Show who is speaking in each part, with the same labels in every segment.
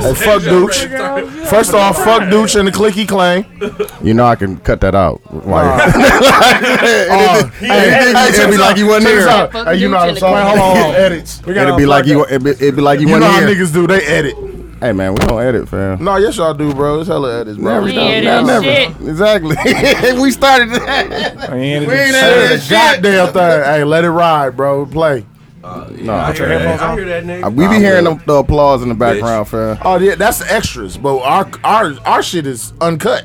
Speaker 1: Hey, Oh, fuck Dooch. First off, fuck Dooch and the clicky clang.
Speaker 2: You know I can cut that out. Like,
Speaker 1: Oh, hey, hey, hey,
Speaker 2: it'd be
Speaker 1: check
Speaker 2: like
Speaker 1: this
Speaker 2: you
Speaker 1: out.
Speaker 2: wasn't
Speaker 1: Check
Speaker 2: here.
Speaker 1: this out.
Speaker 3: Fuck
Speaker 1: Hey, you
Speaker 3: Dooch
Speaker 1: know what I'm
Speaker 3: and the
Speaker 1: saying?
Speaker 3: clicky
Speaker 1: Hold on, hold on.
Speaker 3: clang.
Speaker 1: Edits. We gotta
Speaker 2: it'd be like
Speaker 1: unplug
Speaker 2: you.
Speaker 1: that.
Speaker 2: It'd be, it'd be like you,
Speaker 1: You
Speaker 2: weren't
Speaker 1: know how
Speaker 2: here.
Speaker 1: niggas do? They edit.
Speaker 2: Hey man, we don't edit, fam.
Speaker 1: No, yes, y'all do, bro. It's hella edits, bro.
Speaker 2: Never
Speaker 3: we
Speaker 2: done.
Speaker 3: ain't
Speaker 2: Nah,
Speaker 3: edit
Speaker 2: never. Exactly. we started that.
Speaker 1: We ain't
Speaker 2: ain't
Speaker 1: edited
Speaker 2: edited
Speaker 1: shit. Goddamn thing. Hey, let it ride, bro. Play.
Speaker 2: No,
Speaker 4: I hear that, I hear that
Speaker 2: Uh,
Speaker 4: nigga.
Speaker 2: we be hearing the, the applause in the background, fam.
Speaker 1: Oh yeah, that's the extras, but our our our shit is uncut.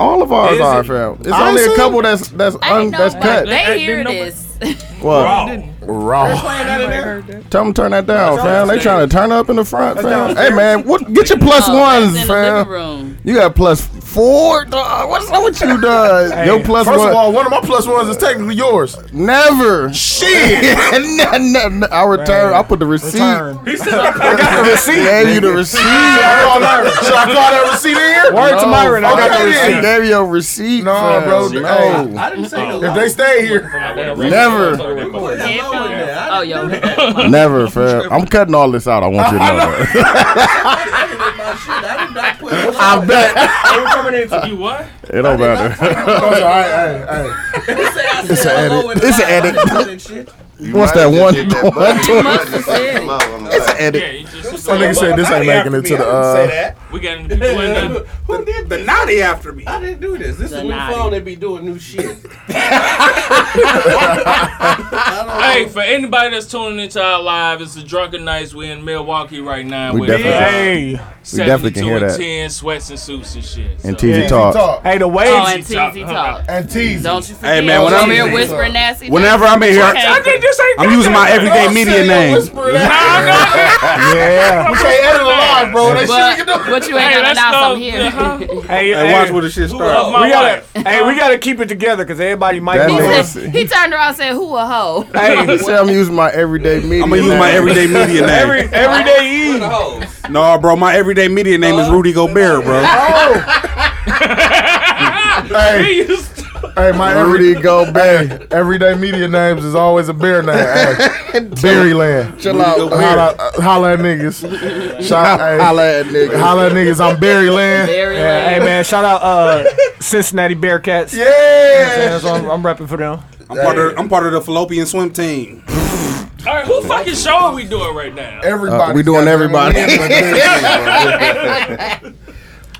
Speaker 2: All of ours
Speaker 4: Is
Speaker 2: are,
Speaker 4: it?
Speaker 2: fam. It's
Speaker 1: I
Speaker 2: only
Speaker 1: see.
Speaker 2: a couple that's that's
Speaker 3: I
Speaker 2: un,
Speaker 3: didn't know
Speaker 2: that's
Speaker 3: like,
Speaker 2: cut.
Speaker 3: they
Speaker 4: Hey,
Speaker 3: hear
Speaker 4: didn't nobody-
Speaker 3: this.
Speaker 2: What?
Speaker 1: Raw.
Speaker 4: Playing that in there.
Speaker 2: Tell them to turn that down,
Speaker 4: That's
Speaker 2: fam.
Speaker 4: all
Speaker 2: They
Speaker 4: I'm
Speaker 2: trying to turn up in the front, fam.
Speaker 4: downstairs.
Speaker 2: Hey, man, what? Get your plus
Speaker 3: Oh, that's
Speaker 2: ones,
Speaker 3: in the living
Speaker 2: fam.
Speaker 3: room.
Speaker 2: You got plus four. Dog. What's up with you, dog? Your plus
Speaker 1: First
Speaker 2: one.
Speaker 1: of all, one of my plus ones is technically yours.
Speaker 2: never. Shit. no, no, no. I return. I put the receipt.
Speaker 4: He said, I
Speaker 2: The receipt. Gave you the receipt.
Speaker 1: Should I call that, should I call that receipt in here?
Speaker 5: Word to Myron, I got
Speaker 1: Okay,
Speaker 5: the
Speaker 1: then.
Speaker 2: I gave you a receipt.
Speaker 1: No,
Speaker 2: fam.
Speaker 1: bro, hey.
Speaker 2: No.
Speaker 4: I didn't say no.
Speaker 1: If they stay here,
Speaker 2: Never.
Speaker 4: We put that low in there. I
Speaker 3: Oh, yo.
Speaker 2: Never, fam. I'm cutting all this out. I want you to know. that.
Speaker 4: didn't my shit. I did not put it
Speaker 2: I bet.
Speaker 5: They were coming in to do what?
Speaker 2: It don't matter.
Speaker 4: It's an edit.
Speaker 2: It's a edit. What's that one? one- It's an edit.
Speaker 5: Yeah, you just,
Speaker 1: some nigga said this ain't making it to the. Uh,
Speaker 5: we got people in there.
Speaker 4: Who did
Speaker 6: The naughty after me.
Speaker 4: I didn't do this. This is
Speaker 3: The
Speaker 4: when the
Speaker 3: naughty.
Speaker 4: phone they be doing new shit.
Speaker 5: Hey, for anybody that's tuning into our live, it's the Drunken Nights. We're in Milwaukee right now. uh,
Speaker 2: We
Speaker 5: We're
Speaker 2: definitely-
Speaker 5: down
Speaker 2: Hey. definitely can
Speaker 5: 72
Speaker 2: hear
Speaker 5: and
Speaker 2: that.
Speaker 5: 10 sweats and suits and shit.
Speaker 2: And
Speaker 5: so.
Speaker 2: TZ talk.
Speaker 5: Hey, the waves.
Speaker 3: Oh, and TZ Talk.
Speaker 1: and tease.
Speaker 3: Don't you forget.
Speaker 6: Hey, man, when
Speaker 3: you
Speaker 6: I'm-
Speaker 3: here whispering nasty things.
Speaker 6: Whenever I'm in here,
Speaker 3: Okay.
Speaker 5: this ain't
Speaker 6: I'm using my everyday media name.
Speaker 1: You can't edit alive, bro. They shit you
Speaker 3: But,
Speaker 1: can do.
Speaker 3: but you ain't
Speaker 5: Hey,
Speaker 3: gonna
Speaker 5: let's
Speaker 3: announce
Speaker 5: go.
Speaker 3: I'm here.
Speaker 5: Uh-huh.
Speaker 7: Hey,
Speaker 6: Hey, watch where the shit starts.
Speaker 5: my
Speaker 7: we gotta,
Speaker 5: wife.
Speaker 7: hey, we gotta keep it together because everybody might
Speaker 2: That
Speaker 7: be.
Speaker 2: nigga-
Speaker 3: he, said, he turned around and said, Who a hoe?
Speaker 2: He said I'm using my everyday media.
Speaker 6: I'm gonna use my everyday media
Speaker 7: Every
Speaker 6: name.
Speaker 7: everyday
Speaker 6: E.
Speaker 7: Eve.
Speaker 6: No, bro, my everyday media name is Rudy Gobert, bro.
Speaker 1: Hey,
Speaker 5: used to-
Speaker 1: hey, my every,
Speaker 2: Rudy Gobert.
Speaker 1: hey, everyday media names is always a bear name. Hey, Berryland.
Speaker 2: Chill out.
Speaker 1: Holla, uh, holla at niggas. Shout, hey,
Speaker 2: Holla at nigga.
Speaker 1: holla at niggas. I'm Berryland.
Speaker 3: Very
Speaker 7: Yeah, hey
Speaker 3: lame.
Speaker 7: man, shout out uh, Cincinnati Bearcats.
Speaker 1: Yeah.
Speaker 7: So I'm, I'm repping for them.
Speaker 6: I'm part of I'm part of the fallopian swim team.
Speaker 5: All right, who fucking show are we doing right now?
Speaker 1: Everybody.
Speaker 2: Uh, we doing everybody.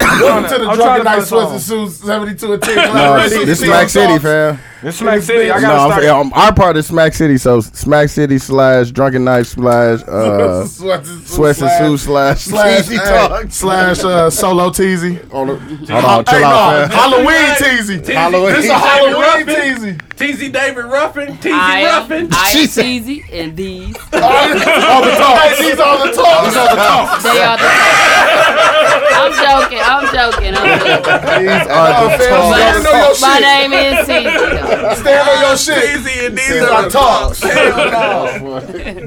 Speaker 1: Welcome to the Drunken
Speaker 7: I'm trying to find
Speaker 1: Night
Speaker 7: a
Speaker 1: Sweats
Speaker 7: song.
Speaker 1: and Suits 72 and 10.
Speaker 2: No, this Smack City, fam.
Speaker 7: This Smack City, I
Speaker 2: No,
Speaker 7: gotta
Speaker 2: I'm-
Speaker 7: start.
Speaker 2: um, our part is Smack City. So Smack City slash Drunken Knife slash uh,
Speaker 1: Sweats and
Speaker 2: Sweats and Sue
Speaker 1: Suits.
Speaker 2: slash
Speaker 1: Slash,
Speaker 2: Teasy
Speaker 1: slash, hey,
Speaker 2: Talk.
Speaker 1: slash uh, solo teasy.
Speaker 2: Hold on, chill
Speaker 1: hey,
Speaker 2: out,
Speaker 1: no,
Speaker 2: fam.
Speaker 1: Halloween teasy.
Speaker 2: Halloween.
Speaker 1: This is a Halloween teasy.
Speaker 4: TZ David Ruffin. TZ
Speaker 3: I am,
Speaker 4: Ruffin.
Speaker 3: I am
Speaker 2: Jesus.
Speaker 3: TZ, and these,
Speaker 1: all the talk. Hey, these are the talk.
Speaker 3: they are the. I'm joking, I'm joking, I'm joking.
Speaker 2: These are the
Speaker 1: fam.
Speaker 2: talk.
Speaker 1: Stand on Oh, your
Speaker 3: But my
Speaker 1: shit.
Speaker 3: name is TZ.
Speaker 1: Stand on your shit.
Speaker 4: TZ and these
Speaker 1: These
Speaker 4: are
Speaker 1: are
Speaker 4: the
Speaker 1: talks.
Speaker 4: talks.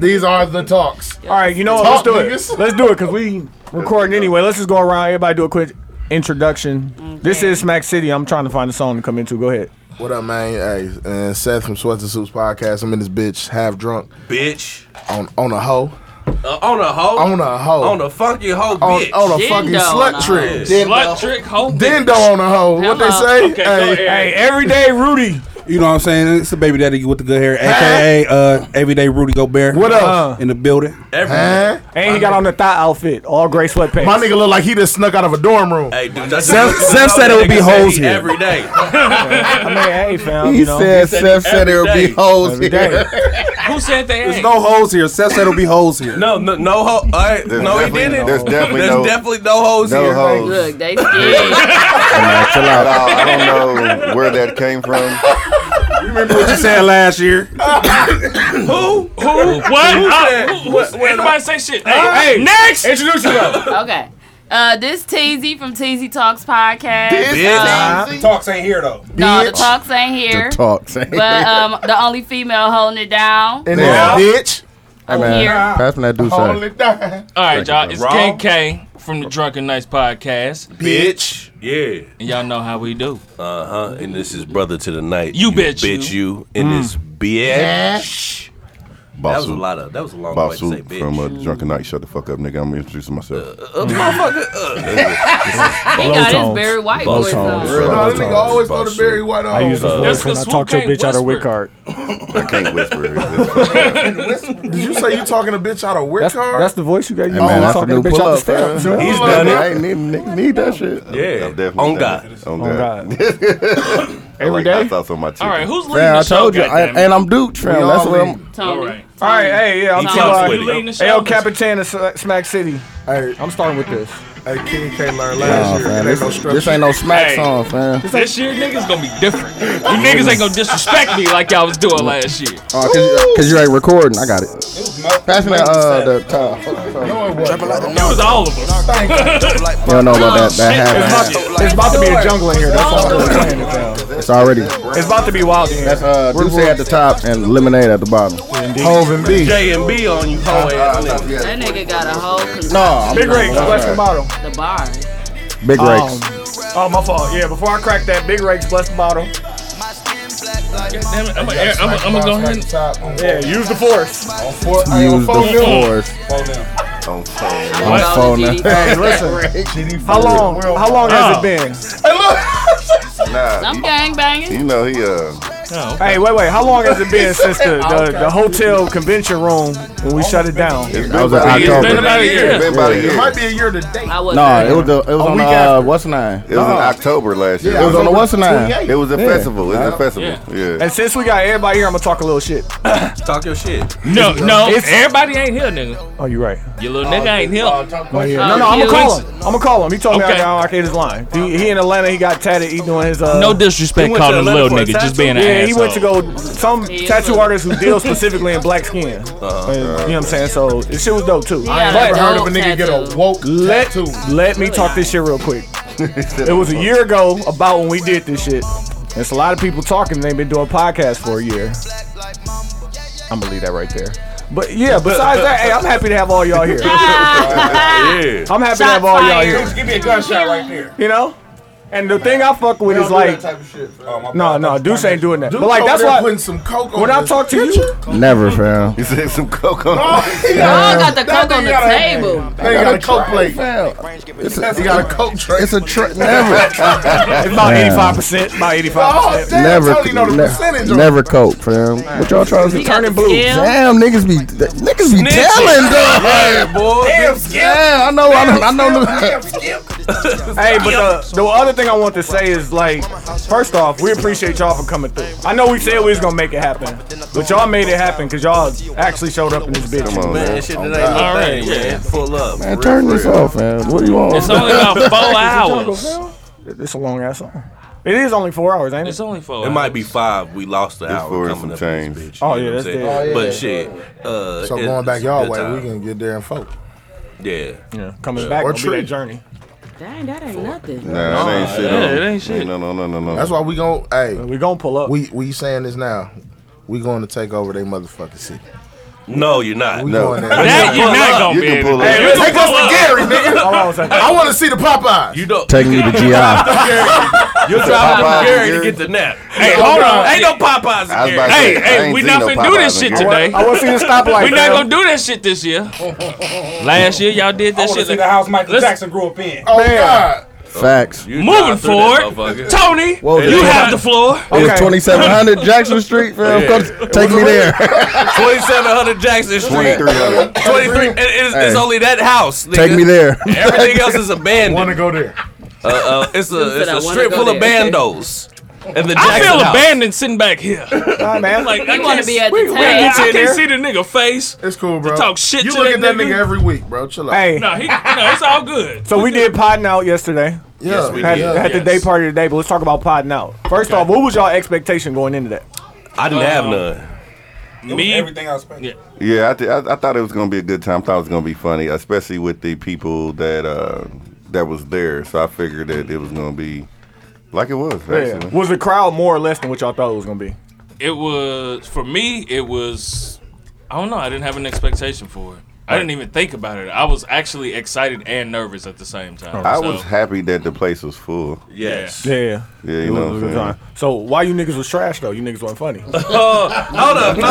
Speaker 1: These are the talks.
Speaker 7: All right, you know what? Let's do
Speaker 1: niggas.
Speaker 7: it. Let's do it because we recording anyway. Let's just go around. Everybody do a quick introduction. This is Smack City. I'm trying to find a song to come into. Go ahead.
Speaker 1: What up, man? Hey, uh, Seth from Sweats and Suits podcast. I'm in this bitch half drunk
Speaker 4: Bitch.
Speaker 1: on on a hoe,
Speaker 4: Uh, on a hoe.
Speaker 1: on a hoe,
Speaker 6: Oh.
Speaker 4: On a funky hoe,
Speaker 1: on,
Speaker 4: bitch.
Speaker 1: on a
Speaker 3: Dindo
Speaker 1: fucking
Speaker 3: on a
Speaker 1: slut
Speaker 3: hoe.
Speaker 1: trick.
Speaker 5: Electric Hope.
Speaker 1: Dindo on a hoe. What they
Speaker 3: Hello.
Speaker 1: say?
Speaker 5: Okay, go
Speaker 1: hey,
Speaker 5: ahead.
Speaker 7: Hey, everyday Rudy.
Speaker 6: You know what I'm saying? It's the baby daddy with the good hair, aka uh, everyday Rudy Gobert.
Speaker 1: what up?
Speaker 7: Uh,
Speaker 6: in the building?
Speaker 4: Every-
Speaker 1: Huh?
Speaker 7: and he got on the thigh outfit, all gray sweatpants.
Speaker 1: My nigga look like he just snuck out of a dorm room.
Speaker 4: Hey, dude, that's
Speaker 6: Seth- Seth said it would be hoes here.
Speaker 4: Every day.
Speaker 7: I mean, hey, fam.
Speaker 2: He
Speaker 7: you know.
Speaker 2: said
Speaker 4: said
Speaker 2: Seth said there would be
Speaker 4: every day.
Speaker 2: hoes
Speaker 7: Every day.
Speaker 2: here.
Speaker 5: Who said they ain't?
Speaker 6: There's no hoes here. Seth said it'll be hoes here.
Speaker 4: No, no, no ho- I, no, he didn't.
Speaker 8: There's definitely
Speaker 4: There's
Speaker 8: no,
Speaker 4: definitely no hoes
Speaker 8: no
Speaker 4: here.
Speaker 2: Oh.
Speaker 8: hoes.
Speaker 3: Look, they scared.
Speaker 2: Nah, Chill
Speaker 8: At
Speaker 2: out.
Speaker 8: all. I don't know where that came from.
Speaker 6: Remember what you said last year?
Speaker 4: Who?
Speaker 5: Who? What?
Speaker 4: said-
Speaker 5: Uh, who- who-
Speaker 4: what- what-
Speaker 5: Anybody say shit? Hey, next.
Speaker 7: Introduce yourself.
Speaker 3: Okay. Uh, this TZ from TZ Talks podcast. Uh,
Speaker 4: Bitch.
Speaker 6: Talks ain't here though.
Speaker 3: no, the talks ain't here.
Speaker 2: Talk.
Speaker 3: But um, the only female holding it down
Speaker 1: And
Speaker 2: Yeah.
Speaker 1: this
Speaker 3: over
Speaker 2: Man,
Speaker 3: here.
Speaker 2: Pass me that
Speaker 1: bitch, hold
Speaker 2: douche.
Speaker 1: it down.
Speaker 5: All right, y'all. It's
Speaker 4: Raw.
Speaker 5: King K from the Drunken Nights podcast,
Speaker 4: Bitch. Yeah.
Speaker 5: and y'all know how we do.
Speaker 4: Uh huh. And this is brother to the night.
Speaker 6: Mm.
Speaker 5: You bitch
Speaker 4: Bitch you. in this bitch. That was a
Speaker 2: Basu.
Speaker 4: lot of. That was a long way to say
Speaker 2: Basu
Speaker 4: bitch.
Speaker 2: from uh, Drunken Night. Shut the fuck up, nigga. I'm introducing myself.
Speaker 4: Uh, motherfucker. uh,
Speaker 3: He
Speaker 7: Low
Speaker 3: got his
Speaker 7: tones.
Speaker 3: Barry White
Speaker 4: Low
Speaker 3: voice
Speaker 4: tones.
Speaker 1: Real,
Speaker 3: on.
Speaker 1: no, this
Speaker 2: Boss
Speaker 1: nigga always throw
Speaker 4: Boss
Speaker 1: the Barry White on.
Speaker 7: I use this
Speaker 4: Uh,
Speaker 7: voice
Speaker 5: that's
Speaker 7: when I
Speaker 5: 'cause
Speaker 7: talk
Speaker 5: Swoop
Speaker 7: to a
Speaker 5: can't
Speaker 7: bitch out of
Speaker 5: whisper.
Speaker 7: wit card.
Speaker 2: I can't whisper. It's-
Speaker 1: Did you say you talking to bitch out of where
Speaker 7: That's,
Speaker 1: car?
Speaker 7: that's the voice you got. You
Speaker 2: Hey, man,
Speaker 7: always
Speaker 2: that's
Speaker 7: talking
Speaker 2: a
Speaker 7: to
Speaker 2: new
Speaker 7: a bitch out the
Speaker 2: pull-up,
Speaker 7: steps.
Speaker 2: man.
Speaker 7: you
Speaker 2: He's
Speaker 7: know?
Speaker 2: done it. I ain't need, nigga, need that shit.
Speaker 4: Yeah.
Speaker 2: I've definitely
Speaker 4: On
Speaker 2: done
Speaker 4: God.
Speaker 2: it. On
Speaker 7: On
Speaker 2: God. I
Speaker 7: Every
Speaker 2: like
Speaker 7: day?
Speaker 2: hot sauce on my chicken.
Speaker 5: All right, who's leading
Speaker 2: Fam,
Speaker 5: the
Speaker 2: I
Speaker 5: show?
Speaker 2: told you, I,
Speaker 5: goddamn it?
Speaker 2: and I'm Duke
Speaker 1: We
Speaker 2: Tram.
Speaker 1: all
Speaker 2: That's what
Speaker 1: leave.
Speaker 2: I'm.
Speaker 5: All
Speaker 3: Tony.
Speaker 5: right.
Speaker 7: All right, hey, yeah, I'm
Speaker 4: He
Speaker 5: Tony,
Speaker 4: comes
Speaker 5: you
Speaker 4: with
Speaker 7: talking
Speaker 4: it.
Speaker 5: leading the
Speaker 7: about El
Speaker 5: show?
Speaker 7: Capitan of Sla- Smack City.
Speaker 1: uh, Hey,
Speaker 7: I'm starting with this.
Speaker 1: hey, King K learned last
Speaker 2: Nah,
Speaker 1: year.
Speaker 2: fam,
Speaker 1: it ain't no
Speaker 2: Oh, this,
Speaker 1: structure.
Speaker 2: this ain't no smack
Speaker 5: Hey.
Speaker 2: song, fam. Oh,
Speaker 5: This year, niggas gonna be different. You niggas ain't gonna disrespect me like y'all was doing last year.
Speaker 2: Oh, cause, you- cause you ain't recording. I got it. Pass me that, uh, the top. You
Speaker 5: It was all of us.
Speaker 2: don't know about that. That
Speaker 5: Shit,
Speaker 2: half
Speaker 5: it's
Speaker 2: and half.
Speaker 5: my-
Speaker 7: It's about to be a jungle in here. That's all I'm saying. it sounds.
Speaker 2: It's already.
Speaker 7: It's about to be wild in here.
Speaker 2: That's uh, Deuce at the top and lemonade at the bottom.
Speaker 1: Hove and B.
Speaker 4: J and B on you, hoe ass nigga.
Speaker 3: That nigga got a whole
Speaker 2: No,
Speaker 3: control
Speaker 2: I'm
Speaker 7: Uh, Big
Speaker 2: not-
Speaker 7: Rakes,
Speaker 2: I'm
Speaker 7: Bless the
Speaker 2: not-
Speaker 7: Bottle.
Speaker 3: the bar.
Speaker 2: Big
Speaker 7: Um,
Speaker 2: rakes.
Speaker 7: oh, my fault. Yeah, before I crack that, Big Rakes, Bless the Bottle.
Speaker 5: Damn it, I'm gonna I'm gonna go ahead and.
Speaker 7: Yeah, use the force.
Speaker 1: phone
Speaker 2: Use the
Speaker 1: down.
Speaker 2: force. On phone.
Speaker 3: I'm gonna
Speaker 2: On
Speaker 3: go
Speaker 2: phone.
Speaker 3: to
Speaker 2: now.
Speaker 3: GD.
Speaker 7: Hey, listen. How long? How long has it been?
Speaker 2: Nah,
Speaker 3: I'm
Speaker 2: you-
Speaker 3: gang banging.
Speaker 2: you know he uh.
Speaker 7: Hey, wait, wait. How long has it been since the, the, the hotel convention room when we shut it down?
Speaker 2: It's been
Speaker 1: was in
Speaker 2: about a
Speaker 5: It's
Speaker 2: year.
Speaker 5: been about a
Speaker 2: It's
Speaker 5: year.
Speaker 2: been about a
Speaker 1: It
Speaker 2: year.
Speaker 1: might be a year to date.
Speaker 3: I was
Speaker 2: No, it was a, it was on
Speaker 1: week
Speaker 2: uh,
Speaker 1: after.
Speaker 2: what's the name? It was in October last year.
Speaker 1: Yeah,
Speaker 2: It was on the
Speaker 1: October
Speaker 2: what's the name?
Speaker 1: 28th.
Speaker 2: It was a
Speaker 1: Yeah.
Speaker 2: festival. It was a festival. Yeah.
Speaker 7: And since we got everybody here, I'm gonna talk a little shit.
Speaker 4: Talk your shit.
Speaker 5: No, no, everybody ain't here, nigga.
Speaker 7: Oh, you right. Uh,
Speaker 5: Your little nigga ain't here.
Speaker 7: No, no, I'm gonna
Speaker 3: Hughes.
Speaker 7: call him. I'm gonna call him. He told me
Speaker 5: Okay.
Speaker 7: I got I his line. He, he in Atlanta. He got tatted. He doing his uh.
Speaker 5: No disrespect,
Speaker 4: He went to
Speaker 5: calling him
Speaker 4: Atlanta
Speaker 5: little
Speaker 4: for a
Speaker 5: nigga, just
Speaker 4: tattoo?
Speaker 5: being an
Speaker 7: Yeah,
Speaker 5: asshole.
Speaker 7: he went to go some
Speaker 3: He
Speaker 7: tattoo
Speaker 3: was-
Speaker 7: artist who deals specifically in black skin.
Speaker 4: Uh-huh.
Speaker 7: And, you know what I'm saying? So this shit was dope too.
Speaker 3: I
Speaker 7: But-
Speaker 1: Never heard of a nigga get a woke
Speaker 7: Let,
Speaker 1: tattoo.
Speaker 7: let me talk this shit real quick. it was a year ago about when we did this shit. It's a lot of people talking. They've been doing podcasts for a year. I'm gonna leave that right there. But yeah, besides that, hey, I'm happy to have all y'all here.
Speaker 4: Yeah.
Speaker 7: I'm happy to
Speaker 3: Shots
Speaker 7: have all y'all
Speaker 3: fired.
Speaker 7: here.
Speaker 1: Give me a gunshot right there.
Speaker 7: You know. And the thing I fuck with is like, no, no, Deuce ain't doing that. But like that's why
Speaker 1: putting some coke on
Speaker 7: when I
Speaker 1: this.
Speaker 7: talk to you,
Speaker 2: Never fam. You said some coke on.
Speaker 3: Y'all got the coke on the
Speaker 1: got a-
Speaker 3: table.
Speaker 1: They got a coke plate.
Speaker 2: Fam, It's a,
Speaker 1: He got a coke tray.
Speaker 2: it's a tr- never,
Speaker 7: it's about
Speaker 2: Damn.
Speaker 7: 85 percent, about 85
Speaker 1: Oh,
Speaker 7: percent.
Speaker 1: damn,
Speaker 2: never,
Speaker 1: Tony know the percentage
Speaker 2: ne-
Speaker 1: on
Speaker 2: never coke, fam. What y'all trying to
Speaker 3: He
Speaker 2: do?
Speaker 3: got the
Speaker 7: Turning blue.
Speaker 3: skill.
Speaker 2: Damn, niggas be niggas be telling dog.
Speaker 4: Boy.
Speaker 2: Yeah, I know, I know, I know. niggas-
Speaker 7: Hey, but the, the other thing I want to say is like, first off, we appreciate y'all for coming through. I know we said we was gonna make it happen, but y'all made it happen because y'all actually showed up in
Speaker 2: Come
Speaker 7: this bitch.
Speaker 2: on,
Speaker 4: Man,
Speaker 2: man.
Speaker 4: shit, that ain't no
Speaker 5: God.
Speaker 4: thing, man. Full up.
Speaker 2: Man, turn this off, man. What do you
Speaker 5: It's
Speaker 2: want?
Speaker 5: only about four hours.
Speaker 7: It's a long ass song. It is only four hours, ain't
Speaker 5: It's
Speaker 7: it?
Speaker 5: only four.
Speaker 4: It might be five. We lost the hour
Speaker 2: four and
Speaker 4: coming up.
Speaker 2: some
Speaker 4: in this
Speaker 2: change.
Speaker 4: bitch,
Speaker 7: Oh,
Speaker 4: you know
Speaker 7: yeah,
Speaker 4: what I'm
Speaker 7: that's
Speaker 1: dead.
Speaker 4: saying? But shit. Uh,
Speaker 1: So
Speaker 4: it-
Speaker 1: going back
Speaker 4: it's
Speaker 1: y'all
Speaker 4: good
Speaker 1: way, we
Speaker 4: time.
Speaker 1: can get there and folk.
Speaker 4: Yeah.
Speaker 7: Yeah, coming back
Speaker 1: Or
Speaker 7: gonna be
Speaker 1: tree.
Speaker 7: that journey.
Speaker 3: Dang, that ain't nothing.
Speaker 2: Nah, it ain't shit.
Speaker 5: yeah,
Speaker 2: on.
Speaker 5: it ain't shit.
Speaker 2: No, no, no, no, no.
Speaker 1: That's why we gon' hey,
Speaker 7: We gonna pull up.
Speaker 1: we we saying this now. We going to take over they motherfucking city.
Speaker 4: No, you're not.
Speaker 1: We
Speaker 2: No.
Speaker 1: going there.
Speaker 5: That you're not gonna
Speaker 2: You
Speaker 5: be
Speaker 2: can
Speaker 5: able
Speaker 2: pull
Speaker 5: to-
Speaker 2: up.
Speaker 5: You can
Speaker 1: Take us
Speaker 5: pull up.
Speaker 1: to Gary, nigga.
Speaker 7: Hold on a second.
Speaker 1: I want to see the Popeyes.
Speaker 4: You don't.
Speaker 2: Take me to GI.
Speaker 4: You're driving
Speaker 2: Popeyes
Speaker 4: from
Speaker 2: and
Speaker 4: Gary to
Speaker 2: Gary.
Speaker 4: get the nap.
Speaker 5: Hey, hold on. Ain't no
Speaker 4: Popeyes in
Speaker 2: I was
Speaker 4: Gary.
Speaker 2: about to
Speaker 5: Hey,
Speaker 2: say, I
Speaker 5: hey,
Speaker 2: ain't
Speaker 5: we
Speaker 2: seen
Speaker 5: not
Speaker 2: no
Speaker 5: finna do
Speaker 2: Popeyes
Speaker 5: this
Speaker 2: in
Speaker 5: shit
Speaker 2: Gary.
Speaker 5: today.
Speaker 7: I want to see the stoplight.
Speaker 5: We not
Speaker 7: fam.
Speaker 5: gonna do that shit this year. Last year y'all did that shit.
Speaker 6: Michael
Speaker 5: Let's-
Speaker 6: Jackson grew up in.
Speaker 1: Oh
Speaker 7: Man.
Speaker 1: God.
Speaker 2: Facts.
Speaker 4: You
Speaker 5: Moving
Speaker 4: drive through that
Speaker 5: forward,
Speaker 4: motherfucker.
Speaker 5: Tony,
Speaker 2: Whoa,
Speaker 5: you
Speaker 2: yeah.
Speaker 5: have the floor.
Speaker 7: Okay.
Speaker 2: It's 2700 Jackson Street, fam.
Speaker 4: Yeah.
Speaker 2: Come take me there.
Speaker 4: 2700 Jackson Street.
Speaker 2: 2300.
Speaker 4: 23. It, it's, it's
Speaker 2: Hey.
Speaker 4: only that house. Nigga.
Speaker 2: Take me there.
Speaker 4: Everything else is abandoned.
Speaker 1: Want to go there?
Speaker 4: Uh, uh, it's a,
Speaker 3: said
Speaker 4: it's
Speaker 3: I
Speaker 4: a
Speaker 3: wanna
Speaker 4: strip
Speaker 3: go
Speaker 4: full of
Speaker 3: there.
Speaker 4: bandos. And the Jackson
Speaker 5: I feel
Speaker 4: house.
Speaker 5: abandoned sitting back here.
Speaker 7: Nah, man.
Speaker 5: Like I
Speaker 3: You wanna
Speaker 5: can't,
Speaker 3: be at the
Speaker 7: we- we
Speaker 5: I
Speaker 3: table.
Speaker 7: ain't-
Speaker 5: can't
Speaker 7: there.
Speaker 5: see the nigga face.
Speaker 1: It's cool, bro.
Speaker 5: talk shit
Speaker 1: You
Speaker 5: to
Speaker 1: look
Speaker 5: that
Speaker 1: at that
Speaker 5: nigga.
Speaker 1: nigga every week, bro. Chill out.
Speaker 7: Hey,
Speaker 5: No, he, no, it's all good.
Speaker 7: so we did potting out yesterday.
Speaker 1: yeah.
Speaker 4: Yes, we
Speaker 7: Had,
Speaker 4: did.
Speaker 7: had the
Speaker 5: yes.
Speaker 7: day party today, but let's talk about potting out. First off, what was y'all expectation going into that?
Speaker 4: I didn't have none.
Speaker 5: Me,
Speaker 6: Everything I expected.
Speaker 2: Yeah, I, th- I, I thought it was gonna be a good time. I thought it was gonna be funny, especially with the people that uh, that was there. So I figured that it was gonna be like it was. Actually.
Speaker 7: Was the crowd more or less than what y'all thought it was gonna be?
Speaker 5: it was for me. It was. I don't know. I didn't have an expectation for it. I didn't even think about it. I was actually excited and nervous at the same time.
Speaker 8: I
Speaker 5: So,
Speaker 8: was happy that the place was full.
Speaker 4: Yes.
Speaker 7: Yeah.
Speaker 8: Yeah, you
Speaker 7: It was
Speaker 8: know
Speaker 7: a
Speaker 8: what
Speaker 7: good
Speaker 8: I'm saying.
Speaker 7: time. So why you niggas was trash though? You niggas wasn't funny.
Speaker 4: Oh, hold up. No,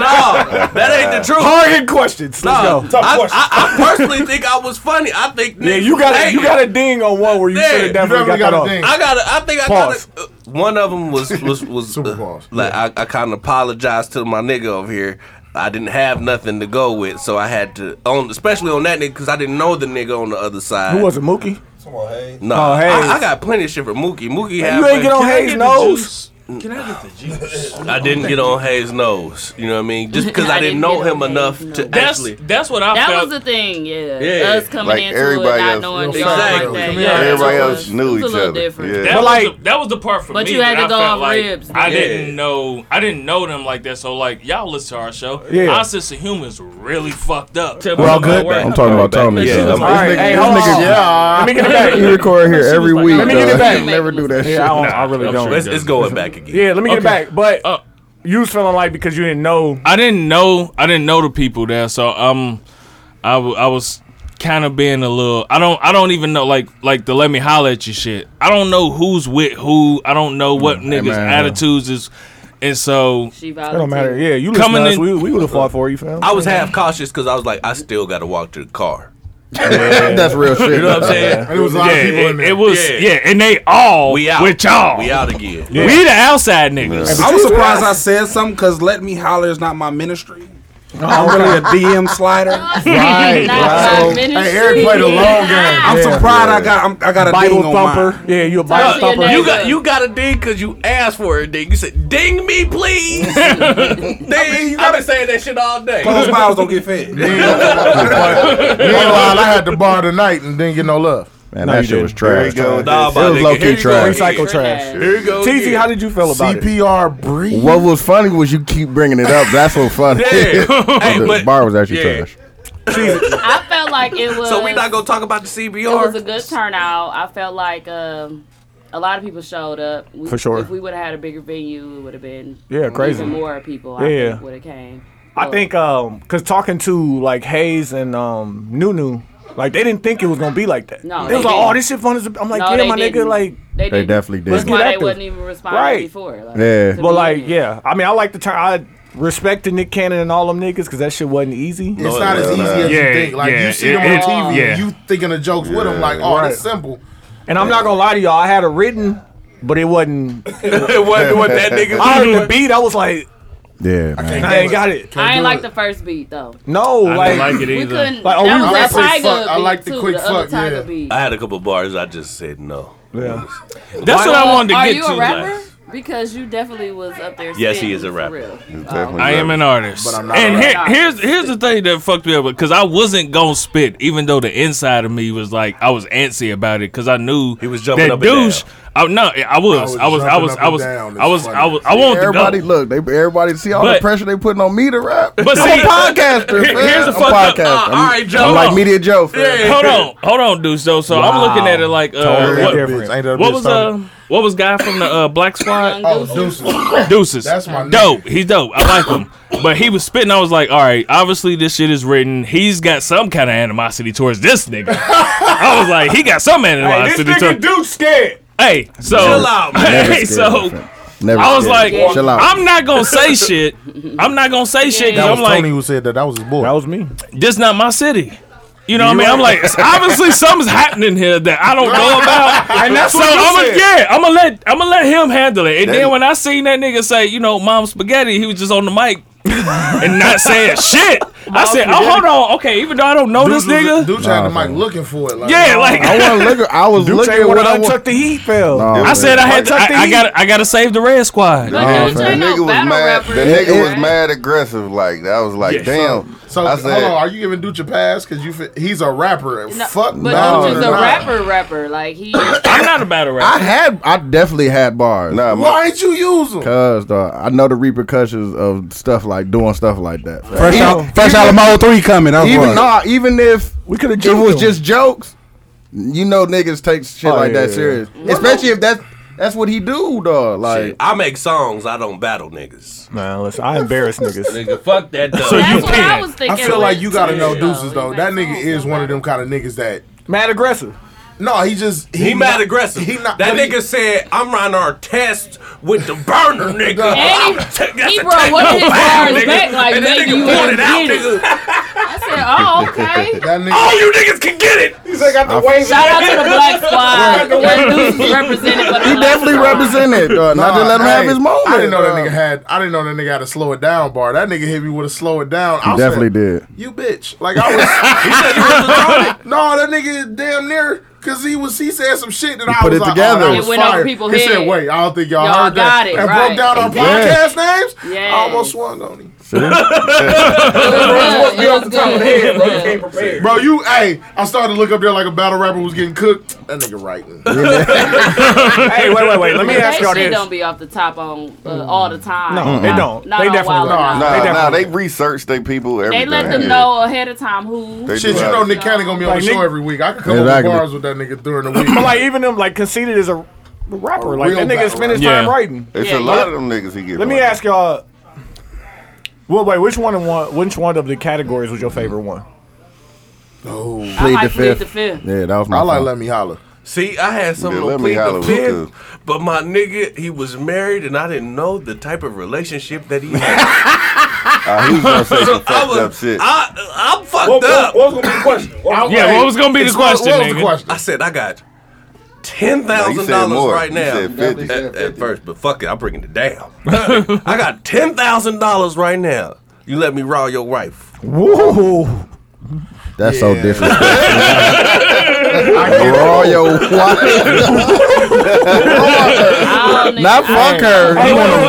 Speaker 4: no. That ain't the truth.
Speaker 7: Hard questions. Let's
Speaker 4: No,
Speaker 7: go.
Speaker 4: I, I, I personally think I was funny. I think
Speaker 7: Yeah, you got a, you got a ding on one where you
Speaker 4: Yeah,
Speaker 7: should
Speaker 4: you
Speaker 7: have definitely
Speaker 1: definitely
Speaker 7: got, that
Speaker 1: got a
Speaker 7: off.
Speaker 1: ding.
Speaker 4: I got. I think I
Speaker 7: Pause.
Speaker 4: got. Uh, one of them was was was
Speaker 1: Super
Speaker 4: uh,
Speaker 1: pause.
Speaker 4: Like I, I kind of apologized to my nigga over here. I didn't have nothing to go with, so I had to on, especially on that nigga, because I didn't know the nigga on the other side.
Speaker 7: Who was it, Mookie?
Speaker 4: No,
Speaker 7: Oh, Hayes.
Speaker 4: I, I got plenty of shit for Mookie. Mookie, had
Speaker 7: You ain't get on
Speaker 5: Can I
Speaker 7: Hayes'
Speaker 5: get the
Speaker 7: nose.
Speaker 5: juice? Can I get the juice?
Speaker 4: I didn't get on Hayes' nose. You know what I mean? Just because I,
Speaker 3: I
Speaker 4: didn't
Speaker 3: didn't
Speaker 4: know
Speaker 3: get on
Speaker 4: him
Speaker 3: Hayes'
Speaker 4: enough
Speaker 3: nose.
Speaker 4: to
Speaker 5: That's
Speaker 4: actually.
Speaker 5: that's what I
Speaker 3: That
Speaker 5: felt.
Speaker 3: was the thing, yeah.
Speaker 4: Yeah.
Speaker 3: Us coming
Speaker 8: Like
Speaker 3: into
Speaker 8: everybody
Speaker 3: it,
Speaker 8: else-
Speaker 3: not knowing
Speaker 1: Real
Speaker 3: the odds
Speaker 4: Exactly.
Speaker 3: like that.
Speaker 5: Yeah.
Speaker 8: Everybody
Speaker 3: it
Speaker 8: else
Speaker 3: was-
Speaker 8: knew
Speaker 3: it was
Speaker 8: each
Speaker 3: a little
Speaker 8: other.
Speaker 3: different.
Speaker 8: Yeah.
Speaker 5: that
Speaker 7: But
Speaker 5: was
Speaker 7: like-
Speaker 5: the, that was the part for
Speaker 3: But
Speaker 5: me.
Speaker 3: you had
Speaker 5: that
Speaker 3: to
Speaker 5: I
Speaker 3: go
Speaker 5: felt
Speaker 3: off
Speaker 5: like
Speaker 3: ribs,
Speaker 5: I
Speaker 3: yeah.
Speaker 5: didn't know. I didn't know them like that. So like y'all listen to our show.
Speaker 7: Yeah.
Speaker 5: Our sense of humor is really fucked up.
Speaker 6: We're all good.
Speaker 1: I'm talking about Tony.
Speaker 4: Yeah.
Speaker 1: son.
Speaker 4: All
Speaker 7: right,
Speaker 1: This nigga-
Speaker 7: hey,
Speaker 1: this
Speaker 7: hold
Speaker 1: nigga-
Speaker 7: on.
Speaker 1: Yeah.
Speaker 7: Let me get it back.
Speaker 1: You record here every
Speaker 3: like,
Speaker 1: week.
Speaker 3: Let
Speaker 7: me get it
Speaker 1: dog.
Speaker 7: back.
Speaker 1: You Never do that
Speaker 7: Yeah, I,
Speaker 1: shit.
Speaker 7: don't, I really don't.
Speaker 4: It's, it's going back again.
Speaker 7: Yeah, let me get it back. But
Speaker 5: Uh,
Speaker 7: you was feeling like because you didn't know.
Speaker 5: I didn't know I didn't know the people there, so um, I, w- I was kind of being a little. I don't I don't even know like like the let me holler at you shit. I don't know who's with who. I don't know what niggas
Speaker 1: man.
Speaker 5: attitudes is, and so
Speaker 3: She
Speaker 7: It don't matter.
Speaker 3: volunteered.
Speaker 7: Yeah, you
Speaker 5: Coming
Speaker 7: coming us,
Speaker 5: in-
Speaker 7: We, we would have fought for you, fam.
Speaker 4: I was half cautious because I was like, I still got to walk to the car.
Speaker 1: That's real shit.
Speaker 4: You know what I'm saying?
Speaker 1: There was a lot
Speaker 5: yeah,
Speaker 1: of people in
Speaker 5: it,
Speaker 1: there.
Speaker 5: it was
Speaker 4: Yeah.
Speaker 5: yeah. and they all
Speaker 4: We out.
Speaker 5: with y'all.
Speaker 4: We out again.
Speaker 5: We the outside niggas.
Speaker 9: I was surprised I said something because Let Me Holler is not my ministry. I'm really a DM slider.
Speaker 3: Right.
Speaker 1: So, hey, Eric played a long game.
Speaker 9: I'm
Speaker 7: Yeah.
Speaker 9: surprised I got I'm, I got a
Speaker 7: Bible
Speaker 9: ding on mine.
Speaker 7: thumper. Yeah, you a
Speaker 3: Tell
Speaker 7: Bible
Speaker 3: your
Speaker 7: thumper.
Speaker 3: neighbor.
Speaker 4: You got you got a ding because you asked for a ding. You said, "Ding me, please." ding. I've been saying that shit all day.
Speaker 9: Closed mouths don't get fed.
Speaker 1: Meanwhile, I had the bar tonight and didn't get no love.
Speaker 2: Man, that shit was
Speaker 8: There you
Speaker 2: trash.
Speaker 8: go.
Speaker 4: Nah, my
Speaker 2: It was
Speaker 4: nigga,
Speaker 2: low-key
Speaker 4: here you go
Speaker 2: trash.
Speaker 4: again.
Speaker 7: Recycle trash.
Speaker 4: Here you go.
Speaker 3: Oh,
Speaker 7: TT,
Speaker 4: again.
Speaker 7: how did you feel about it?
Speaker 1: CPR breathe.
Speaker 2: What was funny was you keep bringing it up. That's what funny.
Speaker 4: Yeah. Hey,
Speaker 2: the
Speaker 4: but-
Speaker 2: bar was actually
Speaker 4: yeah.
Speaker 2: trash.
Speaker 3: I felt like it was.
Speaker 4: So we not gonna talk about the
Speaker 3: It was a
Speaker 4: CBR.
Speaker 3: good turnout. I felt like um, a lot of people showed up. We,
Speaker 7: For sure.
Speaker 3: If we would have had a bigger venue, it would have been
Speaker 7: Yeah, crazy.
Speaker 3: Even more people.
Speaker 7: Yeah,
Speaker 3: I
Speaker 7: yeah.
Speaker 3: think would have came.
Speaker 7: I think um, cause talking to like Hayes and um Nunu, like they didn't think it was gonna be like that.
Speaker 3: No,
Speaker 7: they, was
Speaker 3: they
Speaker 7: like,
Speaker 3: didn't.
Speaker 7: oh, this shit fun is. I'm like,
Speaker 3: No,
Speaker 7: yeah,
Speaker 3: they
Speaker 7: my nigga,
Speaker 3: didn't.
Speaker 7: like.
Speaker 3: they,
Speaker 2: They
Speaker 3: didn't.
Speaker 2: definitely
Speaker 3: That's
Speaker 2: did.
Speaker 7: get
Speaker 3: why they
Speaker 7: active.
Speaker 3: wasn't even responding
Speaker 7: Right.
Speaker 3: before. Like,
Speaker 2: Yeah.
Speaker 3: to
Speaker 7: But like,
Speaker 3: begin.
Speaker 7: yeah, I mean, I like the turn. I respect the Nick Cannon and all them niggas because that shit wasn't easy.
Speaker 1: It's not as easy as
Speaker 5: Yeah,
Speaker 1: you think. Like
Speaker 5: yeah,
Speaker 1: you see
Speaker 5: it-
Speaker 1: them
Speaker 5: it-
Speaker 1: on TV,
Speaker 5: yeah.
Speaker 1: you thinking of jokes with them. Like, oh, that's simple.
Speaker 7: And I'm not gonna lie to y'all, I had it written, but it wasn't.
Speaker 4: It wasn't what that
Speaker 7: I
Speaker 4: nigga.
Speaker 7: heard the beat, I was like,
Speaker 2: Yeah, man.
Speaker 7: I ain't got it.
Speaker 3: I ain't like the first beat though.
Speaker 7: No,
Speaker 5: I
Speaker 7: like,
Speaker 5: didn't like it
Speaker 3: We
Speaker 5: either.
Speaker 3: couldn't.
Speaker 7: Like, oh,
Speaker 3: that
Speaker 7: we
Speaker 3: was
Speaker 7: like
Speaker 3: that
Speaker 1: the quick fuck.
Speaker 3: Tiger
Speaker 1: I
Speaker 3: beat,
Speaker 1: like the
Speaker 3: too,
Speaker 1: quick
Speaker 3: other
Speaker 1: fuck,
Speaker 3: Tiger
Speaker 1: yeah.
Speaker 3: beat.
Speaker 4: I had a couple bars. I just said no.
Speaker 7: yeah.
Speaker 5: That's what I wanted to
Speaker 3: Are
Speaker 5: get
Speaker 3: you
Speaker 5: to.
Speaker 3: a rapper? Because you definitely was up there.
Speaker 4: Yes, he
Speaker 3: spitting,
Speaker 4: is a
Speaker 3: for
Speaker 4: rapper.
Speaker 3: real.
Speaker 8: Definitely
Speaker 5: I am
Speaker 8: love
Speaker 5: an artist.
Speaker 1: But I'm not
Speaker 5: and
Speaker 1: a
Speaker 5: here,
Speaker 3: rapper.
Speaker 5: here's here's the thing that fucked me up because I wasn't gonna spit, even though the inside of me was like I was antsy about it because I knew he
Speaker 4: was jumping
Speaker 5: that
Speaker 4: up and down.
Speaker 5: I, no, I was, I was, I was,
Speaker 1: jumping
Speaker 5: I was,
Speaker 1: up
Speaker 5: I
Speaker 1: and
Speaker 5: was,
Speaker 1: down.
Speaker 5: I was,
Speaker 1: It's
Speaker 5: I was, I
Speaker 1: funny.
Speaker 5: wanted to
Speaker 2: Everybody,
Speaker 5: go.
Speaker 2: look, they everybody see all
Speaker 5: But-
Speaker 2: the pressure they putting on me to rap.
Speaker 5: But see,
Speaker 2: I'm a podcaster.
Speaker 5: here-
Speaker 2: man.
Speaker 5: here's the
Speaker 2: I'm
Speaker 5: fuck up- Ah,
Speaker 2: podcaster.
Speaker 4: uh,
Speaker 2: I'm,
Speaker 4: all right, Joe.
Speaker 2: I'm like media Joe. fam.
Speaker 5: Hold on, hold on, dude. So, so I'm looking at it like, uh,
Speaker 1: Ain't that
Speaker 5: what,
Speaker 1: a bitch? Ain't that a
Speaker 5: what
Speaker 1: bitch,
Speaker 5: was
Speaker 1: Tony?
Speaker 5: uh, what was guy from the uh, Black Squad?
Speaker 1: Oh, deuces.
Speaker 5: Deuces.
Speaker 1: That's my nigga.
Speaker 5: dope. He's dope. I like him. But he was spitting. I was like, all right, obviously this shit is written. He's got some kind of animosity towards this nigga. I was like, he got some animosity towards.
Speaker 7: dude scared.
Speaker 5: hey, so
Speaker 4: Chill out, man.
Speaker 5: Hey,
Speaker 2: Never scared,
Speaker 5: so
Speaker 2: fam. Never
Speaker 5: I was
Speaker 2: scared.
Speaker 5: like,
Speaker 2: chill out.
Speaker 5: I'm not gonna say shit. I'm not gonna say shit
Speaker 1: That
Speaker 5: because
Speaker 1: was
Speaker 5: I'm like,
Speaker 1: Tony who said that. That was his boy.
Speaker 7: That was me.
Speaker 5: this not my city. You know what I mean? I'm like, it's obviously something's happening here that I don't know about. and that's so
Speaker 7: what you
Speaker 5: I'm
Speaker 7: said.
Speaker 5: gonna yeah, I'm gonna let I'm gonna let him handle it. And then when I seen that nigga say, you know, mom spaghetti, he was just on the mic and not saying shit. I said, oh hold on, okay, even though I don't know this
Speaker 1: Dude was-
Speaker 5: nigga,
Speaker 1: Dude had the mic looking for it. Like,
Speaker 5: yeah, like
Speaker 2: I want to look. at- I was
Speaker 7: Dude
Speaker 2: looking
Speaker 7: Jay
Speaker 2: at what
Speaker 7: would
Speaker 2: I Oh,
Speaker 7: have
Speaker 2: want.
Speaker 7: untucked the heat, fell.
Speaker 2: No,
Speaker 5: I said, I had to,
Speaker 7: Tuck the
Speaker 5: I, I
Speaker 7: heat.
Speaker 5: gotta I gotta save the red squad.
Speaker 3: But
Speaker 2: Oh,
Speaker 3: dude, you
Speaker 2: man.
Speaker 3: ain't
Speaker 8: Nigga
Speaker 3: no
Speaker 8: was
Speaker 3: battle
Speaker 8: mad.
Speaker 3: rapper.
Speaker 8: The nigga was
Speaker 3: right?
Speaker 8: mad aggressive. Like that was like, damn.
Speaker 1: So
Speaker 8: I
Speaker 1: hold on,
Speaker 8: said,
Speaker 1: are you giving Duce a pass? Cause you, fi- he's a rapper.
Speaker 3: No,
Speaker 1: Fuck
Speaker 3: but
Speaker 1: no,
Speaker 3: Dude's
Speaker 1: you're
Speaker 3: a
Speaker 1: not.
Speaker 3: rapper, rapper. Like he.
Speaker 5: I'm not a battle
Speaker 2: I
Speaker 5: rapper.
Speaker 2: had. I definitely had bars.
Speaker 8: Nah, my-
Speaker 1: Why ain't you use him?
Speaker 2: Cause dog, I know the repercussions of stuff like doing stuff like that. fam.
Speaker 7: Fresh out.
Speaker 9: Fresh Alamo 3 coming. That's
Speaker 2: Even
Speaker 9: what.
Speaker 2: nah, even if
Speaker 7: We could have
Speaker 2: it was just jokes, you know niggas take shit
Speaker 7: Oh,
Speaker 2: like
Speaker 7: yeah,
Speaker 2: that
Speaker 7: yeah,
Speaker 2: serious. Especially if that's That's what he do, dog. Like,
Speaker 4: Shit, I make songs. I don't battle niggas.
Speaker 7: Nah, listen, I embarrass niggas.
Speaker 4: Nigga, fuck that. Dog.
Speaker 3: That's what I was thinking.
Speaker 1: I feel like you gotta
Speaker 3: too,
Speaker 1: know deuces
Speaker 3: though.
Speaker 1: though. That nigga
Speaker 3: Like,
Speaker 1: is one of them kind of niggas that.
Speaker 7: Mad aggressive.
Speaker 1: No, he just
Speaker 4: He
Speaker 1: not-
Speaker 4: mad aggressive.
Speaker 1: He not
Speaker 4: that
Speaker 1: but he-
Speaker 4: nigga said, "I'm running our test with the burner, nigga."
Speaker 3: And he-
Speaker 4: That's
Speaker 3: he
Speaker 4: a
Speaker 3: brought
Speaker 4: techno
Speaker 3: one of
Speaker 4: battle,
Speaker 3: his bars
Speaker 4: nigga.
Speaker 3: back, like,
Speaker 4: and that
Speaker 3: nigga,
Speaker 4: nigga
Speaker 3: you
Speaker 4: pointed
Speaker 3: ain't
Speaker 4: out,
Speaker 3: get it.
Speaker 4: nigga.
Speaker 3: I said, oh, okay.
Speaker 1: That nigga.
Speaker 4: All you niggas can get it.
Speaker 7: He's like, got the wave.
Speaker 3: Shout out to the black squad. Young Deuce is represented. by the
Speaker 2: he
Speaker 3: black
Speaker 2: definitely
Speaker 3: squad.
Speaker 2: represent it, dog. Not to
Speaker 1: Nah,
Speaker 2: let him have
Speaker 1: hey,
Speaker 2: his moment.
Speaker 1: I didn't know that
Speaker 2: dog.
Speaker 1: nigga had. I didn't know that nigga had a slow it down bar. That nigga hit me with a slow it down.
Speaker 2: He
Speaker 1: I
Speaker 2: definitely
Speaker 1: said,
Speaker 2: did.
Speaker 1: You bitch. Like I was. he said no, that nigga damn near. Cause he was, he said some shit that I
Speaker 2: put
Speaker 1: was
Speaker 2: it
Speaker 1: like,
Speaker 2: together.
Speaker 1: oh, that
Speaker 2: It
Speaker 1: was
Speaker 3: went over
Speaker 1: fire.
Speaker 3: people's
Speaker 1: He said,
Speaker 3: head.
Speaker 1: "Wait, I don't think y'all,
Speaker 3: Y'all
Speaker 1: heard
Speaker 3: got
Speaker 1: that."
Speaker 3: it,
Speaker 1: and broke
Speaker 3: right.
Speaker 1: down our
Speaker 2: Yeah.
Speaker 1: podcast names.
Speaker 3: Yes.
Speaker 1: I almost swung on him.
Speaker 3: It was good. It was good.
Speaker 1: Bro, you, hey, I started to look up there like a battle rapper was getting cooked. That nigga writing.
Speaker 7: Hey, wait, wait, wait. Let me ask y'all
Speaker 3: That shit
Speaker 7: this.
Speaker 3: don't be off the top on uh, all the time.
Speaker 7: No, they don't.
Speaker 3: Not
Speaker 7: They
Speaker 3: on Wild
Speaker 7: definitely don't.
Speaker 3: N'
Speaker 8: Nah,
Speaker 3: Out.
Speaker 7: They
Speaker 8: nah,
Speaker 7: definitely-
Speaker 8: they research their people. Everything.
Speaker 3: They let them
Speaker 8: Yeah.
Speaker 3: know ahead of time who.
Speaker 8: They
Speaker 1: Shit,
Speaker 8: do
Speaker 1: you
Speaker 8: that.
Speaker 1: know Nick Cannon gonna be on
Speaker 7: Like
Speaker 1: the
Speaker 7: Nick-
Speaker 1: show every week. I could come
Speaker 2: Exactly.
Speaker 1: over bars with that nigga during the week.
Speaker 7: But like even them like conceited as a rapper. Like
Speaker 1: real
Speaker 7: that nigga
Speaker 1: battle
Speaker 7: spend his
Speaker 5: rapper.
Speaker 7: time
Speaker 5: Yeah.
Speaker 7: writing.
Speaker 8: It's
Speaker 3: Yeah,
Speaker 8: a lot of them niggas he get.
Speaker 7: Let me
Speaker 8: on.
Speaker 7: ask y'all. Well, wait. Which one? and one? Which one of the categories was your favorite one?
Speaker 3: I
Speaker 2: Plead
Speaker 3: might
Speaker 2: the
Speaker 3: plead
Speaker 2: fifth.
Speaker 3: the fifth.
Speaker 2: Yeah, that was my.
Speaker 1: I like
Speaker 2: fault.
Speaker 1: Let Me Holler.
Speaker 4: See, I had someone
Speaker 8: Yeah,
Speaker 4: yeah,
Speaker 8: let me
Speaker 4: plead
Speaker 8: holler
Speaker 4: the
Speaker 8: with
Speaker 4: fifth,
Speaker 8: you.
Speaker 4: but my nigga, he was married, and I didn't know the type of relationship that he had.
Speaker 8: Uh, he was gonna say some
Speaker 4: I
Speaker 8: fucked up
Speaker 4: was,
Speaker 8: shit.
Speaker 4: I, I'm fucked up.
Speaker 9: gonna be the question? What-
Speaker 5: Yeah, what was gonna be the
Speaker 1: What-
Speaker 5: question,
Speaker 1: what was the
Speaker 5: nigga?
Speaker 1: question?
Speaker 4: I said I got ten
Speaker 8: you
Speaker 4: thousand
Speaker 8: said
Speaker 4: dollars
Speaker 8: more.
Speaker 4: right
Speaker 8: You
Speaker 4: now.
Speaker 8: said 50.
Speaker 4: At- At, first, but fuck it, I'm bringing it down. I got ten thousand dollars right now. You let me rob your wife.
Speaker 7: Woo!
Speaker 2: That's so
Speaker 1: Yeah.
Speaker 2: disrespectful. Raw your wife.
Speaker 3: I don't
Speaker 2: Not
Speaker 3: even-
Speaker 2: fuck her.
Speaker 7: Hey,
Speaker 2: You
Speaker 7: wait,
Speaker 2: wanna
Speaker 7: wait, wait, wait, wait,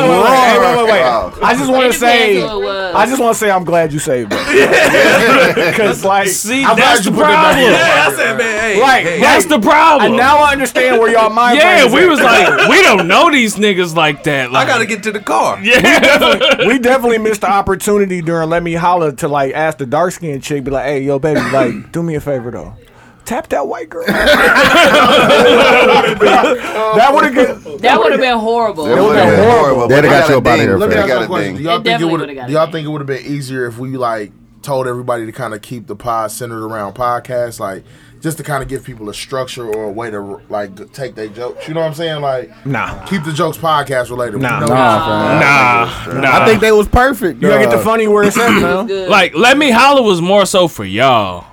Speaker 7: hey, wait, wait, wait.
Speaker 8: Wow.
Speaker 7: I just
Speaker 3: It
Speaker 7: want to
Speaker 3: depends
Speaker 7: say.
Speaker 3: who it was.
Speaker 7: I just want to say I'm glad you saved me. Because like,
Speaker 5: See,
Speaker 1: I'm
Speaker 5: that's
Speaker 1: glad you
Speaker 5: the
Speaker 1: put that
Speaker 5: problem.
Speaker 1: back
Speaker 4: Yeah, I said, man, hey,
Speaker 7: Like,
Speaker 4: hey,
Speaker 5: That's the problem.
Speaker 7: and now I understand where y'all mind.
Speaker 5: yeah,
Speaker 7: frames
Speaker 5: we
Speaker 7: at.
Speaker 5: was like, we don't know these niggas like that.
Speaker 4: I
Speaker 5: Like,
Speaker 4: gotta get to the car.
Speaker 7: we definitely missed the opportunity during Let Me Holler to like ask the dark skinned chick, be like, hey, yo, baby, like, do me a favor though. Tap that white girl. that would have good.
Speaker 3: That would have been horrible.
Speaker 8: That would've been horrible.
Speaker 2: They'd
Speaker 8: They
Speaker 2: have got you
Speaker 8: a
Speaker 2: up out of
Speaker 8: ding.
Speaker 2: here,
Speaker 1: Let me
Speaker 8: They
Speaker 2: fam.
Speaker 1: ask you
Speaker 8: got
Speaker 1: a
Speaker 8: a
Speaker 1: question. Do
Speaker 8: ding.
Speaker 1: y'all
Speaker 3: It
Speaker 1: think it
Speaker 3: definitely
Speaker 1: would?
Speaker 3: would've got
Speaker 1: Do y'all
Speaker 3: it.
Speaker 1: think it would have been easier if we like told everybody to kind of keep the pod centered around podcasts, like just to kind of give people a structure or a way to like take their jokes? You know what I'm saying? Like,
Speaker 7: Nah.
Speaker 1: keep the jokes podcast related.
Speaker 7: Nah.
Speaker 1: You know-
Speaker 2: Nah, fam.
Speaker 5: nah, nah.
Speaker 2: I think they was perfect.
Speaker 7: You gotta
Speaker 2: dog.
Speaker 7: get the funny where it's at, man.
Speaker 3: Good.
Speaker 5: like let me holler was more so for y'all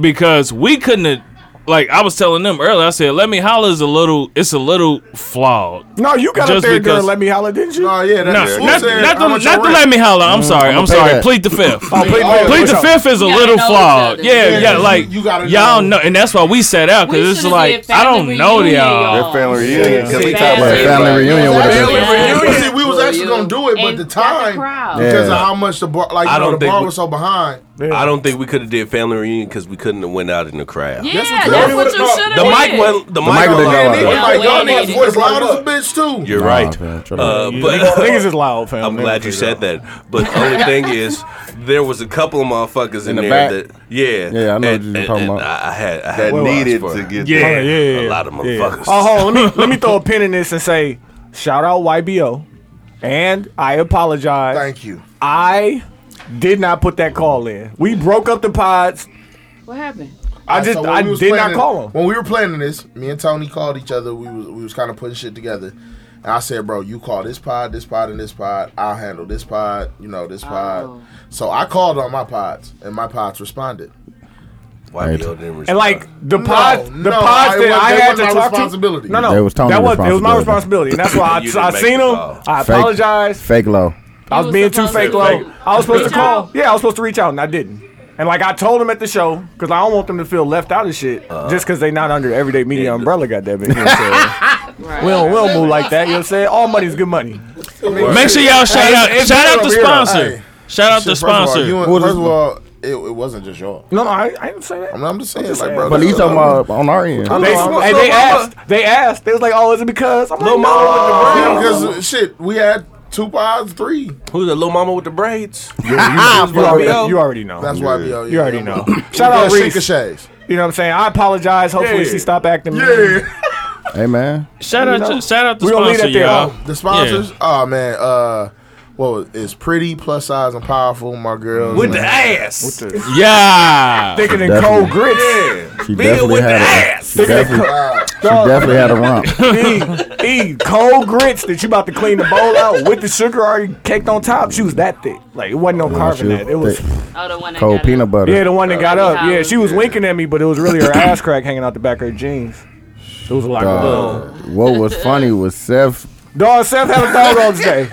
Speaker 5: because we couldn't have, like i was telling them earlier i said let me holler is a little it's a little flawed
Speaker 7: No, you got
Speaker 5: Just
Speaker 7: up there
Speaker 5: because-
Speaker 7: during Let Me Holler, didn't you?
Speaker 1: Oh yeah,
Speaker 5: no,
Speaker 1: that's
Speaker 5: not, not, the, not the let me holler i'm sorry i'm
Speaker 2: pay
Speaker 5: sorry
Speaker 2: that.
Speaker 5: plead the fifth
Speaker 7: Oh, please,
Speaker 1: Oh,
Speaker 5: plead the
Speaker 7: what's up?
Speaker 5: fifth is a
Speaker 3: You gotta
Speaker 5: little
Speaker 3: know each
Speaker 5: flawed
Speaker 3: other.
Speaker 5: yeah
Speaker 1: Yeah,
Speaker 5: yeah,
Speaker 1: you-
Speaker 5: like
Speaker 1: you gotta
Speaker 5: all
Speaker 1: know.
Speaker 5: know and that's why we set out
Speaker 3: We
Speaker 5: because it's
Speaker 3: should've
Speaker 5: like
Speaker 3: did
Speaker 5: i
Speaker 3: family
Speaker 5: don't know
Speaker 3: reunion,
Speaker 8: That
Speaker 5: y'all
Speaker 8: family reunion. Cause we
Speaker 3: Yeah.
Speaker 8: talked
Speaker 2: Yeah,
Speaker 8: about
Speaker 2: family
Speaker 8: everybody.
Speaker 2: reunion would have
Speaker 1: Family
Speaker 2: been.
Speaker 3: Yeah.
Speaker 1: reunion. See, we was
Speaker 3: For
Speaker 1: actually
Speaker 3: you.
Speaker 1: gonna do it, but
Speaker 3: And
Speaker 1: the
Speaker 3: got the
Speaker 1: time
Speaker 3: crowd.
Speaker 1: because of
Speaker 2: Yeah.
Speaker 1: how much the bar, like
Speaker 4: I
Speaker 1: you know,
Speaker 4: don't
Speaker 1: the
Speaker 4: think
Speaker 1: bar
Speaker 4: we-
Speaker 1: was so behind.
Speaker 4: I don't think we could have did family reunion because we couldn't have went out in the crowd.
Speaker 3: Yeah, that's what you should have
Speaker 4: The mic went. The, mic
Speaker 2: didn't
Speaker 4: went.
Speaker 2: go out.
Speaker 1: And
Speaker 3: Yeah,
Speaker 1: like y'all
Speaker 3: we
Speaker 1: niggas
Speaker 3: did.
Speaker 1: voice loud as a bitch too.
Speaker 4: You're right.
Speaker 2: Nah, fam, shut up.
Speaker 4: Uh, but
Speaker 7: Niggas is loud, fam.
Speaker 4: I'm
Speaker 7: Niggas
Speaker 4: glad you
Speaker 7: is
Speaker 4: said
Speaker 7: loud.
Speaker 4: that. But the only thing is, there was a couple of motherfuckers in,
Speaker 2: the
Speaker 4: there
Speaker 2: back?
Speaker 4: that, yeah,
Speaker 2: Yeah, I know what
Speaker 4: and-
Speaker 2: you were
Speaker 4: and-
Speaker 2: talking
Speaker 4: and
Speaker 2: about.
Speaker 4: I I had, I
Speaker 8: That
Speaker 4: had
Speaker 8: needed
Speaker 4: lots for
Speaker 8: to
Speaker 4: it.
Speaker 8: get.
Speaker 5: Yeah.
Speaker 7: Yeah, yeah,
Speaker 4: a
Speaker 7: yeah.
Speaker 4: lot of
Speaker 7: yeah.
Speaker 4: motherfuckers.
Speaker 7: Oh, hold on. Let me let me throw a pin in this and say, shout out YBO, and I apologize.
Speaker 1: Thank you.
Speaker 7: I did not put that call in. We broke up the pods.
Speaker 3: What happened?
Speaker 7: I just
Speaker 1: So when
Speaker 7: I
Speaker 1: we was
Speaker 7: did not
Speaker 1: planning-
Speaker 7: call him.
Speaker 1: When we were planning this, me and Tony called each other. We was we was kind of putting shit together. And I said, bro, you call this pod, this pod, and this pod. I'll handle this pod, you know, this pod.
Speaker 3: Oh.
Speaker 1: So I called on my pods, and my pods responded.
Speaker 4: YBO didn't
Speaker 7: And like the
Speaker 1: No,
Speaker 7: pod, the
Speaker 1: no,
Speaker 7: pods
Speaker 1: I-
Speaker 7: that
Speaker 1: it wasn't-
Speaker 7: I had
Speaker 1: that
Speaker 7: to
Speaker 1: wasn't my
Speaker 7: talk
Speaker 1: responsibility.
Speaker 7: to. No, no,
Speaker 2: That was Tony's
Speaker 7: that was it was my
Speaker 2: responsibility.
Speaker 7: responsibility. And that's why
Speaker 4: You
Speaker 7: I, I
Speaker 4: didn't make
Speaker 7: seen
Speaker 4: the
Speaker 7: him.
Speaker 4: call.
Speaker 7: I
Speaker 2: Fake-
Speaker 7: apologized.
Speaker 2: Fake low.
Speaker 7: I was
Speaker 3: was
Speaker 7: being too
Speaker 3: supposed
Speaker 7: fake
Speaker 3: to
Speaker 7: low.
Speaker 3: fake.
Speaker 7: I was supposed to
Speaker 3: Reach
Speaker 7: call.
Speaker 3: out.
Speaker 7: Yeah, I was supposed to reach out and I didn't. And like I told him at the show, because I don't want them to feel left out of shit just because they not under everyday media umbrella, goddamn it. You know what I'm saying?
Speaker 3: Right.
Speaker 7: we don't we don't move like that, you know what I'm saying? All money's good money.
Speaker 5: make sure y'all shout out
Speaker 7: it's
Speaker 5: shout out
Speaker 7: real,
Speaker 5: the
Speaker 7: real.
Speaker 5: sponsor
Speaker 1: Hey.
Speaker 5: shout out
Speaker 1: Shit,
Speaker 5: the
Speaker 1: first of all,
Speaker 5: sponsor
Speaker 1: you-
Speaker 2: What is-
Speaker 1: First of all, it, it wasn't just y'all.
Speaker 7: No, no, I, I didn't say that.
Speaker 1: I'm, I'm just saying,
Speaker 7: just
Speaker 1: like,
Speaker 7: saying.
Speaker 1: bro.
Speaker 2: But
Speaker 1: that's
Speaker 2: he's talking about on our end.
Speaker 7: They,
Speaker 1: No, I'm-
Speaker 7: hey,
Speaker 1: no,
Speaker 7: they
Speaker 1: Mama.
Speaker 7: asked. They asked. They was like, "Oh, is it because?" I'm like,
Speaker 4: Lil Mama with the
Speaker 7: no.
Speaker 4: brand.
Speaker 1: Yeah, because uh, shit, we had two pods, three.
Speaker 4: Who's that little mama with the braids?
Speaker 7: You already,
Speaker 4: Yo.
Speaker 7: you already know.
Speaker 1: That's why yeah.
Speaker 7: you already know. Shout out Reese.
Speaker 1: Shades.
Speaker 7: You know what I'm saying? I apologize. Hopefully,
Speaker 1: Yeah.
Speaker 7: she stop acting. mean.
Speaker 1: Yeah.
Speaker 2: Hey man,
Speaker 5: Shout out, to, shout out the
Speaker 7: We gonna leave
Speaker 5: sponsor,
Speaker 7: that there,
Speaker 5: y'all.
Speaker 7: huh?
Speaker 1: The sponsors, oh man, uh, well, it's pretty plus size and powerful. My girls
Speaker 4: With the
Speaker 1: man.
Speaker 4: ass.
Speaker 5: Yeah.
Speaker 7: Thicker than
Speaker 2: Definitely.
Speaker 7: cold grits.
Speaker 2: she
Speaker 4: Being
Speaker 2: definitely
Speaker 4: with the
Speaker 2: had a
Speaker 4: ass.
Speaker 2: she definitely, she
Speaker 7: Dog,
Speaker 2: definitely had a romp.
Speaker 7: E, E, cold grits that you about to clean the bowl out with the sugar already caked on top. She was that thick. Like it wasn't no
Speaker 2: Yeah, she
Speaker 7: carbon that. It was
Speaker 2: thick.
Speaker 3: Oh, the one that
Speaker 2: cold
Speaker 3: got
Speaker 2: peanut
Speaker 3: up.
Speaker 2: butter.
Speaker 7: yeah, the one that got up. Yeah,
Speaker 3: Yeah.
Speaker 7: she was winking at me, but it was really her ass crack hanging out the back of her jeans. It was like a little.
Speaker 2: Uh, what was funny was Seth.
Speaker 7: Dog, Seth had a dog on today.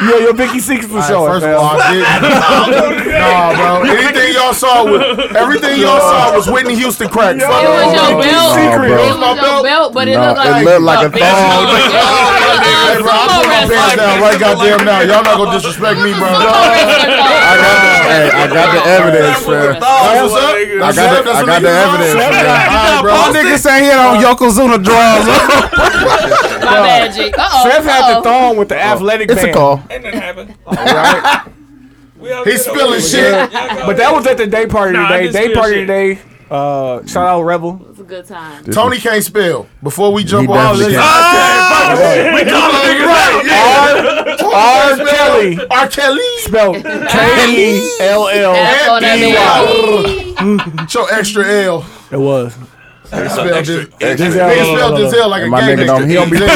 Speaker 7: Yeah, your Vicky Six
Speaker 1: All
Speaker 7: was showing.
Speaker 1: right, first
Speaker 7: fam.
Speaker 1: of all, I did. nah, bro. Anything y'all saw was everything y'all saw was Whitney Houston crack. Fuck
Speaker 3: It was
Speaker 1: all
Speaker 3: your
Speaker 1: that.
Speaker 3: belt.
Speaker 2: secret.
Speaker 3: It
Speaker 2: It
Speaker 3: was
Speaker 2: was
Speaker 1: my
Speaker 3: your
Speaker 1: belt.
Speaker 3: belt, but it
Speaker 2: Nah,
Speaker 3: looked like
Speaker 2: it looked like a
Speaker 3: big
Speaker 2: thong.
Speaker 1: Hey,
Speaker 3: bone. It looked
Speaker 1: bro, I'm putting
Speaker 3: like a
Speaker 1: my
Speaker 3: sumo
Speaker 1: pants
Speaker 3: wrestler.
Speaker 1: down right goddamn now. Y'all not gonna disrespect me, bro.
Speaker 3: Sumo wrestler thong.
Speaker 2: I got the, hey, I got the evidence,
Speaker 1: Oh,
Speaker 2: fam.
Speaker 1: That's what's up.
Speaker 2: I got the, I got the evidence, fam.
Speaker 1: All right, bro.
Speaker 6: My nigga say he had on Yokozuna drawers.
Speaker 3: My magic. Uh-oh.
Speaker 7: Seth had the
Speaker 3: uh-oh.
Speaker 7: thong with the athletic
Speaker 2: It's a
Speaker 7: band.
Speaker 2: call.
Speaker 1: He's spilling shit.
Speaker 7: But that was at the day party
Speaker 5: Nah, I
Speaker 7: today.
Speaker 5: didn't
Speaker 7: Day
Speaker 5: spill
Speaker 7: party
Speaker 5: shit.
Speaker 7: today. Uh, shout out Rebel.
Speaker 3: It's a good time.
Speaker 1: Tony can't spill. Before we jump
Speaker 2: He
Speaker 1: off,
Speaker 2: definitely
Speaker 1: let's-
Speaker 7: R. Kelly.
Speaker 1: R. Kelly.
Speaker 7: Spelled K E L L.
Speaker 3: That's on that
Speaker 1: Andy. Show extra L.
Speaker 7: It was.
Speaker 1: They spelled Diz-
Speaker 7: Giselle.
Speaker 1: they spelled Dizel like a
Speaker 2: My
Speaker 1: gang
Speaker 2: nigga don't- he don't be-
Speaker 1: Yeah.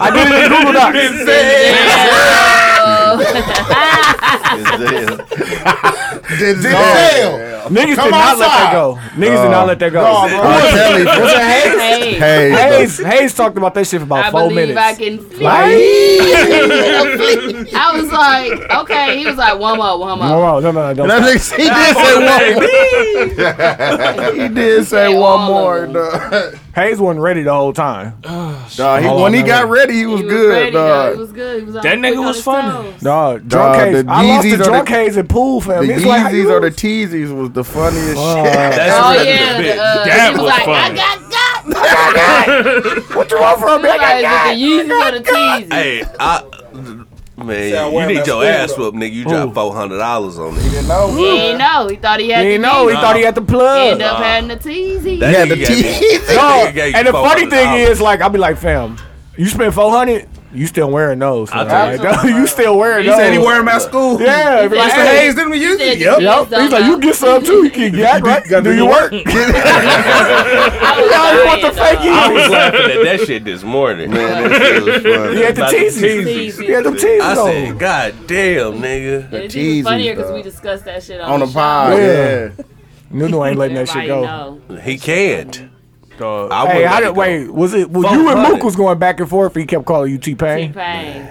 Speaker 7: I did it in Google Docs.
Speaker 1: Denzel.
Speaker 7: Niggas
Speaker 1: Come
Speaker 7: did not let that
Speaker 1: outside.
Speaker 7: go. Niggas did not let that
Speaker 1: Nah,
Speaker 7: go.
Speaker 1: bro.
Speaker 2: R. Kelly.
Speaker 7: Was it Hayes?
Speaker 3: Hey,
Speaker 2: Hey,
Speaker 7: Hayes, Hayes talked about that shit for about
Speaker 3: I
Speaker 7: four
Speaker 3: believe
Speaker 7: minutes.
Speaker 3: I can feel it. I was like, okay. He was like, one more, one more.
Speaker 7: No, no, no, no, don't.
Speaker 2: that nigga, he did say one. He did say
Speaker 3: All
Speaker 2: one
Speaker 3: of
Speaker 2: more.
Speaker 3: them.
Speaker 2: dawg.
Speaker 7: Hayes wasn't ready the whole time.
Speaker 2: Dawg, he- when he got ready, he was
Speaker 3: He
Speaker 2: good.
Speaker 3: ready, though. He
Speaker 2: dawg.
Speaker 3: was good. He was
Speaker 5: That
Speaker 3: all
Speaker 5: nigga
Speaker 3: quick on
Speaker 5: was
Speaker 3: his
Speaker 5: funny.
Speaker 3: toes.
Speaker 7: No, drunk
Speaker 2: Dawg,
Speaker 7: Hayes.
Speaker 2: the
Speaker 7: I lost
Speaker 2: Yeezys
Speaker 7: the
Speaker 2: are the-
Speaker 7: drunk Hayes at pool, fam.
Speaker 2: The
Speaker 7: It's like, how
Speaker 2: Yeezys
Speaker 7: you
Speaker 2: or the
Speaker 7: lose?
Speaker 2: Teezys was the funniest shit.
Speaker 3: Oh
Speaker 4: That's
Speaker 3: yeah, the, uh,
Speaker 5: That
Speaker 3: he was,
Speaker 5: was
Speaker 3: like, I
Speaker 5: funny.
Speaker 3: got got. He
Speaker 7: What you want from me? I
Speaker 3: was
Speaker 7: got
Speaker 3: like, with the Yeezy or the Teezy.
Speaker 4: Hey, I, man, you need your ass whooped, nigga. You dropped four hundred dollars on it.
Speaker 3: He didn't know. He thought he had.
Speaker 7: He
Speaker 3: the
Speaker 7: didn't know. He
Speaker 3: Yeezy.
Speaker 7: thought he had the plug.
Speaker 3: End up having the Teezy.
Speaker 4: That
Speaker 2: Yeah,
Speaker 4: nigga
Speaker 2: the
Speaker 4: gave me-
Speaker 2: Teezys.
Speaker 4: that
Speaker 7: No,
Speaker 4: nigga gave you
Speaker 7: and the funny thing
Speaker 4: $400.
Speaker 7: is, like, I'll be like, fam, you spent four hundred, you still wearing those? fam.
Speaker 4: tell you
Speaker 7: Like, you still wearing
Speaker 9: He
Speaker 7: those?
Speaker 9: said he wearing my school.
Speaker 7: Yeah, if
Speaker 3: He
Speaker 7: like,
Speaker 3: said-
Speaker 7: hey,
Speaker 9: Hayes didn't we use
Speaker 3: said
Speaker 9: it?
Speaker 3: you
Speaker 9: Yep.
Speaker 3: get
Speaker 7: yep.
Speaker 3: some
Speaker 7: He's like,
Speaker 3: out.
Speaker 7: you get some too. You can get right.
Speaker 9: gotta
Speaker 7: Do
Speaker 9: do
Speaker 7: you
Speaker 9: your
Speaker 7: work?
Speaker 3: I was
Speaker 7: Now you want the
Speaker 3: lying,
Speaker 7: fake
Speaker 3: dog.
Speaker 4: I
Speaker 7: Yeezys?
Speaker 4: was laughing at that shit this morning.
Speaker 8: Man, that shit was funny.
Speaker 7: He had the
Speaker 4: About the
Speaker 7: teasies.
Speaker 3: Teezys.
Speaker 7: He had them Oh,
Speaker 4: I
Speaker 7: teasies
Speaker 4: said,
Speaker 7: on.
Speaker 4: God damn, nigga.
Speaker 3: It's even
Speaker 2: Teezys,
Speaker 3: funnier because
Speaker 2: dog.
Speaker 3: we discussed that shit
Speaker 2: On
Speaker 3: on,
Speaker 2: the
Speaker 3: show.
Speaker 2: pod,
Speaker 7: Yeah.
Speaker 2: yeah.
Speaker 7: Nunu ain't letting that shit
Speaker 3: Everybody
Speaker 7: go.
Speaker 3: know.
Speaker 4: He can't. I
Speaker 7: Hey,
Speaker 4: wouldn't
Speaker 7: I
Speaker 4: let
Speaker 7: did,
Speaker 4: it go.
Speaker 7: wait, was it well, you and
Speaker 4: 400.
Speaker 7: Mook was going back and forth? He kept calling you T Pain.
Speaker 3: T-Pain.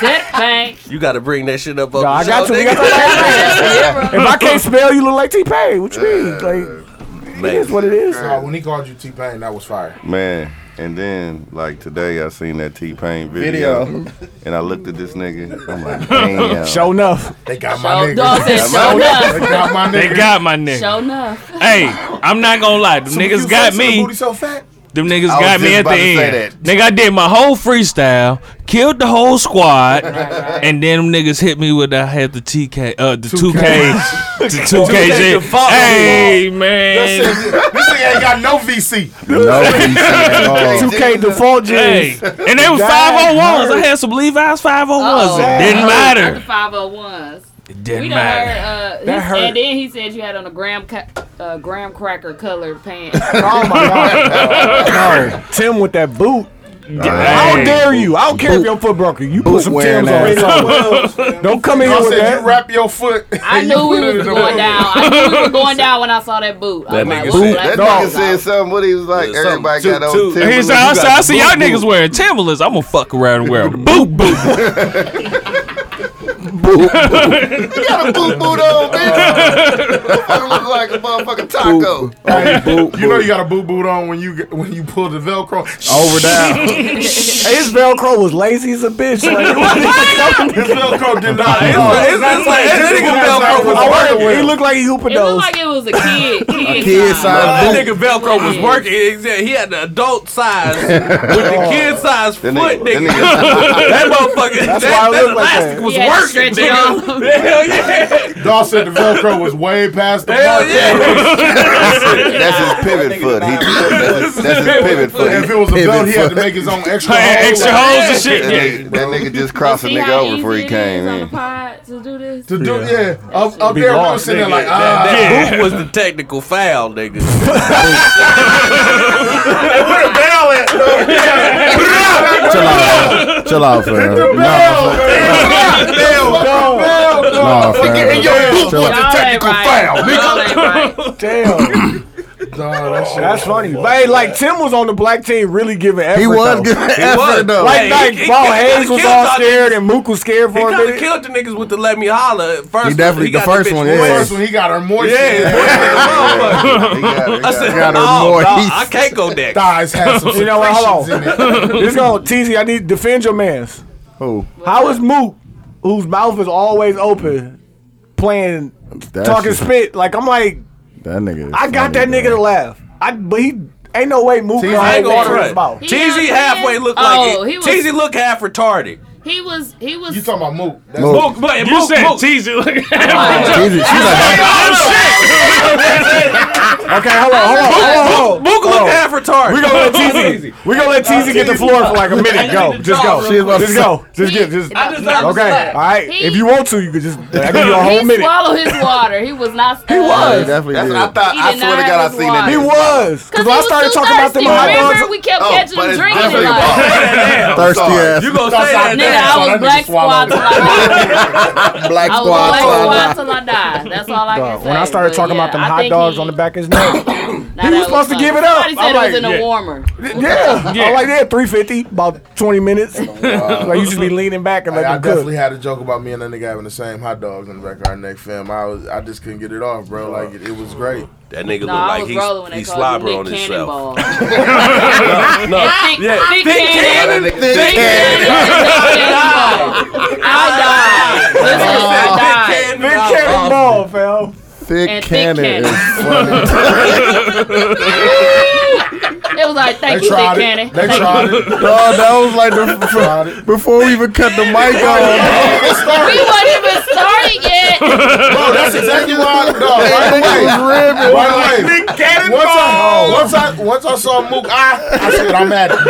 Speaker 3: T-Pain.
Speaker 4: You got to bring that shit up. up
Speaker 7: Nah, I
Speaker 4: the
Speaker 7: got
Speaker 4: show,
Speaker 7: you. You
Speaker 4: nigga.
Speaker 7: got that. If I can't spell, you look like T Pain. What you mean? Like, it is what it is.
Speaker 1: Nah, when he called you T Pain, that was fire.
Speaker 8: Man, and then like today I seen that T Pain video,
Speaker 2: Video.
Speaker 8: and I looked at this nigga. I'm like, damn.
Speaker 7: Show enough.
Speaker 1: They got my
Speaker 3: Show,
Speaker 1: nigga.
Speaker 3: dog said, show enough.
Speaker 1: They got my
Speaker 5: They
Speaker 1: nigga.
Speaker 5: got my nigga.
Speaker 3: Show enough.
Speaker 5: Hey, I'm not gonna lie. Them
Speaker 1: Some
Speaker 5: niggas
Speaker 1: cute
Speaker 5: got
Speaker 1: face and the
Speaker 5: me.
Speaker 1: Booty so fat.
Speaker 5: Them niggas
Speaker 8: was
Speaker 5: got me
Speaker 8: just
Speaker 5: at
Speaker 8: about
Speaker 5: the
Speaker 8: to say
Speaker 5: end.
Speaker 8: that.
Speaker 5: Nigga, I did my whole freestyle, killed the whole squad, and then them niggas hit me with I had the TK, uh, the two K, the two KJ. Hey
Speaker 1: This
Speaker 5: man,
Speaker 1: nigga ain't got no VC.
Speaker 2: No, he said at all.
Speaker 7: 2K default
Speaker 5: hey,
Speaker 7: jeans.
Speaker 5: and they was five hundred ones. I had some Levi's five hundred ones. It
Speaker 3: Uh-oh.
Speaker 5: didn't
Speaker 3: Not Oh. the
Speaker 5: matter.
Speaker 3: 501s.
Speaker 5: It
Speaker 3: We
Speaker 5: didn't
Speaker 3: done heard,
Speaker 5: matter.
Speaker 3: uh, he,
Speaker 7: That hurt.
Speaker 3: and then he said you had on a graham, ca- uh, graham cracker colored pants.
Speaker 7: Oh my god. No, Tim with that boot. How
Speaker 5: Hey.
Speaker 7: dare you? I don't care if your foot broken. You put
Speaker 2: boot
Speaker 7: some
Speaker 2: wearing
Speaker 7: Tim's on. Don't come in here
Speaker 1: I
Speaker 7: with
Speaker 1: said you
Speaker 7: that.
Speaker 1: wrap your foot.
Speaker 3: I
Speaker 1: and
Speaker 3: knew
Speaker 1: you
Speaker 3: we
Speaker 1: put it
Speaker 3: was
Speaker 1: in the
Speaker 3: going
Speaker 1: boot.
Speaker 3: down. I knew we were going down when I saw that boot. I
Speaker 4: That
Speaker 3: was like,
Speaker 4: nigga
Speaker 3: what
Speaker 4: said-
Speaker 3: black
Speaker 8: That
Speaker 3: dog
Speaker 8: nigga said
Speaker 3: out?
Speaker 8: something. What he was like?
Speaker 4: Yeah,
Speaker 8: Everybody
Speaker 4: something.
Speaker 8: got
Speaker 4: Two-
Speaker 8: on
Speaker 4: two.
Speaker 8: Timberland,
Speaker 5: He said,
Speaker 8: you
Speaker 5: I,
Speaker 8: got
Speaker 5: said, I see y'all
Speaker 8: boot
Speaker 5: niggas wearing Timberlands. I'm gonna fuck around and wear a boot boot.
Speaker 8: boot boot on, bitch. Fucking look like a motherfucking taco.
Speaker 1: You know you got a boo boot on when you get- when you pull the Velcro.
Speaker 2: Over down.
Speaker 7: His Velcro was lazy as a bitch. Like,
Speaker 1: His Velcro Velcro did not.
Speaker 4: It's
Speaker 1: no.
Speaker 4: like- it's- it's like- that nigga Velcro was working.
Speaker 7: He looked like he hooping
Speaker 3: It looked
Speaker 7: those.
Speaker 3: like it was a kid. kid
Speaker 1: kid size
Speaker 3: size.
Speaker 4: That
Speaker 1: boot.
Speaker 4: nigga Velcro was working. He said He had the adult size with the kid size foot,
Speaker 8: That nigga-
Speaker 4: nigga.
Speaker 8: that
Speaker 4: that motherfucker, that,
Speaker 7: why
Speaker 4: that
Speaker 7: it looked like
Speaker 4: elastic
Speaker 7: that.
Speaker 4: was
Speaker 3: He had to
Speaker 4: working,
Speaker 3: stretch it out.
Speaker 4: nigga. Hell yeah.
Speaker 1: Dawg said the Velcro was way past the
Speaker 4: Hell
Speaker 1: mark.
Speaker 4: yeah.
Speaker 8: That's his pivot foot. He, that's, his, that's his pivot foot.
Speaker 1: If it was a
Speaker 8: Pivot
Speaker 1: belt, he had to
Speaker 8: foot.
Speaker 1: make his own extra.
Speaker 5: Hey,
Speaker 1: hole.
Speaker 5: extra hoes and
Speaker 8: That
Speaker 5: shit. Yeah.
Speaker 8: nigga, that nigga just crossed a
Speaker 3: See
Speaker 8: nigga
Speaker 3: how
Speaker 8: over before
Speaker 3: easy
Speaker 8: he
Speaker 3: it is
Speaker 8: came
Speaker 3: on the
Speaker 8: in.
Speaker 3: pod to do this.
Speaker 1: To do, yeah, up, up
Speaker 7: Be
Speaker 1: there, we
Speaker 7: lost,
Speaker 1: was sitting there
Speaker 7: nigga.
Speaker 1: like,
Speaker 4: That,
Speaker 1: ah,
Speaker 4: that boot was the technical foul, nigga.
Speaker 2: Chill out. Chill out, fam. No,
Speaker 1: bell, bell,
Speaker 2: no,
Speaker 1: in your
Speaker 2: fam.
Speaker 1: boot
Speaker 2: Chill
Speaker 1: was
Speaker 2: out.
Speaker 1: a
Speaker 3: Y'all ain't
Speaker 1: technical
Speaker 3: right.
Speaker 1: foul, nigga.
Speaker 3: Y'all ain't right.
Speaker 7: Damn,
Speaker 1: Dawg, that shit.
Speaker 7: that's funny. But hey, like Tim was on the black team, really giving effort.
Speaker 2: He was
Speaker 7: though.
Speaker 2: good.
Speaker 4: was.
Speaker 2: effort though.
Speaker 7: Like,
Speaker 4: Hey,
Speaker 7: like,
Speaker 4: he- he
Speaker 7: Paul
Speaker 4: kinda
Speaker 7: Hayes was
Speaker 4: killed
Speaker 7: all
Speaker 4: y'all
Speaker 7: scared and Mook was scared
Speaker 4: He
Speaker 7: for a
Speaker 4: kind of
Speaker 7: minute.
Speaker 4: killed the niggas with the let me holler. at First,
Speaker 2: He definitely-
Speaker 4: got
Speaker 2: the first
Speaker 4: bitch
Speaker 2: one,
Speaker 4: moist.
Speaker 2: yeah.
Speaker 1: First one, he got her moist.
Speaker 4: Yeah, moist as a motherfucker.
Speaker 8: He got- he
Speaker 4: I
Speaker 8: got-
Speaker 4: said,
Speaker 2: got her
Speaker 4: no,
Speaker 2: moist."
Speaker 4: dawg, I can't go there.
Speaker 1: Thighs had some
Speaker 7: You know what? Hold on.
Speaker 1: secretions in it.
Speaker 7: This going TZ. I need defend your man's.
Speaker 2: Who?
Speaker 7: How is Mook, whose mouth is always open, playing
Speaker 2: That
Speaker 7: talking
Speaker 2: shit-
Speaker 7: spit? Like I'm like,
Speaker 2: That nigga. is
Speaker 7: I got that
Speaker 2: funny,
Speaker 7: nigga
Speaker 2: bro.
Speaker 7: to laugh. I but he ain't no way Mook
Speaker 1: TZ
Speaker 7: gonna
Speaker 4: I
Speaker 7: hang
Speaker 4: ain't
Speaker 7: water in
Speaker 4: gonna
Speaker 7: his mouth.
Speaker 4: front.
Speaker 3: He young
Speaker 4: Teasy halfway
Speaker 3: man.
Speaker 4: looked
Speaker 3: Oh,
Speaker 4: like
Speaker 3: he
Speaker 4: it.
Speaker 3: was-
Speaker 4: Teasy looked half retarded.
Speaker 3: He was. He was.
Speaker 1: You talking about Mook? That's
Speaker 2: Mook.
Speaker 4: Mook, but
Speaker 5: You
Speaker 4: Mook,
Speaker 5: said
Speaker 4: Mook.
Speaker 5: teasy. Look at
Speaker 2: She's, she's like,
Speaker 7: Okay, hold on, hold on, hold
Speaker 4: Mook,
Speaker 7: on.
Speaker 4: Mook looked half retarded.
Speaker 7: We gonna let TZ. We gonna let TZ get the floor for like a minute. Go, just go,
Speaker 2: She was about
Speaker 7: just
Speaker 2: to
Speaker 7: go, just get, just.
Speaker 4: I just heard
Speaker 7: Okay, all right.
Speaker 3: He-
Speaker 7: If you want to, you could just. I give you a whole
Speaker 3: he
Speaker 7: minute.
Speaker 3: swallowed his water. He was not. He
Speaker 2: oh,
Speaker 7: was.
Speaker 2: definitely
Speaker 8: That's
Speaker 2: did.
Speaker 8: what I thought.
Speaker 3: He
Speaker 8: I
Speaker 3: did
Speaker 8: swear
Speaker 3: not
Speaker 8: to God,
Speaker 3: have
Speaker 8: I
Speaker 3: his
Speaker 8: seen that.
Speaker 3: water.
Speaker 7: He
Speaker 8: nigga.
Speaker 7: was, cause when I started talking about them hot
Speaker 3: Remember,
Speaker 7: dogs.
Speaker 3: we kept
Speaker 8: Oh,
Speaker 3: catching
Speaker 8: but
Speaker 3: him
Speaker 8: it's
Speaker 3: drinking.
Speaker 8: definitely a
Speaker 3: Like,
Speaker 8: bar.
Speaker 2: thirsty
Speaker 8: I'm sorry.
Speaker 2: ass.
Speaker 4: Oh, You gonna say that?
Speaker 3: nigga,
Speaker 4: now.
Speaker 1: Saw that
Speaker 3: I was
Speaker 1: nigga
Speaker 3: black
Speaker 1: swallow.
Speaker 3: squad till I died.
Speaker 2: black squad.
Speaker 3: I was black
Speaker 2: blah,
Speaker 3: squad
Speaker 2: blah.
Speaker 3: till I died. That's all I can say.
Speaker 7: When I started
Speaker 3: But
Speaker 7: talking
Speaker 3: yeah,
Speaker 7: about them
Speaker 3: I
Speaker 7: hot
Speaker 3: think
Speaker 7: dogs on the back of his neck.
Speaker 3: Nah,
Speaker 7: he
Speaker 3: that
Speaker 7: was supposed to
Speaker 3: funny.
Speaker 7: give it up.
Speaker 3: Somebody said
Speaker 7: I'm
Speaker 3: it
Speaker 7: like,
Speaker 3: was in the
Speaker 5: yeah.
Speaker 3: warmer.
Speaker 7: Yeah,
Speaker 5: Yeah.
Speaker 7: I like that. Three fifty, about twenty minutes.
Speaker 4: Oh,
Speaker 7: Like you should be leaning back and
Speaker 1: Like,
Speaker 7: let
Speaker 1: I
Speaker 7: them cook.
Speaker 1: definitely had a joke about me and that nigga having the same hot dogs in the back of our neck, fam. I was, I just couldn't get it off, bro. Like it, it was great.
Speaker 4: That nigga
Speaker 3: No,
Speaker 4: looked
Speaker 3: I
Speaker 4: like
Speaker 3: was rolling
Speaker 4: he's
Speaker 3: when they
Speaker 4: he's
Speaker 3: called
Speaker 4: slobber
Speaker 3: me
Speaker 4: on
Speaker 3: Big
Speaker 4: himself.
Speaker 3: Cannonball. Thick, thick cannon.
Speaker 8: That nigga-
Speaker 3: Big Cannonball. I died.
Speaker 4: Big
Speaker 3: Listen, I died.
Speaker 7: Big cannon ball, fam.
Speaker 2: Thick
Speaker 3: And thick
Speaker 2: cannon
Speaker 3: cannon.
Speaker 2: is funny.
Speaker 3: It was like, thank
Speaker 1: They
Speaker 3: you, Dick
Speaker 1: tried
Speaker 3: Cannon.
Speaker 1: it. They
Speaker 3: Thank you.
Speaker 1: tried it.
Speaker 2: Oh, that was like the, before we even cut the mic on.
Speaker 3: We wasn't even started yet.
Speaker 1: Bro, that's exactly why. No, right away. Right away. Once I, oh, once I once I saw Mook, I, I said I'm at it. He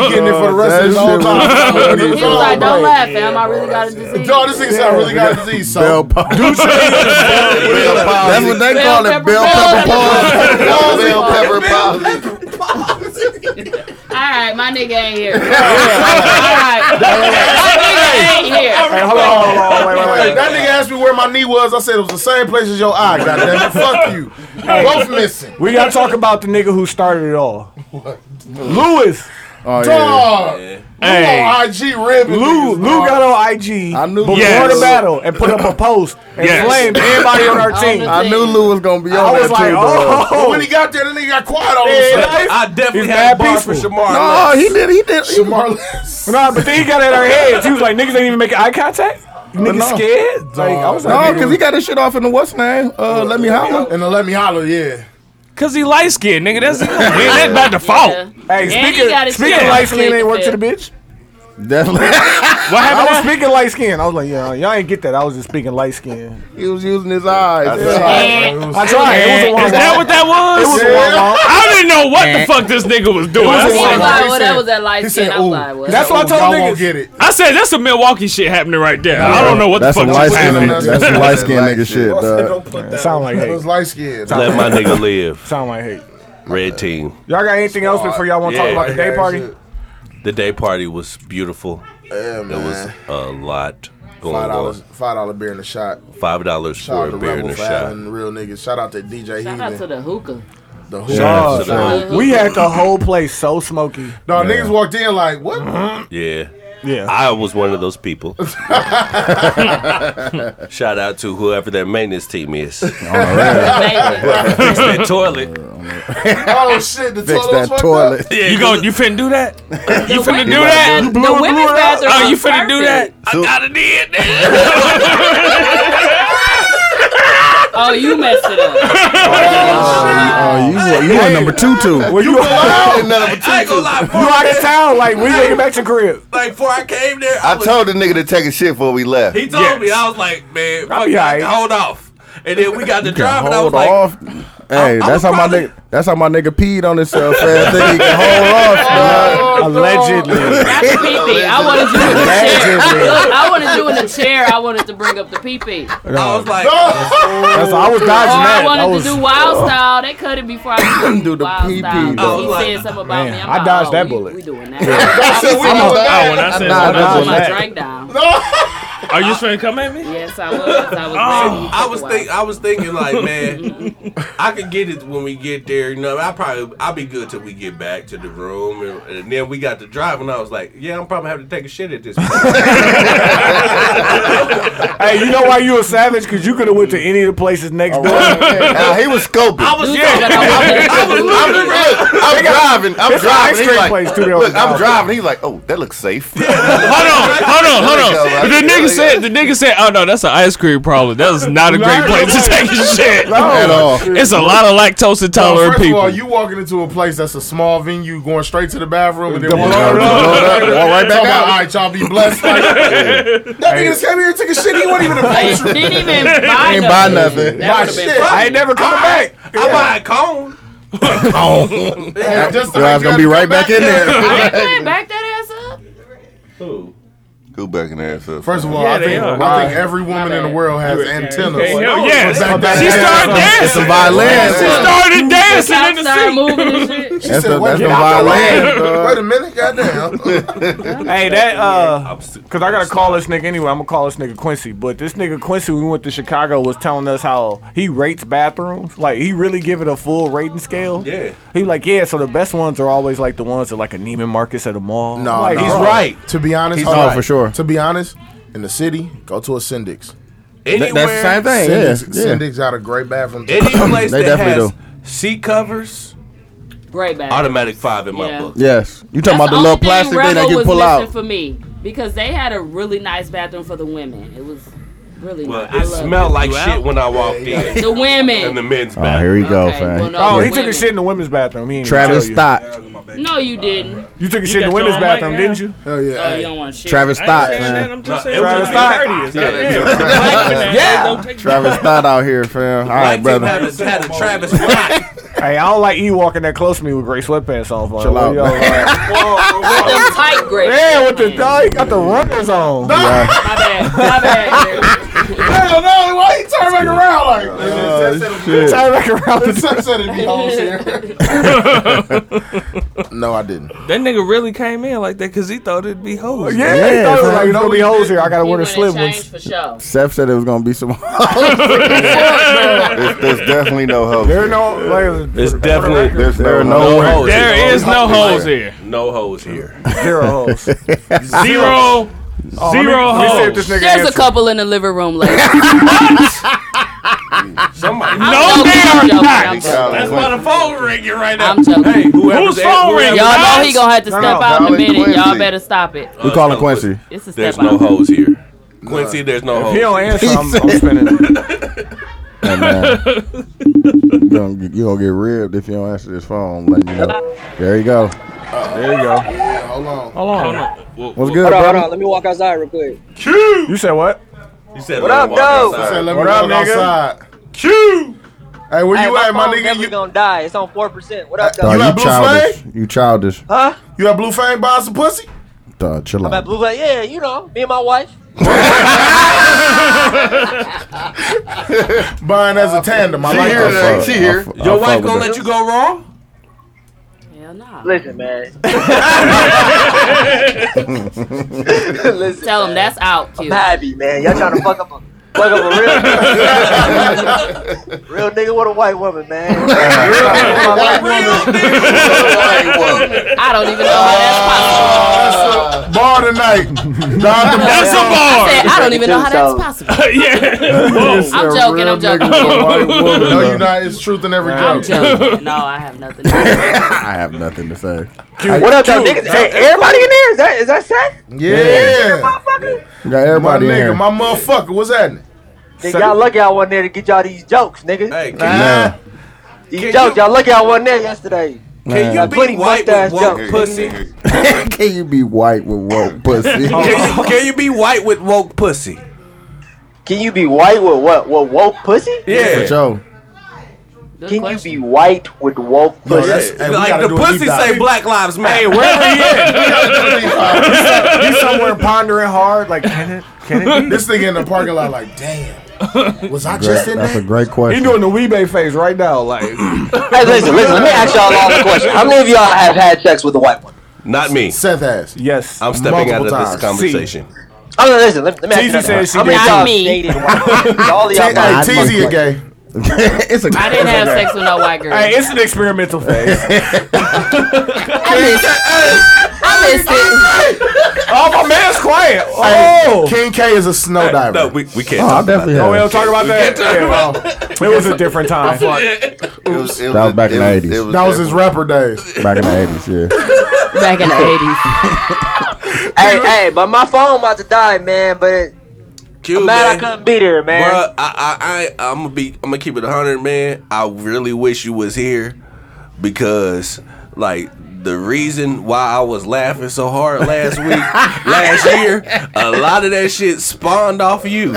Speaker 1: getting it for the rest of his
Speaker 2: That
Speaker 1: whole
Speaker 2: shit was
Speaker 1: time.
Speaker 2: funny.
Speaker 1: He was
Speaker 3: He was like,
Speaker 1: on,
Speaker 3: don't laugh, fam. I really got a disease.
Speaker 1: Dog, this nigga said I really got a disease. So
Speaker 2: Bell pop. That's what they
Speaker 3: Bell
Speaker 2: call
Speaker 3: pepper
Speaker 2: it. Bell
Speaker 3: pop.
Speaker 2: pepper pop.
Speaker 8: Bell pepper pop.
Speaker 3: All right, my nigga ain't here. All right. My nigga ain't here.
Speaker 7: Hey, hold on, hold on, hold on, wait, wait, wait.
Speaker 1: Hey, that nigga asked me where my knee was. I said it was the same place as your eye. Goddamn it! Fuck you. Both missing.
Speaker 7: We gotta talk about the nigga who started it all. Lewis.
Speaker 2: Oh, yeah.
Speaker 1: Dog.
Speaker 5: Hey.
Speaker 1: Hey. IG ribbon.
Speaker 7: Lou,
Speaker 1: niggas,
Speaker 7: Lou
Speaker 1: dog.
Speaker 7: got on IG
Speaker 2: I knew
Speaker 7: before
Speaker 5: Yes.
Speaker 7: the battle and put up a post and
Speaker 5: Yes.
Speaker 7: blamed everybody on our team.
Speaker 3: the-
Speaker 7: I,
Speaker 2: I knew Lou was going to be on
Speaker 7: was
Speaker 2: that
Speaker 7: like,
Speaker 2: too, dog.
Speaker 1: But when
Speaker 7: oh,
Speaker 1: he got there, the nigga got quiet all
Speaker 7: Yeah,
Speaker 1: of a sudden.
Speaker 7: yeah.
Speaker 4: I definitely
Speaker 7: He's
Speaker 4: had a
Speaker 7: mad
Speaker 4: bar for
Speaker 7: peaceful.
Speaker 4: Shamar.
Speaker 2: No, he did. He did. He,
Speaker 1: Marlins.
Speaker 7: nah, but then he got in our heads. He was like, niggas ain't even making eye contact. Niggas
Speaker 2: no.
Speaker 7: scared. Like, I was like,
Speaker 2: no, because Oh, he got his shit off in the what's name? Uh, let me holler.
Speaker 1: And the let me holler, yeah.
Speaker 5: Cause he light skinned, nigga. That's, that's by default.
Speaker 7: hey,
Speaker 3: And he got
Speaker 7: speaking,
Speaker 3: his
Speaker 7: speaking
Speaker 3: shit
Speaker 7: light skin
Speaker 3: off.
Speaker 7: ain't work to the bitch.
Speaker 2: Definitely.
Speaker 7: I was speaking light skin. I was like, yeah, y'all ain't get that. I was just speaking light skin.
Speaker 2: he was using his eyes.
Speaker 8: That's
Speaker 2: Yeah.
Speaker 1: Sorry, bro. It was-
Speaker 7: I tried. It was a
Speaker 5: Is that what that was?
Speaker 7: It was a warm up.
Speaker 5: I didn't know what the fuck this nigga was doing. I
Speaker 3: He was
Speaker 5: said-
Speaker 3: like,
Speaker 1: He
Speaker 3: well,
Speaker 1: said-
Speaker 3: that was that
Speaker 1: he
Speaker 3: light
Speaker 1: said,
Speaker 3: skin. I
Speaker 1: ooh.
Speaker 3: was like, well.
Speaker 7: That's what I told
Speaker 1: Y'all won't
Speaker 7: niggas.
Speaker 1: get it.
Speaker 5: I said that's some Milwaukee shit happening right there. I don't know what
Speaker 2: That's
Speaker 5: the
Speaker 2: some
Speaker 5: fuck
Speaker 2: light
Speaker 5: just
Speaker 2: skinned
Speaker 5: happened.
Speaker 2: nigga. That's some light skinned nigga shit, dog.
Speaker 7: It sound like
Speaker 1: It
Speaker 7: hate.
Speaker 1: was light skinned.
Speaker 4: Let my nigga live.
Speaker 7: Sound like hate.
Speaker 4: Red team.
Speaker 7: Y'all got anything else before y'all want to
Speaker 4: Yeah.
Speaker 7: talk about the day party?
Speaker 4: The day party was beautiful.
Speaker 1: Yeah,
Speaker 4: There was
Speaker 1: man.
Speaker 4: a lot
Speaker 1: Five
Speaker 4: going
Speaker 1: dollars,
Speaker 4: on.
Speaker 1: five dollar beer in the shot.
Speaker 4: Five dollars
Speaker 1: Shout
Speaker 4: for
Speaker 1: out to
Speaker 4: a beer
Speaker 1: Rebel
Speaker 4: and a
Speaker 1: for
Speaker 4: shot.
Speaker 1: having real niggas. Shout out to DJ
Speaker 3: Shout out to
Speaker 1: Heathen,
Speaker 3: the hookah.
Speaker 1: the who.
Speaker 7: Oh,
Speaker 1: Dog,
Speaker 3: Shout out to the
Speaker 7: We
Speaker 3: hookah.
Speaker 7: had the whole place so smoky.
Speaker 1: niggas walked in like, what?
Speaker 4: Yeah.
Speaker 7: Yeah.
Speaker 4: I was one of those people. Shout out to whoever their maintenance team is. Fix that toilet.
Speaker 1: oh shit, the
Speaker 2: Fix
Speaker 1: toilet. was
Speaker 2: that
Speaker 1: fucked
Speaker 2: toilet.
Speaker 1: Up.
Speaker 5: You go. You finna do that? You finna
Speaker 3: women's
Speaker 5: do that?
Speaker 3: bath- The women's bathroom.
Speaker 5: Oh, you
Speaker 3: was
Speaker 5: finna do that?
Speaker 3: perfect.
Speaker 5: I gotta did that.
Speaker 3: Oh, you messed it up.
Speaker 2: Oh, you, you, you are number two, two.
Speaker 7: Well, you,
Speaker 8: And none of it-
Speaker 4: I ain't gonna lie. Before,
Speaker 7: you out of town. Like, we taking back to crib.
Speaker 4: like, before I came there, I,
Speaker 8: I
Speaker 4: was,
Speaker 8: told the nigga to take a shit before we left.
Speaker 4: he told me I was like, man, fuck,
Speaker 7: be
Speaker 4: you, I
Speaker 7: alright.
Speaker 4: can hold off. And then we got to drive, and I was
Speaker 2: Hold
Speaker 4: like,
Speaker 2: off. Hey,
Speaker 4: I
Speaker 2: that's how
Speaker 4: was
Speaker 2: my
Speaker 4: probably-
Speaker 2: nigga. That's how my nigga peed on himself. Man. I think he can hold off. man. Oh,
Speaker 7: Allegedly.
Speaker 3: Not the pee pee. I wanted you in the chair. Look, I wanted you in the chair. I wanted to bring up the pee pee.
Speaker 4: I was like,
Speaker 7: That's I was
Speaker 3: Or
Speaker 7: dodging that.
Speaker 3: I wanted
Speaker 7: was, oh.
Speaker 3: to do wild style. They cut it before I could do,
Speaker 2: Do the
Speaker 3: wild
Speaker 2: pee-pee,
Speaker 3: style.
Speaker 2: though.
Speaker 3: He
Speaker 4: Like,
Speaker 3: said something about me.
Speaker 7: man,
Speaker 3: I'm
Speaker 7: I
Speaker 3: like,
Speaker 7: dodged
Speaker 3: oh,
Speaker 7: that
Speaker 3: we-
Speaker 7: bullet.
Speaker 3: We doing that.
Speaker 1: I said, we
Speaker 2: I'm
Speaker 1: doing
Speaker 2: a-
Speaker 5: Oh,
Speaker 1: that.
Speaker 5: when I said
Speaker 2: Nah,
Speaker 5: something,
Speaker 2: nah,
Speaker 5: I
Speaker 3: Put
Speaker 5: was
Speaker 3: my
Speaker 5: like,
Speaker 3: drink down.
Speaker 5: are you finna come at me?
Speaker 3: Yes, I was. I was. ready.
Speaker 4: Oh, I was think I was thinking like, man, I could get it when we get there. You know, I probably I'll be good till we get back to the room, and, and then we got to drive, and I was like, yeah, I'm probably have to take a shit at this point.
Speaker 7: Hey, you know why you a savage? Because you could have went to any of the places next door.
Speaker 8: Now, he was scoping.
Speaker 4: I was
Speaker 3: But I
Speaker 4: I was
Speaker 8: I'm,
Speaker 4: looking around.
Speaker 8: look, I'm driving. I'm
Speaker 7: it's an ice
Speaker 8: driving. He's
Speaker 7: cream
Speaker 8: like,
Speaker 7: place, too, they
Speaker 8: look,
Speaker 7: on the
Speaker 8: I'm
Speaker 7: dollar.
Speaker 8: driving. He's like, oh, that looks safe.
Speaker 5: Hold on, hold on, hold on. But the nigga said, the nigga said, oh no, that's an ice cream problem. That's not a great place to take a shit.
Speaker 2: At all.
Speaker 5: It's a lot of lactose
Speaker 1: Well,
Speaker 5: intolerant
Speaker 1: first
Speaker 5: people.
Speaker 1: of all, you walking into a place that's a small venue, going straight to the bathroom, and then walk
Speaker 2: Blow it up, blow it up, walk right back
Speaker 1: Talking
Speaker 2: out.
Speaker 1: about, All right, y'all be blessed. Like, that nigga just came here and took a shit. He wasn't even
Speaker 3: was
Speaker 1: approachable.
Speaker 3: like, didn't even
Speaker 2: Ain't
Speaker 3: buy
Speaker 2: buy
Speaker 3: nothing.
Speaker 2: nothing.
Speaker 3: That would have been
Speaker 1: shit.
Speaker 3: fun.
Speaker 7: I ain't never coming back.
Speaker 4: I buy a cone.
Speaker 1: Hey, just to
Speaker 2: Your
Speaker 1: make
Speaker 2: ass gonna
Speaker 1: you
Speaker 2: be
Speaker 1: have to come
Speaker 2: right back in there.
Speaker 3: They couldn't back that ass up.
Speaker 8: Go back in there. So
Speaker 1: First of all, I,
Speaker 5: they
Speaker 1: think,
Speaker 5: are.
Speaker 1: I think every woman
Speaker 3: My
Speaker 1: in the
Speaker 3: bad.
Speaker 1: world has antennas.
Speaker 5: Hell
Speaker 1: Back
Speaker 5: yeah.
Speaker 1: there.
Speaker 5: She
Speaker 2: It's
Speaker 5: started
Speaker 2: a violin.
Speaker 5: dancing. She
Speaker 3: The
Speaker 5: started dancing in
Speaker 3: couch
Speaker 5: the
Speaker 3: started
Speaker 5: seat.
Speaker 3: moving and shit.
Speaker 2: That's the that's the
Speaker 1: Wait
Speaker 2: violin.
Speaker 1: wait a minute, goddamn.
Speaker 7: Hey, that uh,
Speaker 4: I'm st-
Speaker 7: cause I gotta call this nigga anyway. I'm gonna call this nigga Quincy. But this nigga Quincy, when we went to Chicago, was telling us how he rates bathrooms. Like he really give it a full rating scale.
Speaker 4: Yeah.
Speaker 7: He was like, yeah. So the best ones are always like the ones that like a Neiman Marcus at a mall.
Speaker 1: No,
Speaker 7: like,
Speaker 1: no.
Speaker 7: he's right.
Speaker 1: To be honest,
Speaker 2: He's
Speaker 1: hold
Speaker 2: all
Speaker 1: on.
Speaker 2: for sure.
Speaker 1: To be honest, in the city, go to a Syndics.
Speaker 4: anywhere,
Speaker 2: That's the same thing.
Speaker 1: Syndics,
Speaker 2: Yeah, yeah.
Speaker 1: Syndics got a great bathroom.
Speaker 4: any place
Speaker 2: They
Speaker 4: that
Speaker 2: definitely
Speaker 4: has seat covers,
Speaker 3: Great back.
Speaker 4: automatic five in my
Speaker 3: Yeah.
Speaker 4: book.
Speaker 2: Yes, you talking about the
Speaker 3: only
Speaker 2: little
Speaker 3: thing
Speaker 2: plastic thing that
Speaker 3: Rebel
Speaker 2: you
Speaker 3: was
Speaker 2: pull
Speaker 3: missing
Speaker 2: out?
Speaker 3: for me because they had a really nice bathroom for the women. It was really
Speaker 4: Well,
Speaker 3: nice. I
Speaker 4: it
Speaker 3: loved
Speaker 4: smelled like
Speaker 5: You
Speaker 4: shit
Speaker 5: out?
Speaker 4: when I walked in.
Speaker 3: it. the
Speaker 4: And the
Speaker 3: women.
Speaker 4: men's
Speaker 2: Oh,
Speaker 4: back.
Speaker 2: here we go,
Speaker 3: Okay, well,
Speaker 2: fam.
Speaker 3: no,
Speaker 7: Oh,
Speaker 3: the
Speaker 7: he took a
Speaker 3: women.
Speaker 7: shit in the women's bathroom. He ain't
Speaker 2: Travis
Speaker 7: even tell
Speaker 2: Stott.
Speaker 3: No, you didn't.
Speaker 7: you. You took a shit in
Speaker 5: got your
Speaker 7: the women's
Speaker 5: own
Speaker 7: bathroom,
Speaker 5: mic
Speaker 7: didn't
Speaker 5: now?
Speaker 7: you?
Speaker 1: Hell yeah.
Speaker 3: Oh, you don't want shit.
Speaker 2: Travis Stott,
Speaker 5: Man,
Speaker 2: man.
Speaker 5: I'm just saying.
Speaker 7: Travis Scott.
Speaker 2: Travis Stott out here, fam. All
Speaker 4: My
Speaker 2: right,
Speaker 4: team
Speaker 2: brother.
Speaker 4: had a, had a Travis Scott.
Speaker 7: Hey, I don't like you walking that close to me with gray sweatpants on. bro.
Speaker 2: Chill out,
Speaker 7: Yo, like-
Speaker 3: With the tight grip.
Speaker 7: Yeah, with the dog, he got the runners on.
Speaker 3: My bad. My bad.
Speaker 1: Hell no, why you turn back around like
Speaker 7: Turn back around the
Speaker 1: Sam said it'd be hoes here. no, I didn't.
Speaker 5: That nigga really came in like that because he thought it'd be hoes.
Speaker 7: Yeah,
Speaker 2: Yeah,
Speaker 7: he thought it was
Speaker 2: fam.
Speaker 7: like, there's gonna be hoes here. I gotta
Speaker 3: He
Speaker 7: wear the
Speaker 3: wouldn't
Speaker 7: slim
Speaker 3: change
Speaker 7: ones.
Speaker 3: for sure.
Speaker 2: Seth said it was gonna be some.
Speaker 8: there's, there's definitely no hope.
Speaker 7: There no, like,
Speaker 4: It's definitely
Speaker 8: There's
Speaker 2: There are
Speaker 8: no,
Speaker 2: no way.
Speaker 8: hoes.
Speaker 5: There is no hoes here.
Speaker 4: no hoes here.
Speaker 7: there are hoes.
Speaker 5: Zero, zero
Speaker 7: Oh, Let me see if
Speaker 5: hoes.
Speaker 7: this nigga
Speaker 3: There's a
Speaker 7: answers.
Speaker 3: couple in the living room later.
Speaker 4: Somebody.
Speaker 5: No,
Speaker 3: I'm
Speaker 5: they are
Speaker 3: joking.
Speaker 5: not.
Speaker 3: I'm joking.
Speaker 5: That's why the phone ringing right now.
Speaker 3: I'm joking.
Speaker 4: Hey, whoever's
Speaker 5: Whose phone ringing?
Speaker 3: Y'all know he gonna have to
Speaker 7: No,
Speaker 3: step
Speaker 7: no,
Speaker 3: out in a
Speaker 8: Valerie
Speaker 3: minute. Y'all
Speaker 8: Quincy.
Speaker 3: better stop it.
Speaker 2: We calling Quincy.
Speaker 3: It's a step
Speaker 4: There's
Speaker 3: out.
Speaker 4: no hoes here. Quincy, there's no
Speaker 7: If he don't
Speaker 4: hoes.
Speaker 7: answer, I'm, I'm spinning.
Speaker 2: Hey, man. you gonna get- you gonna get ribbed if you don't answer this phone. I'm letting you know. There you go.
Speaker 7: There you go.
Speaker 1: Yeah, hold on.
Speaker 7: Hold on.
Speaker 2: What's good,
Speaker 10: Hold on, hold
Speaker 2: brother?
Speaker 10: on. Let me walk outside real quick.
Speaker 7: You said what?
Speaker 4: You said
Speaker 10: What
Speaker 4: let
Speaker 10: up,
Speaker 4: him walk
Speaker 10: though?
Speaker 1: I said,
Speaker 4: outside.
Speaker 1: let
Speaker 7: What
Speaker 1: me
Speaker 7: up,
Speaker 1: walk
Speaker 7: nigga?
Speaker 1: outside.
Speaker 4: Q.
Speaker 1: Hey, where
Speaker 10: Hey,
Speaker 1: you
Speaker 10: my
Speaker 1: at, my
Speaker 10: phone
Speaker 1: nigga?
Speaker 10: definitely
Speaker 1: You,
Speaker 10: gonna die. It's on four percent. What up,
Speaker 2: Dog,
Speaker 10: though?
Speaker 1: You
Speaker 2: you,
Speaker 1: like Blue
Speaker 2: childish. You childish.
Speaker 10: Huh?
Speaker 1: you at Blue Fang buying some pussy?
Speaker 2: Dog, chill
Speaker 10: That
Speaker 2: out.
Speaker 10: blue light. Yeah, you know, me and my wife.
Speaker 1: Buying as a tandem. I
Speaker 8: She
Speaker 1: like
Speaker 8: here
Speaker 1: that.
Speaker 8: today. She here.
Speaker 4: Your wife gonna let you go wrong?
Speaker 3: Hell no.
Speaker 10: Listen, man. Listen,
Speaker 3: Tell him that's out, Q.
Speaker 10: I'm happy, man. Y'all trying to fuck up a Fuck up a real Real nigga with a white woman, man.
Speaker 3: I don't even know how that's
Speaker 1: Bar tonight. Dr.
Speaker 5: That's a
Speaker 3: possible.
Speaker 5: bar.
Speaker 3: I said, I don't even know how that's possible.
Speaker 5: yeah. Whoa.
Speaker 3: I'm joking, I'm joking.
Speaker 1: No, you're not. It's truth in every
Speaker 3: I'm
Speaker 1: joke.
Speaker 3: joking. No, I have nothing.
Speaker 2: I have nothing to say.
Speaker 10: What up, though, niggas? Hey, everybody in there? Is that is that set?
Speaker 1: Yeah.
Speaker 10: Motherfucker?
Speaker 2: You got
Speaker 1: My
Speaker 2: everybody in here.
Speaker 1: nigga, my motherfucker, what's happening?
Speaker 10: Nigga, y'all lucky I wasn't there to get y'all these jokes, nigga.
Speaker 4: Hey, can,
Speaker 2: Nah.
Speaker 10: these jokes, y'all lucky I wasn't there yesterday.
Speaker 4: can
Speaker 10: Nah.
Speaker 4: you be
Speaker 10: 20
Speaker 4: white
Speaker 10: mustache
Speaker 4: with woke
Speaker 10: jokes.
Speaker 4: pussy?
Speaker 2: Can you be white with woke pussy?
Speaker 4: Can you, can you be white with woke pussy?
Speaker 10: Can you be white with what? With woke pussy?
Speaker 2: For
Speaker 4: Yeah.
Speaker 2: sure.
Speaker 3: Good
Speaker 10: Can you
Speaker 3: question.
Speaker 10: be white with woke
Speaker 1: Yo,
Speaker 10: pussy?
Speaker 1: that's- hey, we
Speaker 4: like
Speaker 1: gotta
Speaker 4: the
Speaker 1: do a deep
Speaker 4: pussy
Speaker 1: dive.
Speaker 4: say Black Lives Matter.
Speaker 7: Hey, wherever he is,
Speaker 1: this
Speaker 7: he's somewhere pondering hard. Like, can it? Can it? Be?
Speaker 1: nigga in the parking lot, like, damn. Was I
Speaker 2: Great-
Speaker 1: just in
Speaker 2: that's a
Speaker 1: that?
Speaker 2: great
Speaker 7: He
Speaker 2: question.
Speaker 7: doing the weebay face right now. Like,
Speaker 10: Hey, listen, listen. Let me ask y'all all the question. How many of y'all have had sex with a white one?
Speaker 4: Not me.
Speaker 1: Seth ass.
Speaker 7: yes.
Speaker 4: I'm stepping out
Speaker 1: Multiple
Speaker 4: of
Speaker 1: times.
Speaker 4: this conversation.
Speaker 10: Oh, no, listen. Let, let me ask you.
Speaker 7: TZ
Speaker 10: another
Speaker 7: says she
Speaker 10: one.
Speaker 7: did.
Speaker 10: How
Speaker 3: Not
Speaker 10: many
Speaker 3: me.
Speaker 10: y'all dated white women? All of y'all.
Speaker 1: Hey,
Speaker 10: might-
Speaker 1: TZ a gay.
Speaker 2: it's a
Speaker 3: I didn't have sex with no white girl.
Speaker 7: Hey, it's an experimental phase.
Speaker 3: I missed I missed it.
Speaker 7: oh, my man's quiet.
Speaker 1: Hey,
Speaker 7: Oh,
Speaker 1: King K is a snow diver.
Speaker 4: No, we, we can't.
Speaker 2: Oh, I
Speaker 4: talk about
Speaker 2: definitely
Speaker 7: oh,
Speaker 2: have.
Speaker 7: we'll talk about that. Yeah. It was a different time.
Speaker 8: It was, it
Speaker 2: That was back in the
Speaker 8: it
Speaker 2: 80s.
Speaker 8: it was
Speaker 1: that was his rapper days.
Speaker 2: Back in the eighties, yeah.
Speaker 3: Back in the 80s.
Speaker 10: Hey, hey, but my phone about to die, man. But
Speaker 4: Q,
Speaker 10: I'm mad I
Speaker 4: man.
Speaker 10: couldn't be there, man.
Speaker 4: Bruh, I, I, I, I'm gonna be, I'm gonna keep it hundred, man. I really wish you was here because, like, the reason why I was laughing so hard last week, last year, a lot of that shit spawned off of you.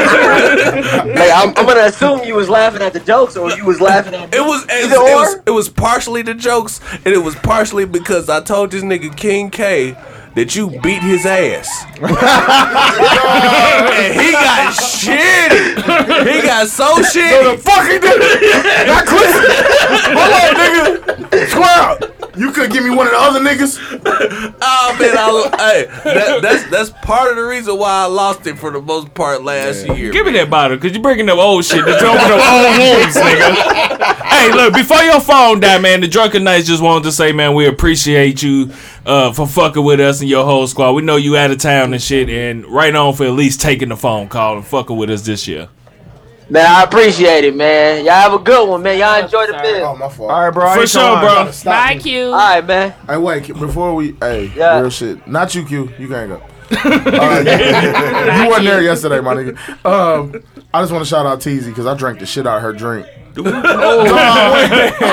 Speaker 10: Like, I'm, I'm gonna assume you was laughing at the jokes, or you was laughing at.
Speaker 4: It was it,
Speaker 10: Either or.
Speaker 4: was it was partially the jokes, and it was partially because I told this nigga King K that you beat his ass, and he got shitty. He got so shitty.
Speaker 1: Fucking nigga. Not Clifford. Hold on, nigga. Square up. You could give me one of the other niggas.
Speaker 4: Oh man, I, hey, that, that's that's part of the reason why I lost it for the most part last year.
Speaker 5: Give me that bottle, cause you're bringing up old shit. The drunk with old wounds, nigga. hey, look, before your phone died, man, the drunken knights just wanted to say, man, we appreciate you uh, for fucking with us and your whole squad. We know you out of town and shit, and right on for at least taking the phone call and fucking with us this year.
Speaker 10: Man, I appreciate it, man. Y'all have a good one, man. Y'all enjoy the
Speaker 3: Sorry.
Speaker 10: meal.
Speaker 1: Oh, my fault.
Speaker 7: All right, bro. I
Speaker 5: For
Speaker 7: ain't
Speaker 5: sure,
Speaker 7: lying.
Speaker 5: bro.
Speaker 1: Stop
Speaker 3: Bye,
Speaker 1: me.
Speaker 3: Q.
Speaker 10: All right, man.
Speaker 1: Hey, wait. K- Before we, hey,
Speaker 10: Yeah.
Speaker 1: real shit. Not you, Q. You can't go. Uh, you wasn't there yesterday, my nigga. Um, I just want to shout out Teasy because I drank the shit out of her drink.
Speaker 3: I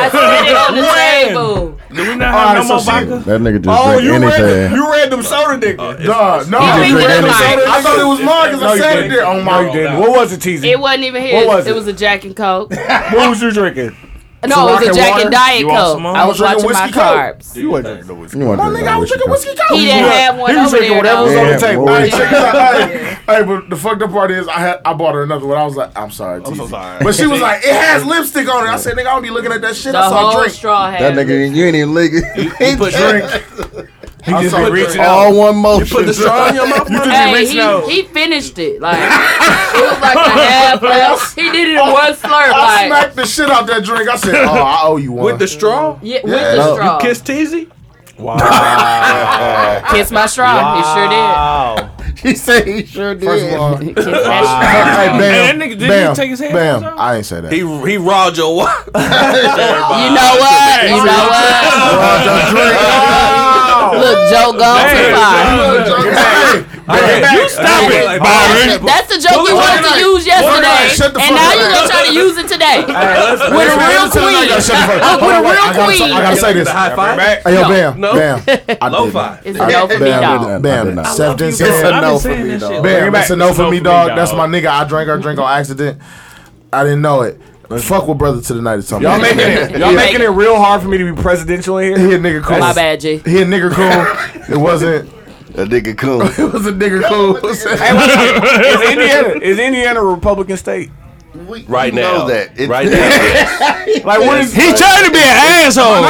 Speaker 3: spit it on the table.
Speaker 5: Do we
Speaker 1: All
Speaker 5: not
Speaker 1: right,
Speaker 5: have no
Speaker 1: so
Speaker 5: more
Speaker 1: shit.
Speaker 5: vodka?
Speaker 2: That nigga just
Speaker 7: Oh,
Speaker 2: drink
Speaker 7: you read,
Speaker 2: anything.
Speaker 7: you read them soda nigga.
Speaker 1: Nah, no,
Speaker 3: You
Speaker 1: I,
Speaker 3: drink
Speaker 1: drank
Speaker 3: it
Speaker 1: the
Speaker 3: like-
Speaker 1: soda. I thought it was mine because
Speaker 7: No,
Speaker 1: I
Speaker 7: you
Speaker 1: said it
Speaker 7: didn't.
Speaker 1: there. Oh my
Speaker 7: No, you didn't.
Speaker 1: god.
Speaker 7: What was it, TZ?
Speaker 3: It wasn't even his.
Speaker 7: What was
Speaker 3: it?
Speaker 7: it?
Speaker 3: was a Jack and Coke.
Speaker 7: What was you drinking?
Speaker 1: So
Speaker 3: No, it
Speaker 1: rock
Speaker 3: was a
Speaker 1: and
Speaker 3: Jack
Speaker 1: water?
Speaker 3: and Diet
Speaker 5: You want
Speaker 3: Coke.
Speaker 5: some more?
Speaker 3: I was
Speaker 1: I was drinking
Speaker 3: watching my
Speaker 1: whiskey Coke.
Speaker 3: carbs.
Speaker 7: You wasn't drinking no whiskey.
Speaker 2: You want
Speaker 1: My
Speaker 2: to
Speaker 1: nigga, I was drinking whiskey coke.
Speaker 3: He didn't have one
Speaker 7: He was
Speaker 3: over
Speaker 7: drinking
Speaker 3: there.
Speaker 7: whatever was
Speaker 3: though.
Speaker 7: on the
Speaker 2: Yeah,
Speaker 7: table.
Speaker 2: boy.
Speaker 1: Hey, check this out. Hey, hey, but the fucked up part is I had I bought her another one. I was like, I'm sorry, I'm
Speaker 7: so sorry.
Speaker 1: But she was like, it has lipstick on it. I said, nigga, I don't be looking at that shit.
Speaker 3: The
Speaker 1: I saw
Speaker 3: whole
Speaker 1: drink.
Speaker 3: straw had
Speaker 2: That
Speaker 3: it.
Speaker 2: nigga, you ain't even licking.
Speaker 4: You put, drink,
Speaker 7: He
Speaker 1: I
Speaker 7: just
Speaker 1: saw
Speaker 7: been
Speaker 1: drink.
Speaker 7: reaching out.
Speaker 2: All one motion.
Speaker 4: put the straw in your mouth.
Speaker 7: You
Speaker 4: man.
Speaker 7: just been
Speaker 3: Hey,
Speaker 7: reaching out.
Speaker 3: he, he finished it. Like it was like a half left. He did it in one slurp.
Speaker 1: I
Speaker 3: Like
Speaker 1: smacked the shit out that drink. I said, oh, I owe you one.
Speaker 4: With the straw,
Speaker 3: yeah, with
Speaker 1: Yeah.
Speaker 3: the
Speaker 1: No.
Speaker 3: straw.
Speaker 4: kiss Teasy.
Speaker 3: Kiss my straw.
Speaker 7: Wow.
Speaker 2: He said he sure did.
Speaker 1: First of all, hey,
Speaker 3: He sure did. Kiss that
Speaker 1: bam,
Speaker 3: straw.
Speaker 5: Man, that nigga didn't
Speaker 1: bam,
Speaker 5: even take his hands
Speaker 1: bam.
Speaker 5: off.
Speaker 1: I ain't say that.
Speaker 4: He he rawed your wife.
Speaker 3: You know what? You know what? Look, Joe goes to
Speaker 5: Damn,
Speaker 3: five.
Speaker 1: Hey,
Speaker 5: You stop it,
Speaker 7: Like,
Speaker 5: Byron.
Speaker 3: That's, that's the joke you wanted to use yesterday,
Speaker 1: shut the fuck
Speaker 3: and now
Speaker 1: up.
Speaker 3: you're gonna try to use it today. With a real
Speaker 1: I gotta shut
Speaker 3: queen.
Speaker 1: the fuck up.
Speaker 3: Look, with a
Speaker 1: I gotta-
Speaker 3: real
Speaker 1: I gotta
Speaker 3: queen.
Speaker 1: say this.
Speaker 4: High
Speaker 1: Hey,
Speaker 4: five.
Speaker 7: Back.
Speaker 1: yo, bam,
Speaker 4: No.
Speaker 1: bam. I
Speaker 4: Low
Speaker 1: didn't.
Speaker 4: five.
Speaker 3: It's
Speaker 1: I-
Speaker 3: a no for me,
Speaker 1: bam,
Speaker 3: dog.
Speaker 2: I
Speaker 1: Bam,
Speaker 2: did not. I
Speaker 1: Seth didn't say
Speaker 2: It's
Speaker 1: that.
Speaker 2: a no for
Speaker 5: saying
Speaker 2: me,
Speaker 5: that shit.
Speaker 2: dog.
Speaker 5: Bring
Speaker 1: Bam,
Speaker 7: back.
Speaker 1: it's a no
Speaker 5: It's
Speaker 1: for me, dog. That's my nigga. I drank her drink on accident. I didn't know it. Fuck with brother to the night or something.
Speaker 7: Y'all making it. Y'all making it real hard for me to be presidential in
Speaker 1: He
Speaker 7: here.
Speaker 1: a nigga cool.
Speaker 3: My bad, G.
Speaker 1: He a nigga cool. It wasn't.
Speaker 8: a nigga cool.
Speaker 1: It was a nigga cool.
Speaker 7: Hey, wait, is Indiana is Indiana a Republican state?
Speaker 8: We,
Speaker 4: Right
Speaker 8: we
Speaker 4: now.
Speaker 8: know that. It-
Speaker 4: Right now.
Speaker 7: Like what is
Speaker 5: He trying to be an asshole.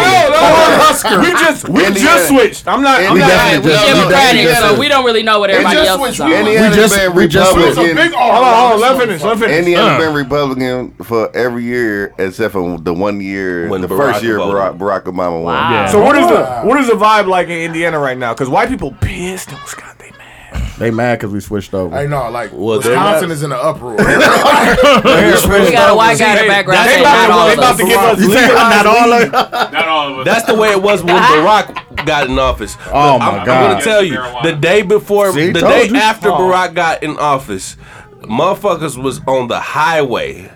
Speaker 7: We just we
Speaker 8: Indiana.
Speaker 7: just switched. I'm not. I'm
Speaker 8: We
Speaker 7: not.
Speaker 8: definitely
Speaker 3: we
Speaker 8: just- we definitely
Speaker 3: Democratic,
Speaker 8: just
Speaker 3: so
Speaker 8: switched.
Speaker 3: we don't really know what everybody
Speaker 1: just
Speaker 3: else is
Speaker 1: switched.
Speaker 3: on.
Speaker 1: We
Speaker 8: Indiana
Speaker 2: just-
Speaker 8: been
Speaker 2: we just went-
Speaker 1: It's a
Speaker 8: Republican.
Speaker 1: big
Speaker 7: Hold on, hold on.
Speaker 1: argument.
Speaker 7: Let me finish. Let me finish.
Speaker 8: Indiana
Speaker 5: Uh.
Speaker 8: been Republican for every year except for the one year,
Speaker 4: When
Speaker 8: the
Speaker 4: Barack
Speaker 8: first year Barack,
Speaker 4: Obama-
Speaker 8: Barack Obama won.
Speaker 3: Wow.
Speaker 5: Yeah.
Speaker 7: So what is the what is the vibe like in Indiana right now? Because white people pissed and Wisconsin they mad.
Speaker 2: They mad because we switched over.
Speaker 1: I know, like
Speaker 4: Well, they're
Speaker 1: Wisconsin
Speaker 4: not-
Speaker 1: is in an uproar.
Speaker 3: We got a white guy in the background.
Speaker 7: They
Speaker 3: saying not
Speaker 7: about to-
Speaker 3: all
Speaker 7: they
Speaker 3: of
Speaker 7: about
Speaker 3: us.
Speaker 7: to give us
Speaker 2: you said
Speaker 7: legalized
Speaker 2: not all
Speaker 7: weed.
Speaker 2: of
Speaker 5: Not all of us.
Speaker 4: That's the way it was when Barack got in office.
Speaker 2: Oh, my
Speaker 4: I'm, I'm
Speaker 2: God.
Speaker 4: gonna tell you, the day before,
Speaker 2: See,
Speaker 4: the
Speaker 2: told
Speaker 4: day
Speaker 2: you.
Speaker 4: after
Speaker 3: Oh.
Speaker 4: Barack got in office, motherfuckers was on the highway.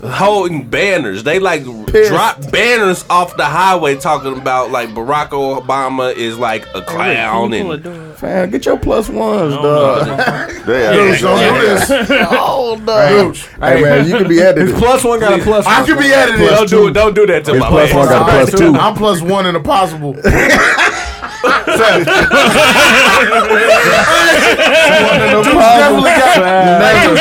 Speaker 4: Holding banners, they like drop banners off the highway talking about like Barack Obama is like a clown and
Speaker 2: Fam, get your plus ones, dog.
Speaker 8: They are-
Speaker 1: Dudes, don't
Speaker 8: yeah.
Speaker 1: do this.
Speaker 2: Oh, dog. Hey, man, you can be edited.
Speaker 7: His plus one got a plus.
Speaker 1: I could be edited.
Speaker 4: Don't do it. Don't do that to
Speaker 2: It's
Speaker 4: my
Speaker 2: plus
Speaker 4: man.
Speaker 2: one got a plus two.
Speaker 1: I'm plus one in a possible. one in a possible. Dude's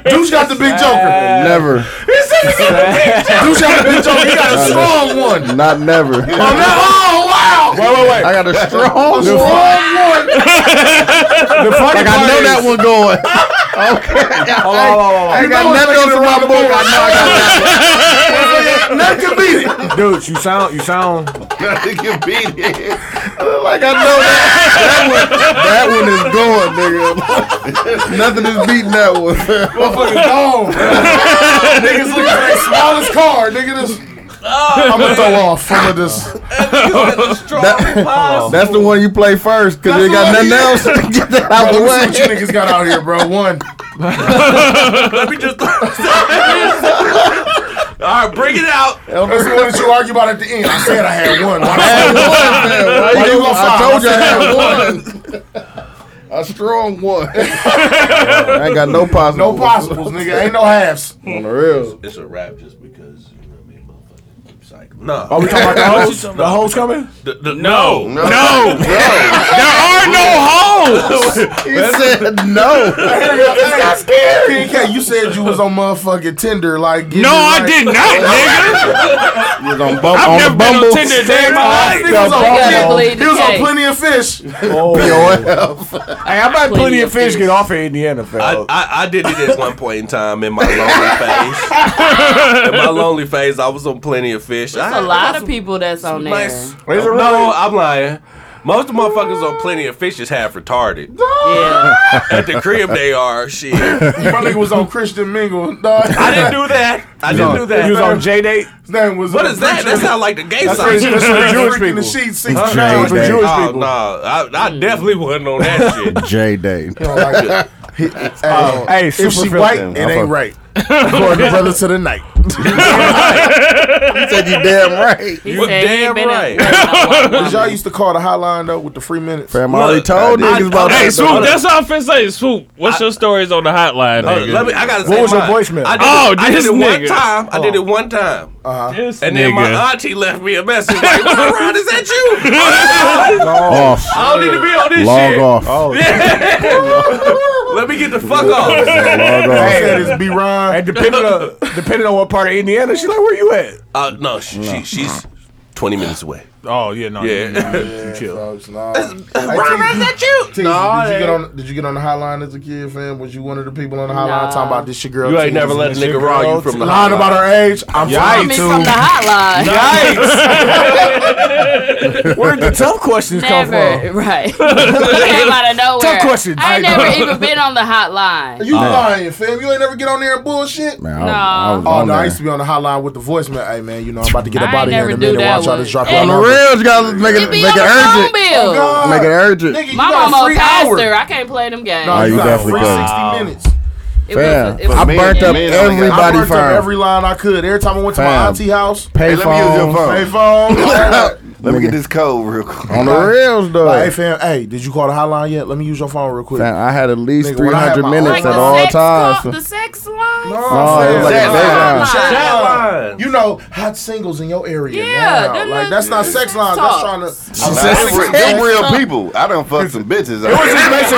Speaker 1: definitely- Dude's got the big joker.
Speaker 2: Never.
Speaker 1: Dude's got the big joker. He got a strong one.
Speaker 2: Not never.
Speaker 1: Oh, no. Oh, wow.
Speaker 7: Wait, wait, wait.
Speaker 2: I got a strong
Speaker 1: Strong
Speaker 2: one.
Speaker 1: one.
Speaker 7: The funny
Speaker 2: Like, I
Speaker 7: part
Speaker 2: know
Speaker 7: is-
Speaker 2: that one going. Okay.
Speaker 7: Hold on, hold on, hold on.
Speaker 2: I got nothing else in my book. I know I got that.
Speaker 1: Nothing can beat it.
Speaker 7: Dude, you sound, you sound.
Speaker 8: Nothing can beat it.
Speaker 2: Like I know that. That one, that one is going, nigga. Nothing is beating that one.
Speaker 1: Motherfucker's gone. Niggas looking for the smallest car. Nigga, this. I'm gonna throw off some of this.
Speaker 2: That- that's the one you play first because you ain't got
Speaker 1: That's
Speaker 2: nothing
Speaker 1: the
Speaker 2: else. Get that out the
Speaker 1: Bro, let me see
Speaker 2: way.
Speaker 1: what you niggas got out here, bro. One.
Speaker 4: All right, bring it out.
Speaker 1: Let's see what did you argue about at the end. I said I had one. Why
Speaker 2: I had one,
Speaker 1: Why you gonna find?
Speaker 2: man. Why you gonna- I told you I had one. A strong one. I ain't got no possible.
Speaker 1: No possibles, nigga. Ain't no halves.
Speaker 2: On the real.
Speaker 4: It's a rap just because you know me, motherfucking psycho. No.
Speaker 7: Are we talking about the hoes? The hoes coming?
Speaker 4: The- the- no.
Speaker 8: No.
Speaker 5: No. There are no hoes.
Speaker 2: He said no.
Speaker 1: PK, you said you was on motherfucking Tinder, like get
Speaker 5: No,
Speaker 1: it
Speaker 5: I
Speaker 1: right.
Speaker 5: did not, nigga.
Speaker 2: He was on, bump,
Speaker 5: I've
Speaker 2: on
Speaker 5: never
Speaker 2: the
Speaker 5: been on
Speaker 2: Bumble.
Speaker 5: Tinder a day in my life.
Speaker 1: He was, on,
Speaker 3: Can't believe
Speaker 1: he was
Speaker 3: the
Speaker 1: on
Speaker 3: case.
Speaker 1: plenty of fish.
Speaker 7: Oh, Hey, I bet plenty,
Speaker 3: Plenty
Speaker 7: of
Speaker 3: of
Speaker 7: fish
Speaker 3: fish.
Speaker 7: get off of Indiana,
Speaker 4: I,
Speaker 7: fella.
Speaker 4: I, I did it at one point in time in my lonely phase. in my lonely phase, I was on plenty of fish. I
Speaker 3: A
Speaker 4: had-
Speaker 3: lot of people that's on there.
Speaker 4: Nice. No, I'm lying. Most of the motherfuckers on plenty of fish is half retarded.
Speaker 3: Yeah.
Speaker 4: At the crib, they are shit. I
Speaker 1: My nigga was on Christian Mingle. Dog.
Speaker 4: didn't do that. I didn't do
Speaker 7: He was
Speaker 4: that.
Speaker 7: on J date.
Speaker 1: His name was.
Speaker 4: What
Speaker 1: uh,
Speaker 4: is that? That
Speaker 1: Preacher.
Speaker 4: sounds like the gay
Speaker 7: That's
Speaker 4: side.
Speaker 7: for
Speaker 1: Freaking
Speaker 7: Jewish
Speaker 1: the
Speaker 7: people.
Speaker 1: sheet six
Speaker 7: That was
Speaker 1: times.
Speaker 7: for Jewish
Speaker 4: Oh
Speaker 7: people.
Speaker 4: no, I, I definitely wasn't on that shit.
Speaker 2: J Day.
Speaker 1: Oh, Hey,
Speaker 7: Hey,
Speaker 1: If she
Speaker 7: super
Speaker 1: white,
Speaker 7: filter.
Speaker 1: it ain't right. According to Brother to the Night.
Speaker 2: He said you damn right.
Speaker 3: He
Speaker 4: You're
Speaker 3: said he
Speaker 4: damn
Speaker 3: ain't been
Speaker 4: right.
Speaker 3: in-
Speaker 1: Because y'all used to call the hotline, though, with the free minutes.
Speaker 2: Fam, I already
Speaker 4: Look,
Speaker 2: told
Speaker 8: I
Speaker 2: niggas
Speaker 8: did-
Speaker 2: about
Speaker 5: Hey,
Speaker 2: that.
Speaker 5: Swoop, that's all I'm finna say. Swoop, what's your stories on the hotline,
Speaker 4: Hold on,
Speaker 5: nigga?
Speaker 4: Oh, let me. I gotta
Speaker 7: What
Speaker 4: say
Speaker 7: was your
Speaker 4: mine.
Speaker 7: voicemail? Oh.
Speaker 4: I did,
Speaker 5: Oh,
Speaker 4: it, I did
Speaker 5: this
Speaker 4: it one
Speaker 5: nigga.
Speaker 4: time. I did it one time,
Speaker 5: This
Speaker 4: and then
Speaker 5: nigga.
Speaker 4: my auntie left me a message. Like, Ron, is that you?
Speaker 2: off.
Speaker 4: I don't need to be on this
Speaker 2: Log
Speaker 4: shit. Oh,
Speaker 2: off.
Speaker 4: Let me get the fuck off.
Speaker 2: Log off.
Speaker 1: said it's B Ron.
Speaker 7: And depending on depending on what part of Indiana, she's like, "Where you at?"
Speaker 4: Uh, no, she, She, she's twenty minutes away.
Speaker 7: Oh yeah, no,
Speaker 4: Yeah.
Speaker 7: you chill.
Speaker 1: Folks, nah. Hey, T,
Speaker 4: you?
Speaker 1: T, did you get on? Did you get on the hotline as a kid, fam? Was you one of the people on the hotline
Speaker 3: Nah.
Speaker 1: talking about this your girl?
Speaker 4: You
Speaker 1: T,
Speaker 4: ain't never
Speaker 1: this
Speaker 4: let a
Speaker 1: is-
Speaker 4: nigga rob you from the
Speaker 1: lying
Speaker 4: hotline.
Speaker 1: about her age. I'm
Speaker 3: I
Speaker 1: sorry
Speaker 3: mean,
Speaker 1: too.
Speaker 3: from the hotline.
Speaker 7: Where did the tough questions come
Speaker 3: Never,
Speaker 7: from?
Speaker 3: right? Came out of nowhere.
Speaker 7: Tough question.
Speaker 3: I ain't
Speaker 7: I-
Speaker 3: never even been on the hotline.
Speaker 1: You lying, fam? You ain't never get on there and bullshit.
Speaker 2: Man, I, was- I was
Speaker 3: No.
Speaker 1: Oh
Speaker 2: on
Speaker 1: no, I
Speaker 2: there.
Speaker 1: used to be on the hotline with the voicemail. Hey man, you know I'm about to get
Speaker 3: I
Speaker 1: up out
Speaker 3: ain't
Speaker 1: of here in
Speaker 3: never
Speaker 1: a
Speaker 3: do
Speaker 1: minute.
Speaker 3: that
Speaker 1: Watch y'all
Speaker 3: one.
Speaker 1: just drop
Speaker 3: Hey.
Speaker 1: your
Speaker 2: on the
Speaker 1: number.
Speaker 2: real, you gotta make
Speaker 3: It
Speaker 2: it,
Speaker 3: be
Speaker 2: make it
Speaker 3: on the phone
Speaker 2: urgent.
Speaker 3: bill.
Speaker 1: Oh, God.
Speaker 2: Make it urgent.
Speaker 1: Nigga, you
Speaker 3: My
Speaker 1: got a
Speaker 3: mama a
Speaker 1: free
Speaker 3: pastor.
Speaker 1: hour.
Speaker 3: I can't play them games.
Speaker 1: No,
Speaker 2: Oh,
Speaker 1: you
Speaker 2: you
Speaker 1: got a
Speaker 2: definitely
Speaker 1: free
Speaker 2: could.
Speaker 1: sixty minutes.
Speaker 3: it
Speaker 2: Fam,
Speaker 3: was, it was
Speaker 2: I
Speaker 8: me,
Speaker 2: burnt up
Speaker 8: me and only got-
Speaker 1: I
Speaker 2: everybody
Speaker 1: worked up
Speaker 2: firm.
Speaker 1: every line I could. Every time I went to
Speaker 2: Fam.
Speaker 1: my auntie house,
Speaker 2: Pay
Speaker 8: Hey, let me use your
Speaker 2: phone.
Speaker 8: phone.
Speaker 1: pay phone.
Speaker 8: Let me get this code real quick.
Speaker 2: On the reals though.
Speaker 1: Hey fam, hey, did you call the hotline yet? Let me use your phone real quick.
Speaker 2: Man, I had at least
Speaker 1: Nigga, when I had
Speaker 2: 300
Speaker 1: my
Speaker 2: minutes
Speaker 1: own
Speaker 2: at
Speaker 3: like the
Speaker 1: phone-
Speaker 2: all
Speaker 3: sex call-
Speaker 2: times.
Speaker 3: the sex line.
Speaker 8: Oh,
Speaker 1: No,
Speaker 2: it was like
Speaker 1: Zach
Speaker 2: Zach
Speaker 1: Line.
Speaker 2: Line.
Speaker 1: Zach
Speaker 7: Oh.
Speaker 2: Zach
Speaker 1: Line. Oh, You know, hot singles in your area.
Speaker 3: Yeah,
Speaker 1: now.
Speaker 3: them
Speaker 1: like
Speaker 3: the-
Speaker 1: that's not sex lines. That's
Speaker 3: talks.
Speaker 1: trying to.
Speaker 8: Nah, them re- them real people. I done fucked some bitches. out here.
Speaker 3: Oh, so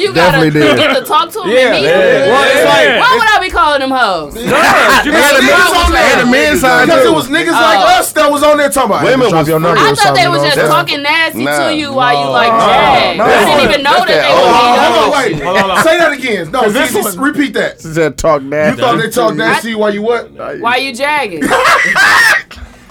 Speaker 3: you gotta
Speaker 8: Definitely did.
Speaker 3: get to talk to him
Speaker 8: Yeah,
Speaker 3: and meet
Speaker 8: yeah.
Speaker 3: him.
Speaker 8: Well, it's like-
Speaker 3: Why would I be calling them hoes?
Speaker 8: you had a men's on there. Had a men's on
Speaker 1: Because
Speaker 8: too.
Speaker 1: it was niggas like us that was on there talking about.
Speaker 8: Women
Speaker 1: Women
Speaker 8: was
Speaker 1: was your number.
Speaker 3: Oh. I
Speaker 1: or
Speaker 3: thought
Speaker 1: something,
Speaker 3: they was
Speaker 1: you know
Speaker 3: just
Speaker 1: what I'm
Speaker 3: talking nasty
Speaker 1: Nah.
Speaker 3: to you while you like drag.
Speaker 1: No.
Speaker 3: I didn't even know that,
Speaker 1: saying?
Speaker 3: they were
Speaker 1: Oh, Hold on, hold on,
Speaker 3: being
Speaker 1: wait. Say that again. No, see, just repeat that.
Speaker 2: Said talk
Speaker 1: You
Speaker 2: nasty.
Speaker 1: thought they talked that to you while you what?
Speaker 3: Why you jagging?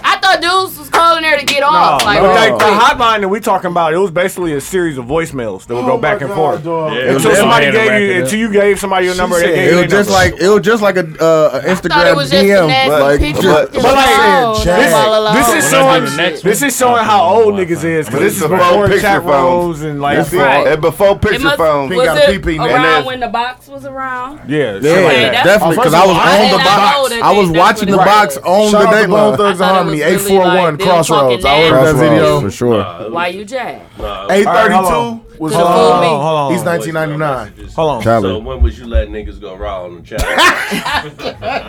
Speaker 3: I thought dudes was calling her to get off. like,
Speaker 7: But
Speaker 3: real
Speaker 7: like the
Speaker 3: quick.
Speaker 7: hotline that we talking about, it was basically a series of voicemails that would go back
Speaker 3: Oh
Speaker 7: and forth.
Speaker 2: It was
Speaker 7: Until somebody
Speaker 2: just-
Speaker 7: gave
Speaker 2: Hand
Speaker 7: you,
Speaker 2: wrapping
Speaker 7: until you gave somebody your number, they gave
Speaker 2: It
Speaker 7: you
Speaker 2: was
Speaker 7: their
Speaker 2: just
Speaker 7: number.
Speaker 2: like it was just like a uh, a Instagram
Speaker 3: it was just a
Speaker 2: DM.
Speaker 3: nasty
Speaker 2: like,
Speaker 3: picture.
Speaker 2: just-
Speaker 3: But like, Oh,
Speaker 2: Said
Speaker 7: this,
Speaker 2: Jack.
Speaker 7: this is showing this is showing how old niggas is. Cause
Speaker 8: But
Speaker 7: this
Speaker 8: it's
Speaker 7: is
Speaker 8: before
Speaker 7: before
Speaker 8: picture
Speaker 7: chat rolls
Speaker 8: phones
Speaker 7: and like
Speaker 8: Before- and before picture phones.
Speaker 3: was it around
Speaker 8: And
Speaker 3: when the box was around?
Speaker 7: Yeah,
Speaker 2: Yeah, definitely. Because I was on the box. I was watching the box on
Speaker 1: Shout
Speaker 2: the
Speaker 1: out to
Speaker 2: day.
Speaker 1: Bone Thugs and Harmony, 841 Crossroads. I ordered that video.
Speaker 2: for sure.
Speaker 3: Why you jag?
Speaker 4: hold
Speaker 1: 832 was
Speaker 4: Hold on, hold on,
Speaker 1: uh,
Speaker 4: hold on.
Speaker 1: He's 1999.
Speaker 7: Hold
Speaker 2: on. Tyler.
Speaker 4: So when would you let niggas go raw on the child?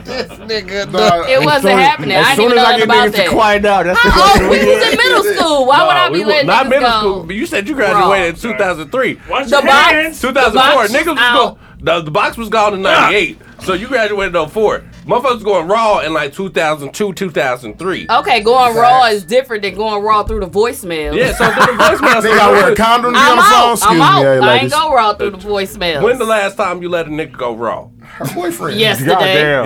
Speaker 3: It wasn't happening. I
Speaker 7: uh, As
Speaker 3: didn't
Speaker 7: soon
Speaker 3: even
Speaker 7: as
Speaker 3: know
Speaker 7: I
Speaker 3: nothing
Speaker 7: get
Speaker 3: about
Speaker 7: niggas to
Speaker 3: that.
Speaker 7: quiet down, that's the
Speaker 3: How
Speaker 7: question.
Speaker 3: old? Oh, We was in middle school. Why would I be letting
Speaker 4: Oh, Not
Speaker 3: niggas
Speaker 4: middle
Speaker 3: go?
Speaker 4: school. But you said you graduated in 2003.
Speaker 3: The your box- hands.
Speaker 4: 2004.
Speaker 3: the box
Speaker 4: Niggas was go,
Speaker 3: out.
Speaker 4: the, the box was gone in 98. So you graduated in 04. Motherfuckers going raw in like 2002, 2003.
Speaker 3: Okay, going raw is different than going raw through the voicemail.
Speaker 4: Yeah, so through the voicemail.
Speaker 1: They gotta wear a condom to be on
Speaker 3: I'm
Speaker 1: the phone.
Speaker 3: out.
Speaker 1: Excuse
Speaker 3: I'm
Speaker 1: me,
Speaker 3: out.
Speaker 1: hey,
Speaker 3: I
Speaker 1: ladies.
Speaker 3: ain't go raw through the voicemail.
Speaker 4: When the last time you let a nigga go raw?
Speaker 1: Her boyfriend.
Speaker 3: Yesterday.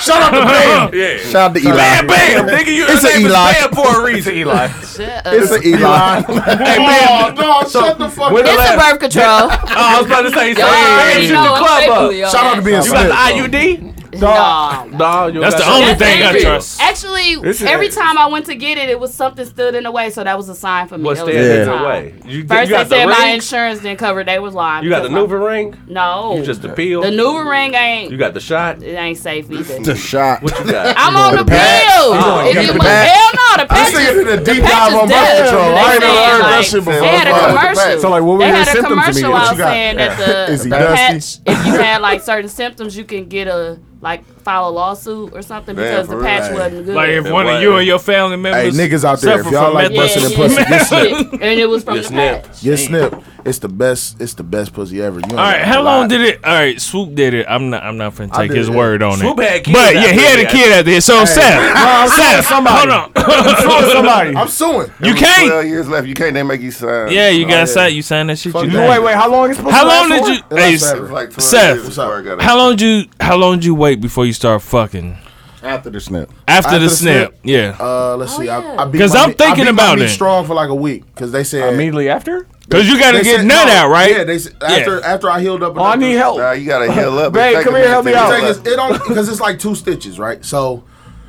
Speaker 1: Shout out to Bam.
Speaker 4: Yeah.
Speaker 2: Shout out to Eli.
Speaker 4: Bam, bam, nigga, you
Speaker 2: It's a
Speaker 4: name is
Speaker 2: Eli.
Speaker 4: Bam for a reason, Oh, Eli.
Speaker 3: Shut up.
Speaker 2: It's an Eli.
Speaker 4: Hey, man.
Speaker 1: Oh, no, shut the fuck
Speaker 4: When the
Speaker 1: up.
Speaker 3: It's a
Speaker 4: last-
Speaker 3: birth control.
Speaker 4: Oh, I was about to say, so
Speaker 3: Y'all
Speaker 4: you ain't
Speaker 3: already know
Speaker 4: shooting the
Speaker 3: I'm
Speaker 4: club
Speaker 3: faithfully
Speaker 4: up.
Speaker 3: on
Speaker 1: Shout out to being
Speaker 4: You got
Speaker 1: Smith.
Speaker 4: the IUD?
Speaker 3: Nah.
Speaker 4: Nah, you
Speaker 5: That's
Speaker 4: got
Speaker 5: the only
Speaker 3: That's
Speaker 5: thing I
Speaker 3: angry.
Speaker 5: trust.
Speaker 3: Actually,
Speaker 7: This is-
Speaker 3: every time I went to get it, it was something stood in the way, so that was a sign for me.
Speaker 4: What's
Speaker 3: It was
Speaker 4: standing
Speaker 3: every
Speaker 4: in
Speaker 3: time.
Speaker 4: the way? You, you
Speaker 3: First,
Speaker 4: got
Speaker 3: they said
Speaker 4: the
Speaker 3: my
Speaker 4: ring?
Speaker 3: insurance didn't cover. it. They was lying.
Speaker 4: You got the
Speaker 3: because
Speaker 4: Nuva ring?
Speaker 3: my- No,
Speaker 4: You just the peel?
Speaker 3: the new ring ain't.
Speaker 4: You got the shot?
Speaker 3: it ain't safe either.
Speaker 2: The shot.
Speaker 4: What you got?
Speaker 3: I'm on the, pill.
Speaker 2: Oh, you
Speaker 3: If
Speaker 2: got
Speaker 3: it
Speaker 2: the
Speaker 3: was
Speaker 2: patch.
Speaker 3: hell no, the
Speaker 1: This
Speaker 3: patch
Speaker 1: nigga
Speaker 3: is
Speaker 1: did a deep
Speaker 3: patch
Speaker 1: dive
Speaker 3: is
Speaker 1: on birth
Speaker 3: dead.
Speaker 1: control.
Speaker 3: They
Speaker 1: I ain't never
Speaker 3: said,
Speaker 1: heard that
Speaker 3: like,
Speaker 1: shit before.
Speaker 3: They had
Speaker 1: Fuck.
Speaker 3: a commercial.
Speaker 7: So, like, what were
Speaker 3: they
Speaker 7: your
Speaker 3: had a
Speaker 7: symptoms
Speaker 3: commercial
Speaker 7: immediately?
Speaker 3: out
Speaker 7: What you got?
Speaker 3: saying that
Speaker 1: Is
Speaker 3: the,
Speaker 1: he
Speaker 3: the patch,
Speaker 1: dusty?
Speaker 3: if you had like certain symptoms, you can get a like file a lawsuit or something
Speaker 8: Damn,
Speaker 3: because
Speaker 8: for
Speaker 3: the
Speaker 8: real?
Speaker 3: patch wasn't good.
Speaker 5: Like if
Speaker 4: It
Speaker 5: one
Speaker 4: was.
Speaker 5: of you and your family members,
Speaker 1: niggas out there, if
Speaker 5: suffer
Speaker 1: y'all
Speaker 5: from
Speaker 1: like
Speaker 5: meth-
Speaker 1: busting
Speaker 3: yeah,
Speaker 1: and pussy,
Speaker 3: yeah, yeah. and it was from
Speaker 4: You
Speaker 3: the
Speaker 4: snap.
Speaker 3: patch.
Speaker 1: Get snip. It's the best. It's the best pussy ever. You ain't
Speaker 5: All right,
Speaker 1: gotta
Speaker 5: how
Speaker 1: lie.
Speaker 5: long did it? All right, Swoop did it. I'm not. I'm not finna
Speaker 1: I
Speaker 5: take
Speaker 1: did
Speaker 5: his
Speaker 1: it.
Speaker 5: word on
Speaker 4: Swoop
Speaker 5: it.
Speaker 4: had kids
Speaker 5: But yeah,
Speaker 4: after
Speaker 5: he had a
Speaker 4: that.
Speaker 5: kid out there. So Seth, Seth, hold on.
Speaker 7: somebody.
Speaker 1: I'm suing.
Speaker 5: you can't.
Speaker 8: 12 years left. You can't. They make you sign.
Speaker 5: Yeah, you got signed. You signed that shit.
Speaker 1: Fuck
Speaker 5: you
Speaker 1: that.
Speaker 5: did.
Speaker 7: Wait, wait, how long is it supposed
Speaker 5: How
Speaker 7: to last
Speaker 5: long did
Speaker 7: for?
Speaker 5: you? Hey,
Speaker 8: It was
Speaker 5: Seth,
Speaker 8: like 12
Speaker 5: Seth,
Speaker 8: years before I got
Speaker 5: how
Speaker 8: it.
Speaker 5: long did you? How long did you wait before you start fucking?
Speaker 2: After the snip.
Speaker 5: After,
Speaker 1: After
Speaker 5: the
Speaker 1: the
Speaker 5: snap,
Speaker 1: snip?
Speaker 5: Oh, yeah.
Speaker 1: Uh, let's see. I, I beat
Speaker 5: 'Cause
Speaker 1: my
Speaker 5: I'm
Speaker 1: meat-
Speaker 5: thinking
Speaker 1: I beat
Speaker 5: about
Speaker 1: my meat
Speaker 5: it.
Speaker 1: strong for like a week because they said
Speaker 7: Immediately after?
Speaker 5: Cause you gotta
Speaker 1: they
Speaker 5: get
Speaker 1: said-
Speaker 5: nut
Speaker 1: no,
Speaker 5: out, right?
Speaker 1: Yeah, they s- after after I healed up.
Speaker 7: Oh, I
Speaker 1: another-
Speaker 7: need help.
Speaker 8: Nah, you gotta heal up.
Speaker 7: Babe,
Speaker 8: It take
Speaker 7: come
Speaker 8: a
Speaker 7: here,
Speaker 8: minute
Speaker 7: help me
Speaker 8: to
Speaker 7: out.
Speaker 8: heal
Speaker 1: Take
Speaker 8: up.
Speaker 1: it's- it on because it's like two stitches, right? So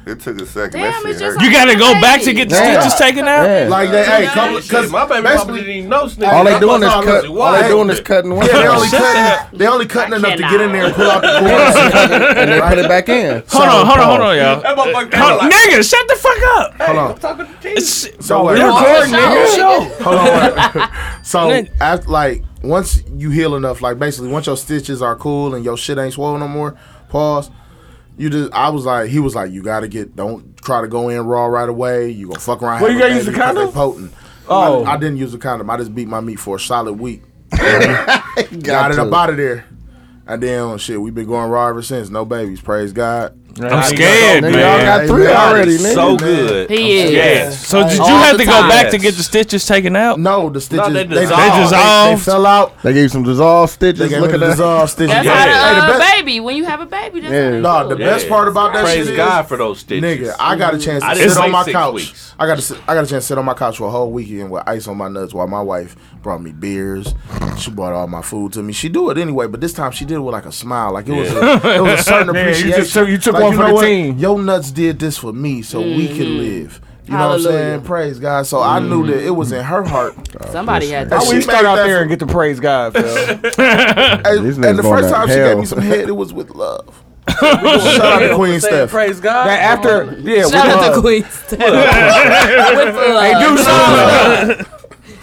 Speaker 8: It took a second.
Speaker 3: Damn,
Speaker 8: that shit
Speaker 3: it's just
Speaker 8: hurt.
Speaker 5: you gotta go back to get the
Speaker 2: Yeah.
Speaker 5: stitches taken out.
Speaker 2: Yeah.
Speaker 1: like they hey,
Speaker 4: Shit,
Speaker 1: couple because
Speaker 4: my baby mama
Speaker 1: basically
Speaker 4: didn't even know snitch.
Speaker 2: all they
Speaker 4: My
Speaker 2: doing is
Speaker 4: mama
Speaker 2: cut.
Speaker 4: was
Speaker 2: All they
Speaker 4: wild.
Speaker 2: doing is cutting one.
Speaker 1: yeah, they only
Speaker 2: off
Speaker 1: cutting they only cutting
Speaker 3: I
Speaker 1: enough to
Speaker 3: cannot.
Speaker 1: get in there and pull out the cords.
Speaker 2: and they put it back in.
Speaker 5: Hold on, hold on, hold on, y'all.
Speaker 4: That motherfucker
Speaker 5: Hold-
Speaker 4: like,
Speaker 5: Nigga, shut the fuck up.
Speaker 1: Hold on.
Speaker 4: talking to Jesus.
Speaker 5: It's-
Speaker 1: So uh, like,
Speaker 3: On the show.
Speaker 1: Hold on. so
Speaker 5: Nigga.
Speaker 1: after like once you heal enough, like basically once your stitches are cool and your shit ain't swollen no more, pause. You just I was like he was like you gotta get don't try to go in raw right away. You gonna fuck around.
Speaker 7: Well,
Speaker 1: have
Speaker 7: you
Speaker 1: a
Speaker 7: gotta use
Speaker 1: baby
Speaker 7: the
Speaker 1: 'cause they
Speaker 7: condom?
Speaker 1: Potent.
Speaker 7: Oh.
Speaker 1: I, I didn't use the condom. I just beat my meat for a solid week.
Speaker 2: Got,
Speaker 1: Got it
Speaker 2: to.
Speaker 1: up out of there. And then shit, we've been going raw ever since. No babies. Praise God.
Speaker 5: I'm scared,
Speaker 2: Nigga, y'all
Speaker 5: man.
Speaker 2: got three
Speaker 1: Amen.
Speaker 2: already, nigga.
Speaker 4: so good.
Speaker 3: He is.
Speaker 5: So did you
Speaker 3: All
Speaker 5: have
Speaker 3: the
Speaker 5: to go
Speaker 3: time.
Speaker 5: back to get the stitches taken out?
Speaker 1: No, the stitches
Speaker 4: they
Speaker 1: They,
Speaker 4: dissolved.
Speaker 5: They
Speaker 1: They,
Speaker 5: dissolved.
Speaker 1: fell out.
Speaker 2: They gave you some dissolved
Speaker 1: They
Speaker 2: stitches.
Speaker 1: gave
Speaker 2: Look
Speaker 1: me
Speaker 2: at
Speaker 1: the
Speaker 2: that.
Speaker 1: dissolved stitches.
Speaker 3: That's
Speaker 4: Yeah.
Speaker 1: Hey,
Speaker 3: how
Speaker 1: the
Speaker 3: the uh,
Speaker 1: best-
Speaker 3: baby. When you have a baby, Oh, that's
Speaker 2: Yeah.
Speaker 3: how
Speaker 1: Nah, the
Speaker 3: it goes.
Speaker 1: best part about that
Speaker 4: Praise
Speaker 1: shit
Speaker 4: God
Speaker 1: is,
Speaker 4: for those stitches.
Speaker 1: nigga, I got a chance
Speaker 4: I
Speaker 1: to
Speaker 4: didn't
Speaker 1: sit on
Speaker 4: wait
Speaker 1: my
Speaker 4: six
Speaker 1: couch.
Speaker 4: weeks.
Speaker 1: I got to sit, I got a chance to sit on my couch for a whole weekend with ice on my nuts while my wife brought me beers. She brought all my food to me. She do it anyway, but this time she did it with like a smile, like it was a, it was a certain
Speaker 7: Yeah, you just
Speaker 1: appreciation.
Speaker 7: took- you took
Speaker 1: Like,
Speaker 7: one for
Speaker 1: know
Speaker 7: the
Speaker 1: what?
Speaker 7: team.
Speaker 1: Your nuts did this for me, so we can live. You know what I'm
Speaker 3: Hallelujah. Mm-hmm.
Speaker 1: saying? Praise God. So I knew that it was in her heart
Speaker 3: Somebody had
Speaker 1: That
Speaker 3: to.
Speaker 7: How we
Speaker 1: She
Speaker 7: start
Speaker 1: made
Speaker 7: out
Speaker 1: that
Speaker 7: there
Speaker 1: for-
Speaker 7: and get to praise God, Phil?
Speaker 1: And,
Speaker 2: These
Speaker 1: and
Speaker 2: niggas
Speaker 1: the
Speaker 2: going
Speaker 1: first
Speaker 2: to
Speaker 1: time she
Speaker 2: hell.
Speaker 1: gave me some head, it was with love. Shout out to Queen Steph.
Speaker 4: Praise God.
Speaker 7: That after, yeah,
Speaker 3: Shout
Speaker 7: we,
Speaker 3: out
Speaker 7: uh,
Speaker 3: to Queen Steph. With, uh,
Speaker 7: Hey, do something.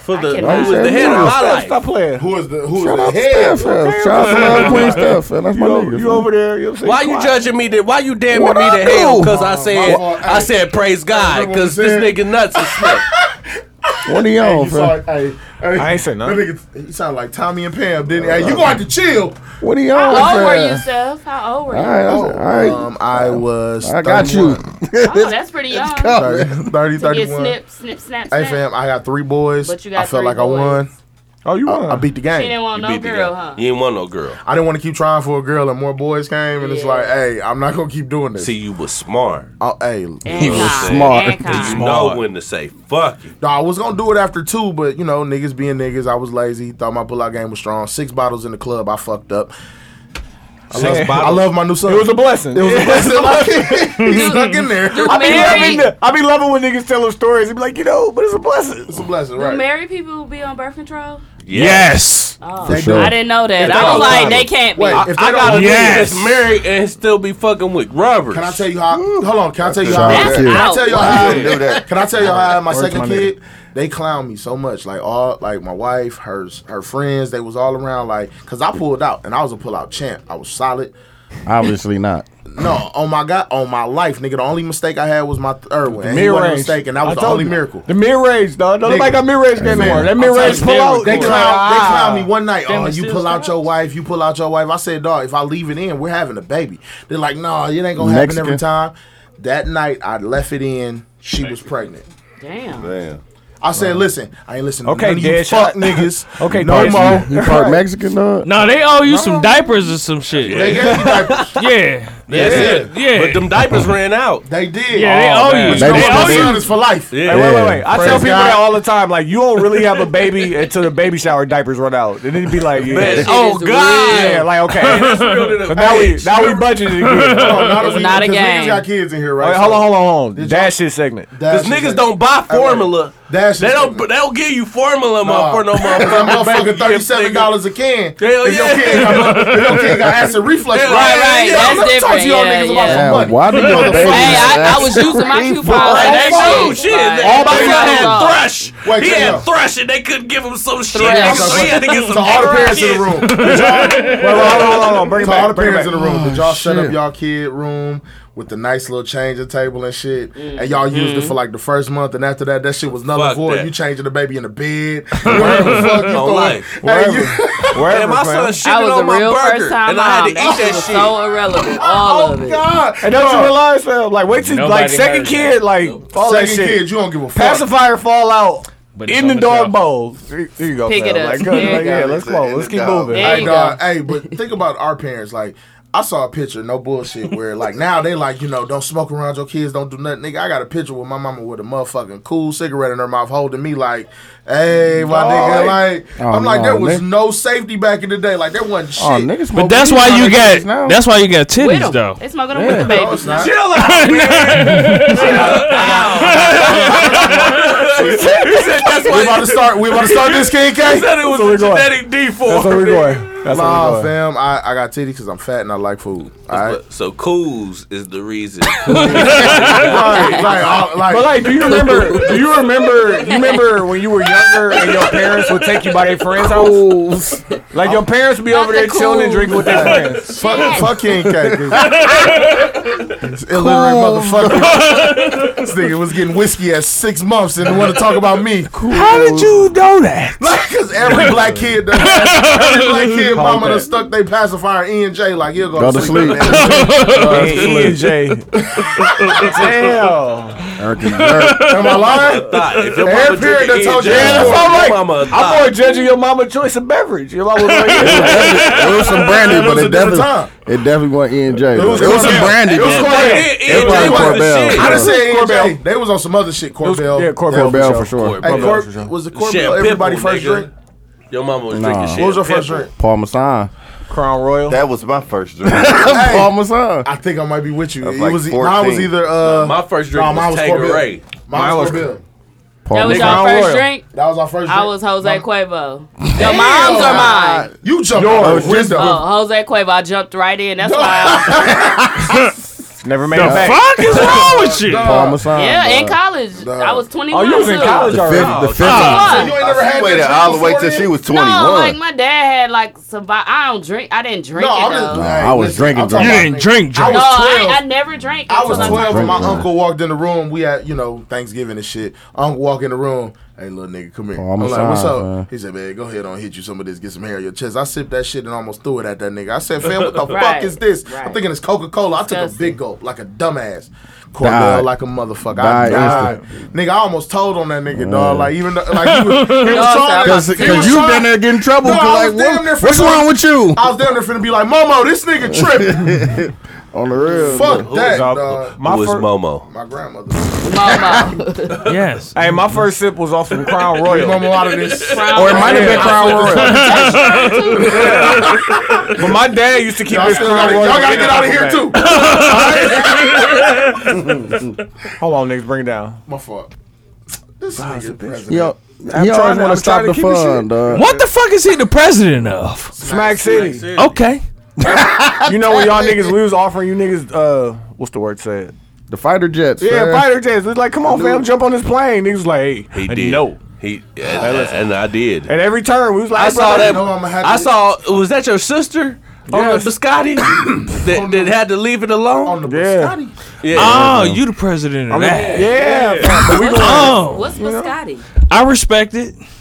Speaker 4: for the
Speaker 2: cannot.
Speaker 4: who was the head of my life.
Speaker 7: Stop playing.
Speaker 1: Who is the who
Speaker 2: Shout out
Speaker 1: is the head?
Speaker 2: Steph, Shout out to Queen Steph. man. That's my nigga.
Speaker 7: You over there? You know what I'm saying?
Speaker 4: Why you
Speaker 7: Quiet.
Speaker 4: judging me? That why you damning
Speaker 2: What
Speaker 4: me
Speaker 2: I
Speaker 4: to hell?
Speaker 2: do?
Speaker 4: Because I said
Speaker 1: fault.
Speaker 4: I said praise God
Speaker 1: remember
Speaker 4: because
Speaker 1: what
Speaker 4: this
Speaker 1: you said.
Speaker 4: nigga nuts is slick.
Speaker 2: What are you
Speaker 1: Hey,
Speaker 2: on,
Speaker 1: you
Speaker 2: fam?
Speaker 1: saw- hey, hey,
Speaker 7: I ain't say nothing.
Speaker 1: That nigga, he sound like Tommy and Pam, didn't he? Hey, you gonna have to chill.
Speaker 2: What are you
Speaker 3: How
Speaker 2: on,
Speaker 3: old were you,
Speaker 2: fam?
Speaker 3: Seth? How old were you?
Speaker 2: All right, all right.
Speaker 1: Um, I was.
Speaker 2: I got you.
Speaker 1: 31.
Speaker 3: oh, that's pretty young. To
Speaker 1: 30, 30,
Speaker 3: get
Speaker 1: 31.
Speaker 3: snip, snip, snap, snap.
Speaker 1: Hey fam, I got three boys.
Speaker 3: But you got
Speaker 1: I felt
Speaker 3: three
Speaker 1: like
Speaker 3: boys.
Speaker 1: I won.
Speaker 7: Oh, you
Speaker 1: I, I
Speaker 7: won.
Speaker 1: beat the
Speaker 3: She didn't
Speaker 1: game.
Speaker 3: want
Speaker 4: You
Speaker 3: no
Speaker 4: beat the
Speaker 3: girl,
Speaker 4: guy.
Speaker 3: huh?
Speaker 4: You ain't want no girl.
Speaker 1: I didn't want to keep trying for a girl, and more boys came, and it's
Speaker 3: Yeah.
Speaker 1: like, hey, I'm not gonna keep doing this.
Speaker 4: See, you was smart.
Speaker 1: I, hey,
Speaker 3: And
Speaker 4: He was
Speaker 3: kind,
Speaker 2: smart.
Speaker 3: and kind.
Speaker 4: You
Speaker 6: Smart.
Speaker 4: know when to say fuck you.
Speaker 1: no, I was gonna do it after two, but you know, niggas being niggas, I was lazy. Thought my pullout game was strong. Six bottles in the club, I fucked up. I
Speaker 7: Six
Speaker 1: love, I
Speaker 7: bottles?
Speaker 1: love my new son.
Speaker 7: It was a blessing.
Speaker 1: It was a blessing. Like, he's stuck in there.
Speaker 3: Do
Speaker 7: I be,
Speaker 3: married,
Speaker 7: loving the, I be loving when niggas tell them stories. They be like, you know, but it's a blessing.
Speaker 1: It's a blessing,
Speaker 3: do
Speaker 1: right?
Speaker 3: married people be on birth control?
Speaker 5: Yes.
Speaker 3: Oh,
Speaker 2: For sure.
Speaker 3: I didn't know that.
Speaker 4: Yeah,
Speaker 3: I was
Speaker 4: they
Speaker 3: like,
Speaker 4: don't-
Speaker 3: they can't be.
Speaker 1: Wait, if they
Speaker 4: I
Speaker 1: don't-
Speaker 4: got a nigga
Speaker 5: Yes.
Speaker 4: that's married and still be fucking with robbers.
Speaker 1: Can I tell you how? Hold on. Can I tell you
Speaker 2: Shout
Speaker 1: how?
Speaker 2: out to
Speaker 1: Can
Speaker 2: you.
Speaker 1: I tell you how?
Speaker 8: Why you do that?
Speaker 1: Can I tell you how I had my
Speaker 7: Where's
Speaker 1: second
Speaker 7: my
Speaker 1: kid? They clown me so much, like all like my wife, her her friends, they was all around, like because I pulled out and I was a pull out champ. I was solid.
Speaker 2: Obviously not.
Speaker 1: No, on my god, on my life, nigga. The only mistake I had was my third one. And he
Speaker 7: Mid
Speaker 1: wasn't a
Speaker 7: range.
Speaker 1: mistake, and that
Speaker 7: I
Speaker 1: was the
Speaker 7: told
Speaker 1: only
Speaker 7: you.
Speaker 1: miracle.
Speaker 7: The mid range, dog. Don't nobody
Speaker 1: Nigga.
Speaker 7: got mid range game anymore. That mid range pull out.
Speaker 1: They
Speaker 7: you
Speaker 1: clown,
Speaker 7: like,
Speaker 1: they clown me one night.
Speaker 9: Damn,
Speaker 1: Oh,
Speaker 9: it's
Speaker 1: you
Speaker 9: still
Speaker 1: pull out
Speaker 9: still
Speaker 1: your wife. You pull out your wife. I said, dog, if I leave it in, we're having a baby. They're like, no, it ain't gonna happen
Speaker 2: Mexican.
Speaker 1: every time. That night, I left it in. She was pregnant.
Speaker 3: Damn.
Speaker 8: Damn.
Speaker 1: I said, listen, I ain't listening
Speaker 7: Okay,
Speaker 1: to none of you
Speaker 7: dead
Speaker 1: fuck
Speaker 7: shot.
Speaker 1: niggas.
Speaker 7: Okay,
Speaker 1: no
Speaker 7: dead
Speaker 1: more.
Speaker 7: shot.
Speaker 2: You part Mexican, dog?
Speaker 5: No, they owe you some diapers or some shit.
Speaker 1: They
Speaker 5: Yeah.
Speaker 1: gave me diapers.
Speaker 5: Yeah.
Speaker 4: That's it.
Speaker 5: Yeah.
Speaker 4: But them diapers ran out.
Speaker 1: They did.
Speaker 5: Yeah, they
Speaker 1: Oh,
Speaker 5: owe
Speaker 1: man.
Speaker 5: you.
Speaker 1: But
Speaker 5: They,
Speaker 1: you know
Speaker 5: owe
Speaker 1: what,
Speaker 2: They-
Speaker 5: you.
Speaker 1: son, it's for life.
Speaker 4: Yeah.
Speaker 7: Wait, wait, wait. I
Speaker 1: Praise
Speaker 7: tell people
Speaker 1: God.
Speaker 7: that all the time. Like, you don't really have a baby until the baby shower diapers run out. And it'd be like, yeah.
Speaker 4: Man, oh
Speaker 7: Yeah,
Speaker 4: God.
Speaker 7: like, okay. But now we now we budgeted again. Hold on,
Speaker 1: Not
Speaker 3: It's
Speaker 1: a-
Speaker 3: not a
Speaker 1: 'cause Niggas
Speaker 3: game.
Speaker 1: got kids in here, right?
Speaker 7: Wait, hold on, hold on, hold on. That shit segment.
Speaker 4: Because niggas don't buy formula.
Speaker 1: That's
Speaker 4: They don't. They don't give you formula
Speaker 1: Nah.
Speaker 4: nah. for no
Speaker 1: I'm
Speaker 4: motherfucker.
Speaker 1: motherfucking
Speaker 4: You give
Speaker 1: thirty-seven
Speaker 4: nigga-
Speaker 1: dollars a can.
Speaker 4: Hell
Speaker 1: if
Speaker 4: yeah.
Speaker 1: Your kid got, if your kid got acid reflux,
Speaker 4: Hell
Speaker 1: right?
Speaker 4: yeah.
Speaker 3: Right,
Speaker 4: Yeah,
Speaker 3: right.
Speaker 1: I'm
Speaker 3: That's
Speaker 1: gonna talk
Speaker 3: different.
Speaker 1: to y'all
Speaker 3: yeah,
Speaker 1: niggas about
Speaker 3: yeah.
Speaker 1: some money.
Speaker 2: Damn, why do your
Speaker 3: Hey,
Speaker 2: baby
Speaker 3: I, I was using my coupons. Like,
Speaker 4: Like,
Speaker 3: that
Speaker 4: oh
Speaker 3: shit.
Speaker 4: shit!
Speaker 3: Like,
Speaker 4: All my
Speaker 3: three
Speaker 4: son had
Speaker 3: dollars.
Speaker 4: thrush.
Speaker 1: Wait,
Speaker 4: he
Speaker 1: check it
Speaker 4: had
Speaker 1: out.
Speaker 4: thrush, and they couldn't give him some shit.
Speaker 3: Three
Speaker 4: nigga,
Speaker 3: dollars.
Speaker 4: so he had to get
Speaker 1: To
Speaker 4: some
Speaker 1: all the
Speaker 4: extra
Speaker 1: parents in
Speaker 4: shit.
Speaker 1: the room.
Speaker 7: Wait, wait, hold on, hold on, hold on. Bring it
Speaker 1: to all the
Speaker 7: back. Bring it
Speaker 1: parents
Speaker 7: back.
Speaker 1: in the room. Did y'all set up
Speaker 2: shit.
Speaker 1: y'all kid room with the nice little changing table and shit? And y'all used it for like the first month, and after that, that shit was null and
Speaker 4: Mm. Fuck
Speaker 1: void.
Speaker 4: that.
Speaker 1: You changing the baby in the bed. Whatever the fuck you
Speaker 4: On
Speaker 1: throw-
Speaker 4: life.
Speaker 1: Hey, you-
Speaker 4: And my son
Speaker 3: I was
Speaker 4: shitted
Speaker 3: a
Speaker 4: on my
Speaker 3: real
Speaker 4: burger,
Speaker 3: first time
Speaker 4: and I had to eat
Speaker 3: mom. That shit
Speaker 4: that
Speaker 3: was
Speaker 4: shit.
Speaker 3: so irrelevant. All of
Speaker 1: Oh
Speaker 3: it.
Speaker 1: God!
Speaker 7: And don't you realize, fam? Like, wait till
Speaker 5: Nobody
Speaker 7: like second
Speaker 5: heard that.
Speaker 7: kid, like all that
Speaker 1: Second
Speaker 7: shit.
Speaker 1: kid, you don't give a fuck.
Speaker 7: Pacifier fall out
Speaker 5: But it's
Speaker 7: in the
Speaker 5: on the
Speaker 7: dog
Speaker 5: shelf.
Speaker 7: bowl. There there you go.
Speaker 3: Pick
Speaker 7: fam.
Speaker 3: it up.
Speaker 7: Like,
Speaker 3: There you
Speaker 7: like, yeah,
Speaker 3: go.
Speaker 7: let's go.
Speaker 8: In
Speaker 7: Let's
Speaker 8: the
Speaker 7: keep
Speaker 8: dog.
Speaker 7: moving.
Speaker 3: There
Speaker 1: Hey,
Speaker 3: you
Speaker 1: dog. Hey, but think about our parents. Like, I saw a picture, no bullshit, where like now they like you know don't smoke around your kids, don't do nothing. Nigga, I got a picture with my mama with a motherfucking cool cigarette in her mouth, holding me like, hey, my nigga, like I'm
Speaker 2: Oh,
Speaker 1: like there
Speaker 2: no,
Speaker 1: was
Speaker 2: nigga.
Speaker 1: no safety back in the day, like there wasn't shit.
Speaker 2: Oh, niggas
Speaker 5: But that's why you got. That's why you got
Speaker 3: With
Speaker 5: titties
Speaker 3: them.
Speaker 5: though.
Speaker 3: They smoking them with the
Speaker 1: No, it's
Speaker 3: baby.
Speaker 1: not.
Speaker 4: He said that's
Speaker 1: We
Speaker 4: why.
Speaker 1: about to start. We about to start this kid
Speaker 4: He
Speaker 1: case.
Speaker 4: said it was
Speaker 7: where
Speaker 4: a
Speaker 7: we going.
Speaker 4: genetic default.
Speaker 7: That's where we're going. That's where
Speaker 1: Nah,
Speaker 7: we're going.
Speaker 1: fam, I, I got titty because I'm fat and I like food. All right,
Speaker 4: But- So cools is the reason.
Speaker 1: right, like, I- like,
Speaker 7: But like, do you remember? Do you remember? You remember when you were younger and your parents would take you by their friends' house? Like your parents would be
Speaker 3: Not
Speaker 7: over
Speaker 3: the
Speaker 7: there chilling and
Speaker 3: cool.
Speaker 7: drinking with their friends.
Speaker 1: Fuck,
Speaker 3: Yes.
Speaker 1: fuck King Cake. It's illiterate motherfucker. this nigga was getting whiskey at six months and want to talk about me. Cool.
Speaker 6: How did you know that?
Speaker 1: Like, cause every black kid, does that. every black kid, mama done stuck they pacifier E and J like you go,
Speaker 2: Go to sleep.
Speaker 7: Hey, E EJ. Damn.
Speaker 1: Am I lying?
Speaker 4: Thought, if your
Speaker 1: Every
Speaker 4: mama
Speaker 1: period
Speaker 4: drinking
Speaker 1: that told you
Speaker 4: EJ,
Speaker 1: that,
Speaker 7: E That's all right.
Speaker 4: your mama a
Speaker 7: I'm more
Speaker 4: thought.
Speaker 7: judging your mama choice of beverage. Your mama was like,
Speaker 2: It was some brandy,
Speaker 1: It was a
Speaker 2: but it
Speaker 1: different
Speaker 2: definitely,
Speaker 1: time.
Speaker 2: it definitely wasn't E and J.
Speaker 1: It was
Speaker 2: though. It was some
Speaker 1: Cornell.
Speaker 2: brandy.
Speaker 1: It was
Speaker 2: though.
Speaker 1: Cornell.
Speaker 4: It-
Speaker 2: It
Speaker 4: it
Speaker 2: was
Speaker 4: was the
Speaker 2: Corbell.
Speaker 4: shit.
Speaker 1: I done said E and J.
Speaker 7: Corbell.
Speaker 1: They was on some other shit. Corbell.
Speaker 7: yeah, Corbell.
Speaker 2: Corbell for sure.
Speaker 4: Corbell.
Speaker 1: Hey, Cor-
Speaker 4: Shit,
Speaker 1: was the Corbell everybody
Speaker 4: Pitbull,
Speaker 1: first
Speaker 4: nigga.
Speaker 1: drink?
Speaker 4: Your mama was
Speaker 2: Nah.
Speaker 4: drinking shit.
Speaker 1: What was your first
Speaker 4: Pitbull.
Speaker 1: drink?
Speaker 2: Paul Masson.
Speaker 7: Crown Royal.
Speaker 8: That was my first drink.
Speaker 1: Hey.
Speaker 2: Paul Masson.
Speaker 1: I think I might be with you.
Speaker 8: That's
Speaker 1: It
Speaker 8: like
Speaker 1: was e- mine was
Speaker 8: 14.
Speaker 1: either uh
Speaker 4: My first drink
Speaker 1: Nah, mine
Speaker 4: was
Speaker 1: was
Speaker 4: Tangeray.
Speaker 1: mine was Corbell.
Speaker 3: That
Speaker 2: Paul
Speaker 3: was
Speaker 2: Masson.
Speaker 3: your
Speaker 7: Crown
Speaker 3: first
Speaker 7: Royal.
Speaker 3: drink.
Speaker 1: That was our first drink.
Speaker 3: I was Jose
Speaker 1: My-
Speaker 3: Cuervo. Your mom's or mine?
Speaker 1: You jumped out the window.
Speaker 3: Oh, Jose Cuervo. I jumped right in. That's why. I-
Speaker 7: It's never made
Speaker 5: The
Speaker 7: it back.
Speaker 5: fuck is wrong with you?
Speaker 7: Paul Masson,
Speaker 3: yeah, in
Speaker 7: dog.
Speaker 3: college, I was 21.
Speaker 7: Oh, you was in
Speaker 3: so-
Speaker 7: college already.
Speaker 8: The fifth, you
Speaker 3: Fuck.
Speaker 8: ain't never had waited all the way till she was 21.
Speaker 3: No, like my dad had like survive. I don't drink. I didn't drink
Speaker 1: No,
Speaker 3: it
Speaker 1: I'm
Speaker 3: though.
Speaker 1: just-
Speaker 3: No,
Speaker 2: I was drinking.
Speaker 1: talking
Speaker 2: drunk.
Speaker 1: about-
Speaker 5: Didn't drink,
Speaker 1: I
Speaker 5: drink.
Speaker 1: was
Speaker 3: I,
Speaker 1: 12.
Speaker 3: ain't- I never drank.
Speaker 1: I was
Speaker 3: until
Speaker 1: 12 and my
Speaker 2: Drink,
Speaker 1: uncle walked in the room. We had, you know, Thanksgiving and shit. Uncle walked in the room. Hey, little nigga, come here.
Speaker 2: Oh,
Speaker 1: I'm
Speaker 2: I'm a
Speaker 1: like, what's
Speaker 2: sign,
Speaker 1: up?
Speaker 2: man.
Speaker 1: He said, man, go ahead on hit you some of this. Get some hair on your chest. I sipped that shit and almost threw it at that nigga. I said, fam, what the
Speaker 3: Right,
Speaker 1: fuck is this? I'm
Speaker 3: right.
Speaker 1: thinking it's Coca Cola. I took a
Speaker 3: Disgusting.
Speaker 1: big gulp like a dumbass. Cornell
Speaker 2: Died.
Speaker 1: like a motherfucker. I
Speaker 2: Died
Speaker 1: died. Nigga, I almost told on that nigga, dog. Like, even though, like, he was, he was trying.
Speaker 2: Cause,
Speaker 1: he
Speaker 2: cause
Speaker 1: was
Speaker 2: you
Speaker 1: trying-
Speaker 2: been there getting trouble.
Speaker 1: No,
Speaker 2: 'cause
Speaker 1: I
Speaker 2: like,
Speaker 1: was damn
Speaker 2: what-
Speaker 1: near for
Speaker 2: what's
Speaker 1: some-
Speaker 2: wrong with you?
Speaker 1: I was down there finna be like, Momo, this nigga tripping.
Speaker 2: On the real.
Speaker 1: Fuck that, uh,
Speaker 7: Dog,
Speaker 1: dog.
Speaker 7: My
Speaker 4: Who is
Speaker 7: fir-
Speaker 4: Momo?
Speaker 1: My grandmother.
Speaker 3: Mama.
Speaker 5: Yes.
Speaker 7: Hey, my first sip was off some Crown Royal.
Speaker 1: Momo out of this.
Speaker 7: Or it might have been
Speaker 1: Yeah.
Speaker 7: Crown Royal. but my dad used to keep
Speaker 1: Y'all
Speaker 7: his Crown
Speaker 1: gotta,
Speaker 7: Royal.
Speaker 1: y'all gotta get out of here too.
Speaker 7: Hold on, niggas, bring it down.
Speaker 1: My fault. This nigga president.
Speaker 2: Yo,
Speaker 7: I'm
Speaker 2: he always
Speaker 7: trying
Speaker 2: want
Speaker 7: to- I'm
Speaker 2: to stop
Speaker 7: trying to
Speaker 2: the
Speaker 7: keep it shit.
Speaker 2: fun, dog.
Speaker 5: What the fuck is he the president of?
Speaker 7: Smack City.
Speaker 5: Okay.
Speaker 7: You know when y'all niggas we was offering you niggas uh what's the word said?
Speaker 2: The fighter jets.
Speaker 7: Yeah,
Speaker 2: man.
Speaker 7: fighter jets. It's like, come on, fam, jump on this plane. Niggas was like, hey,
Speaker 4: He
Speaker 7: I
Speaker 4: did.
Speaker 7: know.
Speaker 4: He and, and I did.
Speaker 7: At every turn, we was like,
Speaker 4: I
Speaker 7: hey,
Speaker 4: saw
Speaker 7: brother,
Speaker 4: that.
Speaker 1: know I'ma have
Speaker 4: I
Speaker 1: to-
Speaker 4: saw. Was that your sister on
Speaker 7: Yes.
Speaker 4: the biscotti that, that had to leave it alone?
Speaker 1: on the
Speaker 7: Yeah.
Speaker 1: biscotti.
Speaker 4: Yeah.
Speaker 5: Oh, you the president of that.
Speaker 7: Yeah, fam, but we going.
Speaker 5: Oh,
Speaker 3: What's biscotti?
Speaker 5: I respect it.
Speaker 4: yeah.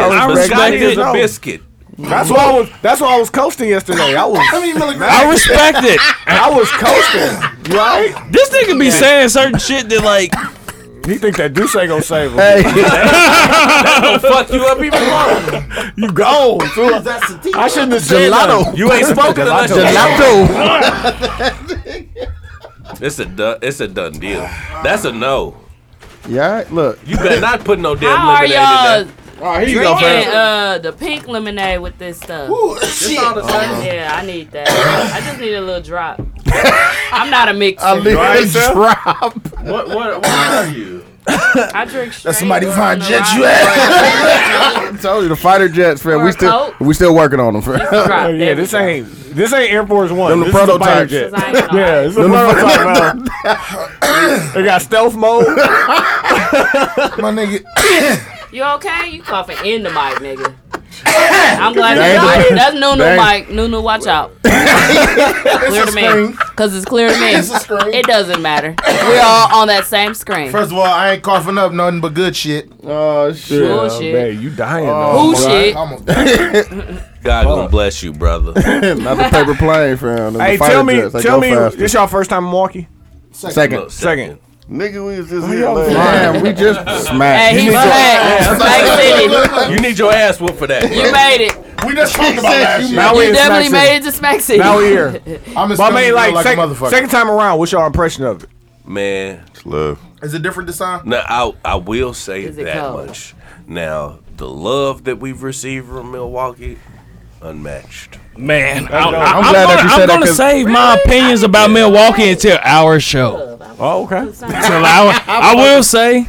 Speaker 5: I
Speaker 4: biscotti
Speaker 5: respect
Speaker 4: is
Speaker 5: it.
Speaker 4: a biscuit.
Speaker 7: That's why I was. That's why I was coasting yesterday. I was.
Speaker 1: I mean, really,
Speaker 5: I respect it.
Speaker 7: I was coasting. You all right?
Speaker 5: This nigga be saying certain shit that like
Speaker 7: He think that Deuce ain't gonna save him.
Speaker 4: Fuck you up even more.
Speaker 7: You gone. fool.
Speaker 1: that's the thing.
Speaker 7: I shouldn't have said
Speaker 2: Gelato.
Speaker 7: nothing.
Speaker 4: You ain't spoken unless you.
Speaker 2: Gelato.
Speaker 4: It's a done. It's a done deal. That's a no.
Speaker 2: Yeah, look.
Speaker 4: You better not put no damn
Speaker 3: How are
Speaker 4: lemonade in
Speaker 3: y'all
Speaker 4: that.
Speaker 3: drinking uh, the pink lemonade with this stuff?
Speaker 1: Shit. All the same.
Speaker 3: Yeah, I need that. I just need a little drop. I'm not a mixer. I,
Speaker 4: What? What? What are you?
Speaker 3: drink straight.
Speaker 1: Let somebody
Speaker 3: or
Speaker 1: find
Speaker 3: on the
Speaker 1: jet you
Speaker 3: rock.
Speaker 2: I told you the fighter jets, fam.
Speaker 3: Or a
Speaker 2: We still
Speaker 3: Coke.
Speaker 2: we still working on them,
Speaker 3: Drop.
Speaker 2: fam.
Speaker 7: Oh,
Speaker 3: There
Speaker 7: yeah,
Speaker 3: we
Speaker 7: this
Speaker 3: go.
Speaker 7: ain't. This ain't Air Force
Speaker 2: Them
Speaker 7: One.
Speaker 2: the
Speaker 7: This is a fighter
Speaker 2: prototypes.
Speaker 7: jet.
Speaker 3: Cause I ain't gonna
Speaker 7: Yeah,
Speaker 3: lie.
Speaker 7: it's a prototype. man. It got stealth mode.
Speaker 1: My nigga,
Speaker 3: You okay? You coughing in the mic, nigga. I'm glad
Speaker 2: Dang.
Speaker 3: you got it. That's Nunu
Speaker 2: Dang.
Speaker 3: mic. Nunu, watch out. clear to me.
Speaker 1: screen.
Speaker 3: Because it's clear to me.
Speaker 1: It's a screen.
Speaker 3: It doesn't matter. We're all on that same screen.
Speaker 1: First of all, I ain't coughing up nothing but good shit.
Speaker 2: Oh shit.
Speaker 3: Bullshit.
Speaker 7: you dying
Speaker 1: Oh,
Speaker 3: Who
Speaker 1: boy,
Speaker 3: shit?
Speaker 1: I almost died.
Speaker 4: God gonna bless you, brother.
Speaker 2: Not the paper plane, fam.
Speaker 7: Hey,
Speaker 2: the fighter
Speaker 7: tell me,
Speaker 2: jets. They go
Speaker 7: tell me,
Speaker 2: faster.
Speaker 7: this y'all first time in Milwaukee?
Speaker 2: Second.
Speaker 7: Second.
Speaker 8: Nigga, we was just here. last-
Speaker 2: Damn, we just smacked.
Speaker 3: Hey, he black. Black City.
Speaker 4: You need your ass whooped for that.
Speaker 3: You made it.
Speaker 1: We just talked about last shit.
Speaker 7: Now we
Speaker 3: You
Speaker 7: in
Speaker 3: definitely
Speaker 7: Smack City.
Speaker 3: made it to Smack City.
Speaker 7: Now we here.
Speaker 1: I'm as
Speaker 7: But I mean, like,
Speaker 1: like
Speaker 7: sec-
Speaker 1: a motherfucker.
Speaker 7: second time around, what's y'all impression of it?
Speaker 4: man.
Speaker 8: Love.
Speaker 1: Is it different this time?
Speaker 4: Now I I will say
Speaker 3: Is it
Speaker 4: that
Speaker 3: cold?
Speaker 4: much. Now the love that we've received from Milwaukee, unmatched.
Speaker 5: Man, I,
Speaker 2: I'm
Speaker 5: am
Speaker 2: glad
Speaker 5: gonna,
Speaker 2: that you said
Speaker 5: I'm
Speaker 2: that
Speaker 5: gonna
Speaker 2: 'cause-
Speaker 5: save my opinions about Milwaukee until our show.
Speaker 7: Oh, okay.
Speaker 5: Till our- I will say,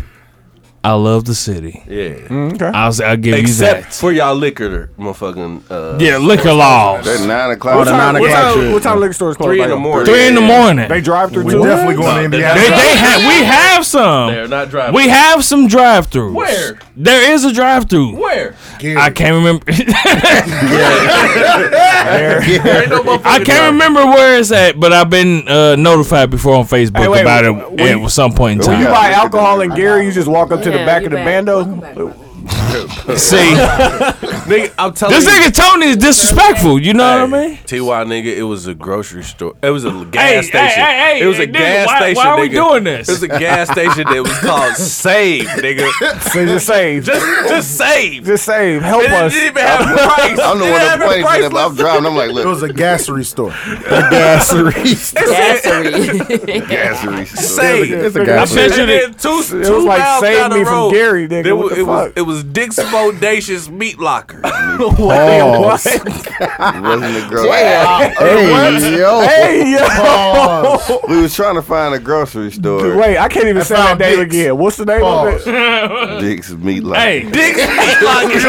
Speaker 5: I love the city.
Speaker 4: Yeah.
Speaker 5: I'll, s- I'll give
Speaker 4: Except
Speaker 5: you
Speaker 4: for y'all liquor, motherfucking. Uh,
Speaker 5: that. Yeah, liquor laws.
Speaker 8: That nine o'clock.
Speaker 2: Oh, the nine
Speaker 7: What
Speaker 2: o'clock
Speaker 7: time,
Speaker 2: shit.
Speaker 7: what time liquor stores close?
Speaker 4: Three in
Speaker 7: Like,
Speaker 4: the morning.
Speaker 5: Three in the morning.
Speaker 7: They
Speaker 5: They,
Speaker 7: drive through too?
Speaker 1: Definitely
Speaker 4: No,
Speaker 1: going to
Speaker 4: they're
Speaker 1: NBA.
Speaker 4: not-
Speaker 5: they ha- we have
Speaker 4: They're
Speaker 5: some.
Speaker 4: not driving.
Speaker 5: We have some drive-throughs.
Speaker 4: Where?
Speaker 5: There is a drive-through.
Speaker 4: Where?
Speaker 5: I can't remember.
Speaker 4: There ain't no
Speaker 5: I
Speaker 4: motherfucking
Speaker 5: can't
Speaker 4: drive-
Speaker 5: remember where it's at, but I've been uh, notified before on Facebook
Speaker 7: Hey, wait,
Speaker 5: about
Speaker 7: wh-
Speaker 5: it at some point in
Speaker 7: When you
Speaker 5: time.
Speaker 7: buy alcohol and gear, you just walk up to the
Speaker 3: Yeah,
Speaker 7: back
Speaker 3: you
Speaker 7: of the
Speaker 3: back. Welcome back,
Speaker 7: bando.
Speaker 3: brother.
Speaker 5: See,
Speaker 4: Nigga, I'm telling
Speaker 5: this
Speaker 4: you.
Speaker 5: nigga Tony is disrespectful. You know what I mean?
Speaker 4: Ty nigga, it was a grocery store. It was a gas
Speaker 5: Hey, hey,
Speaker 4: station.
Speaker 5: hey, hey,
Speaker 4: it was a
Speaker 5: nigga,
Speaker 4: gas
Speaker 5: why-
Speaker 4: station.
Speaker 5: why are we
Speaker 4: nigga.
Speaker 5: doing this?
Speaker 4: It was a gas station that was called Save, nigga.
Speaker 7: So just save.
Speaker 4: Just, just save.
Speaker 7: Just save. Help
Speaker 4: it
Speaker 7: us.
Speaker 4: didn't even have a
Speaker 8: I'm
Speaker 4: price.
Speaker 8: the
Speaker 4: It
Speaker 8: one
Speaker 4: didn't
Speaker 8: that
Speaker 4: have a
Speaker 8: played
Speaker 4: price
Speaker 8: it, but I'm
Speaker 4: list.
Speaker 8: driving. I'm like,
Speaker 1: It
Speaker 8: look,
Speaker 1: was a gassery store.
Speaker 2: Gassery.
Speaker 3: Gassery.
Speaker 8: gassery.
Speaker 4: Save.
Speaker 2: It's a
Speaker 5: I
Speaker 2: gassery.
Speaker 5: bet you
Speaker 4: And
Speaker 5: that.
Speaker 4: then two, two
Speaker 7: It was like
Speaker 4: miles down
Speaker 7: save
Speaker 4: the
Speaker 7: me from
Speaker 4: road,
Speaker 7: Gary,
Speaker 4: there
Speaker 7: nigga. What
Speaker 4: wa-
Speaker 7: the
Speaker 4: it was
Speaker 7: fuck?
Speaker 4: it was Dick's Bodacious Meat Locker.
Speaker 2: Pause.
Speaker 8: Wasn't the grocery.
Speaker 2: Hey, yo.
Speaker 7: Hey, yo.
Speaker 8: We was trying to find a grocery store.
Speaker 7: Wait, I can't even say that
Speaker 1: found
Speaker 7: name
Speaker 1: dicks.
Speaker 7: again. What's the name of it?
Speaker 8: Dick's meat like.
Speaker 5: Hey,
Speaker 4: Dick's Meat Locker.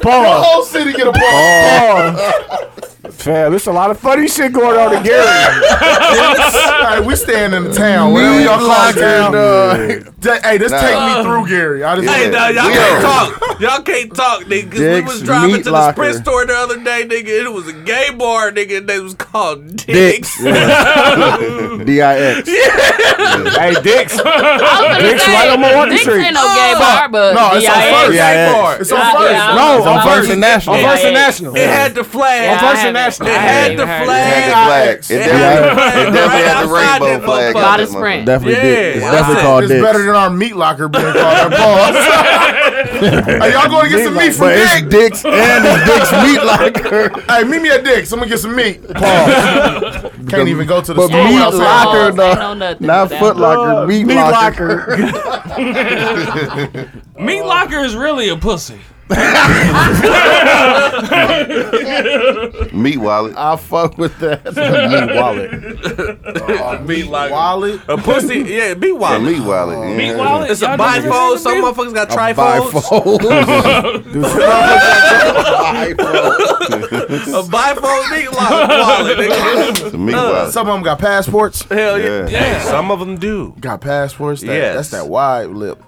Speaker 1: The whole city get a ball.
Speaker 7: Oh, Fam, it's a lot of funny shit going on in Gary.
Speaker 1: Like, we staying in the town. Whatever
Speaker 7: Need
Speaker 1: y'all call
Speaker 7: lockdown.
Speaker 1: Gary. Uh, da- hey, this
Speaker 4: Nah.
Speaker 1: take me through Gary. I just,
Speaker 4: Hey, nah, y'all can't talk. Y'all can't talk, nigga. 'cause we
Speaker 1: Dick's
Speaker 4: was driving
Speaker 1: Meat
Speaker 4: to the
Speaker 1: Locker.
Speaker 4: Sprint store the other day, nigga. It was a gay bar, nigga. and They was called Dicks.
Speaker 2: Dicks. D I X.
Speaker 7: Hey, Dicks.
Speaker 3: gonna
Speaker 7: Dicks
Speaker 3: say,
Speaker 7: right on Milwaukee
Speaker 3: Dicks
Speaker 7: Street.
Speaker 3: ain't no gay
Speaker 7: Oh!
Speaker 3: bar, but
Speaker 1: No, it's on
Speaker 3: DIA.
Speaker 1: first.
Speaker 2: Yeah, yeah.
Speaker 1: It's on
Speaker 3: Yeah,
Speaker 1: first.
Speaker 3: yeah, I'm-
Speaker 7: No,
Speaker 3: I'm
Speaker 7: on First
Speaker 2: and
Speaker 7: On
Speaker 2: National.
Speaker 7: First and National.
Speaker 4: It had the
Speaker 7: On
Speaker 4: flag.
Speaker 7: First
Speaker 3: I
Speaker 7: and National.
Speaker 4: It had the
Speaker 8: Had the
Speaker 4: flag.
Speaker 8: flag. It
Speaker 4: It had the
Speaker 8: definitely,
Speaker 4: flag
Speaker 8: it definitely
Speaker 4: right
Speaker 8: had the
Speaker 4: outside
Speaker 8: rainbow
Speaker 4: that
Speaker 8: flag.
Speaker 4: motherfucker.
Speaker 8: on
Speaker 3: By the
Speaker 8: that
Speaker 3: Sprint.
Speaker 2: Definitely
Speaker 4: Yeah.
Speaker 2: dick. It's
Speaker 4: Wow.
Speaker 2: definitely called
Speaker 1: It's
Speaker 2: dick.
Speaker 1: better than our meat locker being called that boss. Are y'all going to get some meat from
Speaker 2: But it's
Speaker 1: Dick?
Speaker 2: dicks and it's dicks meat locker.
Speaker 1: Hey, meet me at Dick's. I'm gonna get some meat. Pause. Can't even go to the
Speaker 2: But
Speaker 1: store.
Speaker 2: meat
Speaker 1: without saying
Speaker 2: locker,
Speaker 1: pause.
Speaker 3: Ain't
Speaker 2: though.
Speaker 3: no nothing
Speaker 2: Not
Speaker 3: without
Speaker 2: foot
Speaker 3: it.
Speaker 2: locker, meat, locker.
Speaker 5: Meat Locker is really a pussy.
Speaker 8: Sprint. Meat wallet.
Speaker 2: I fuck with that.
Speaker 7: Meat wallet.
Speaker 4: Meat locker.
Speaker 1: Wallet.
Speaker 4: A pussy. Yeah, meat
Speaker 8: A
Speaker 4: wallet.
Speaker 8: meat wallet. yeah.
Speaker 5: Meat Wallet.
Speaker 4: It's a
Speaker 5: Y'all niggas
Speaker 4: bifold.
Speaker 5: remember
Speaker 4: Some
Speaker 5: Meat-
Speaker 4: motherfuckers got trifolds.
Speaker 2: Oh, Bifold.
Speaker 4: A bifold meat locker wallet, nigga.
Speaker 8: It's a meat wallet.
Speaker 1: Some of them got passports.
Speaker 4: Hell
Speaker 8: yeah.
Speaker 4: yeah. Some of them do.
Speaker 1: Got passports. That,
Speaker 4: Yes.
Speaker 1: That's that wide lip.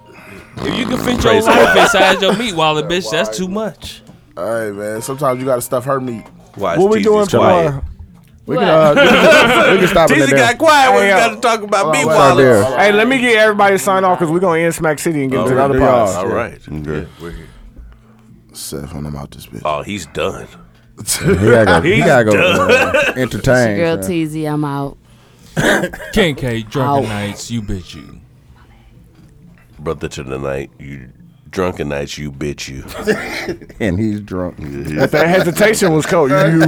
Speaker 5: If you can fit your life inside your meat wallet, bitch, that's too much.
Speaker 1: All right, man. Sometimes you gotta stuff her meat.
Speaker 4: Why is
Speaker 7: What we
Speaker 4: Teezy's
Speaker 7: doing for
Speaker 4: quiet?
Speaker 7: uh,
Speaker 2: we, can, uh, we, can, we can stop it
Speaker 4: Teezy
Speaker 2: there.
Speaker 4: got quiet when
Speaker 7: Hey,
Speaker 4: we
Speaker 7: yo.
Speaker 4: got to talk about meat
Speaker 1: wait,
Speaker 2: Stop
Speaker 4: wallets.
Speaker 2: there.
Speaker 7: Hey, let me get everybody to sign off because we're going to end Smack City and get to the other
Speaker 2: do y'all.
Speaker 7: pods.
Speaker 4: All right.
Speaker 8: Okay.
Speaker 1: Seth, when I'm out this bitch.
Speaker 4: Oh, he's done.
Speaker 2: He gotta go. He gotta go. uh, entertain.
Speaker 3: Girl
Speaker 2: son.
Speaker 3: TZ, I'm out.
Speaker 5: King K, drunken
Speaker 3: Ow.
Speaker 5: nights, you bitch you.
Speaker 4: Brother to the night, you drunken nights, you bitch you.
Speaker 2: and he's drunk.
Speaker 7: That hesitation was cold. You
Speaker 8: Uh, you.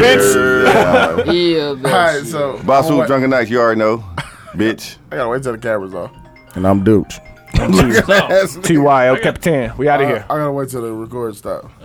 Speaker 7: bitch.
Speaker 8: Yeah.
Speaker 3: Yeah, bitch.
Speaker 1: All right, so
Speaker 8: Boss
Speaker 1: I'm
Speaker 8: who
Speaker 1: wa-
Speaker 8: drunken nights, you already know. Bitch.
Speaker 1: I gotta wait till the camera's off.
Speaker 2: And I'm duped.
Speaker 7: T Y L Capitan. We out of here.
Speaker 1: I gotta wait till the record stop.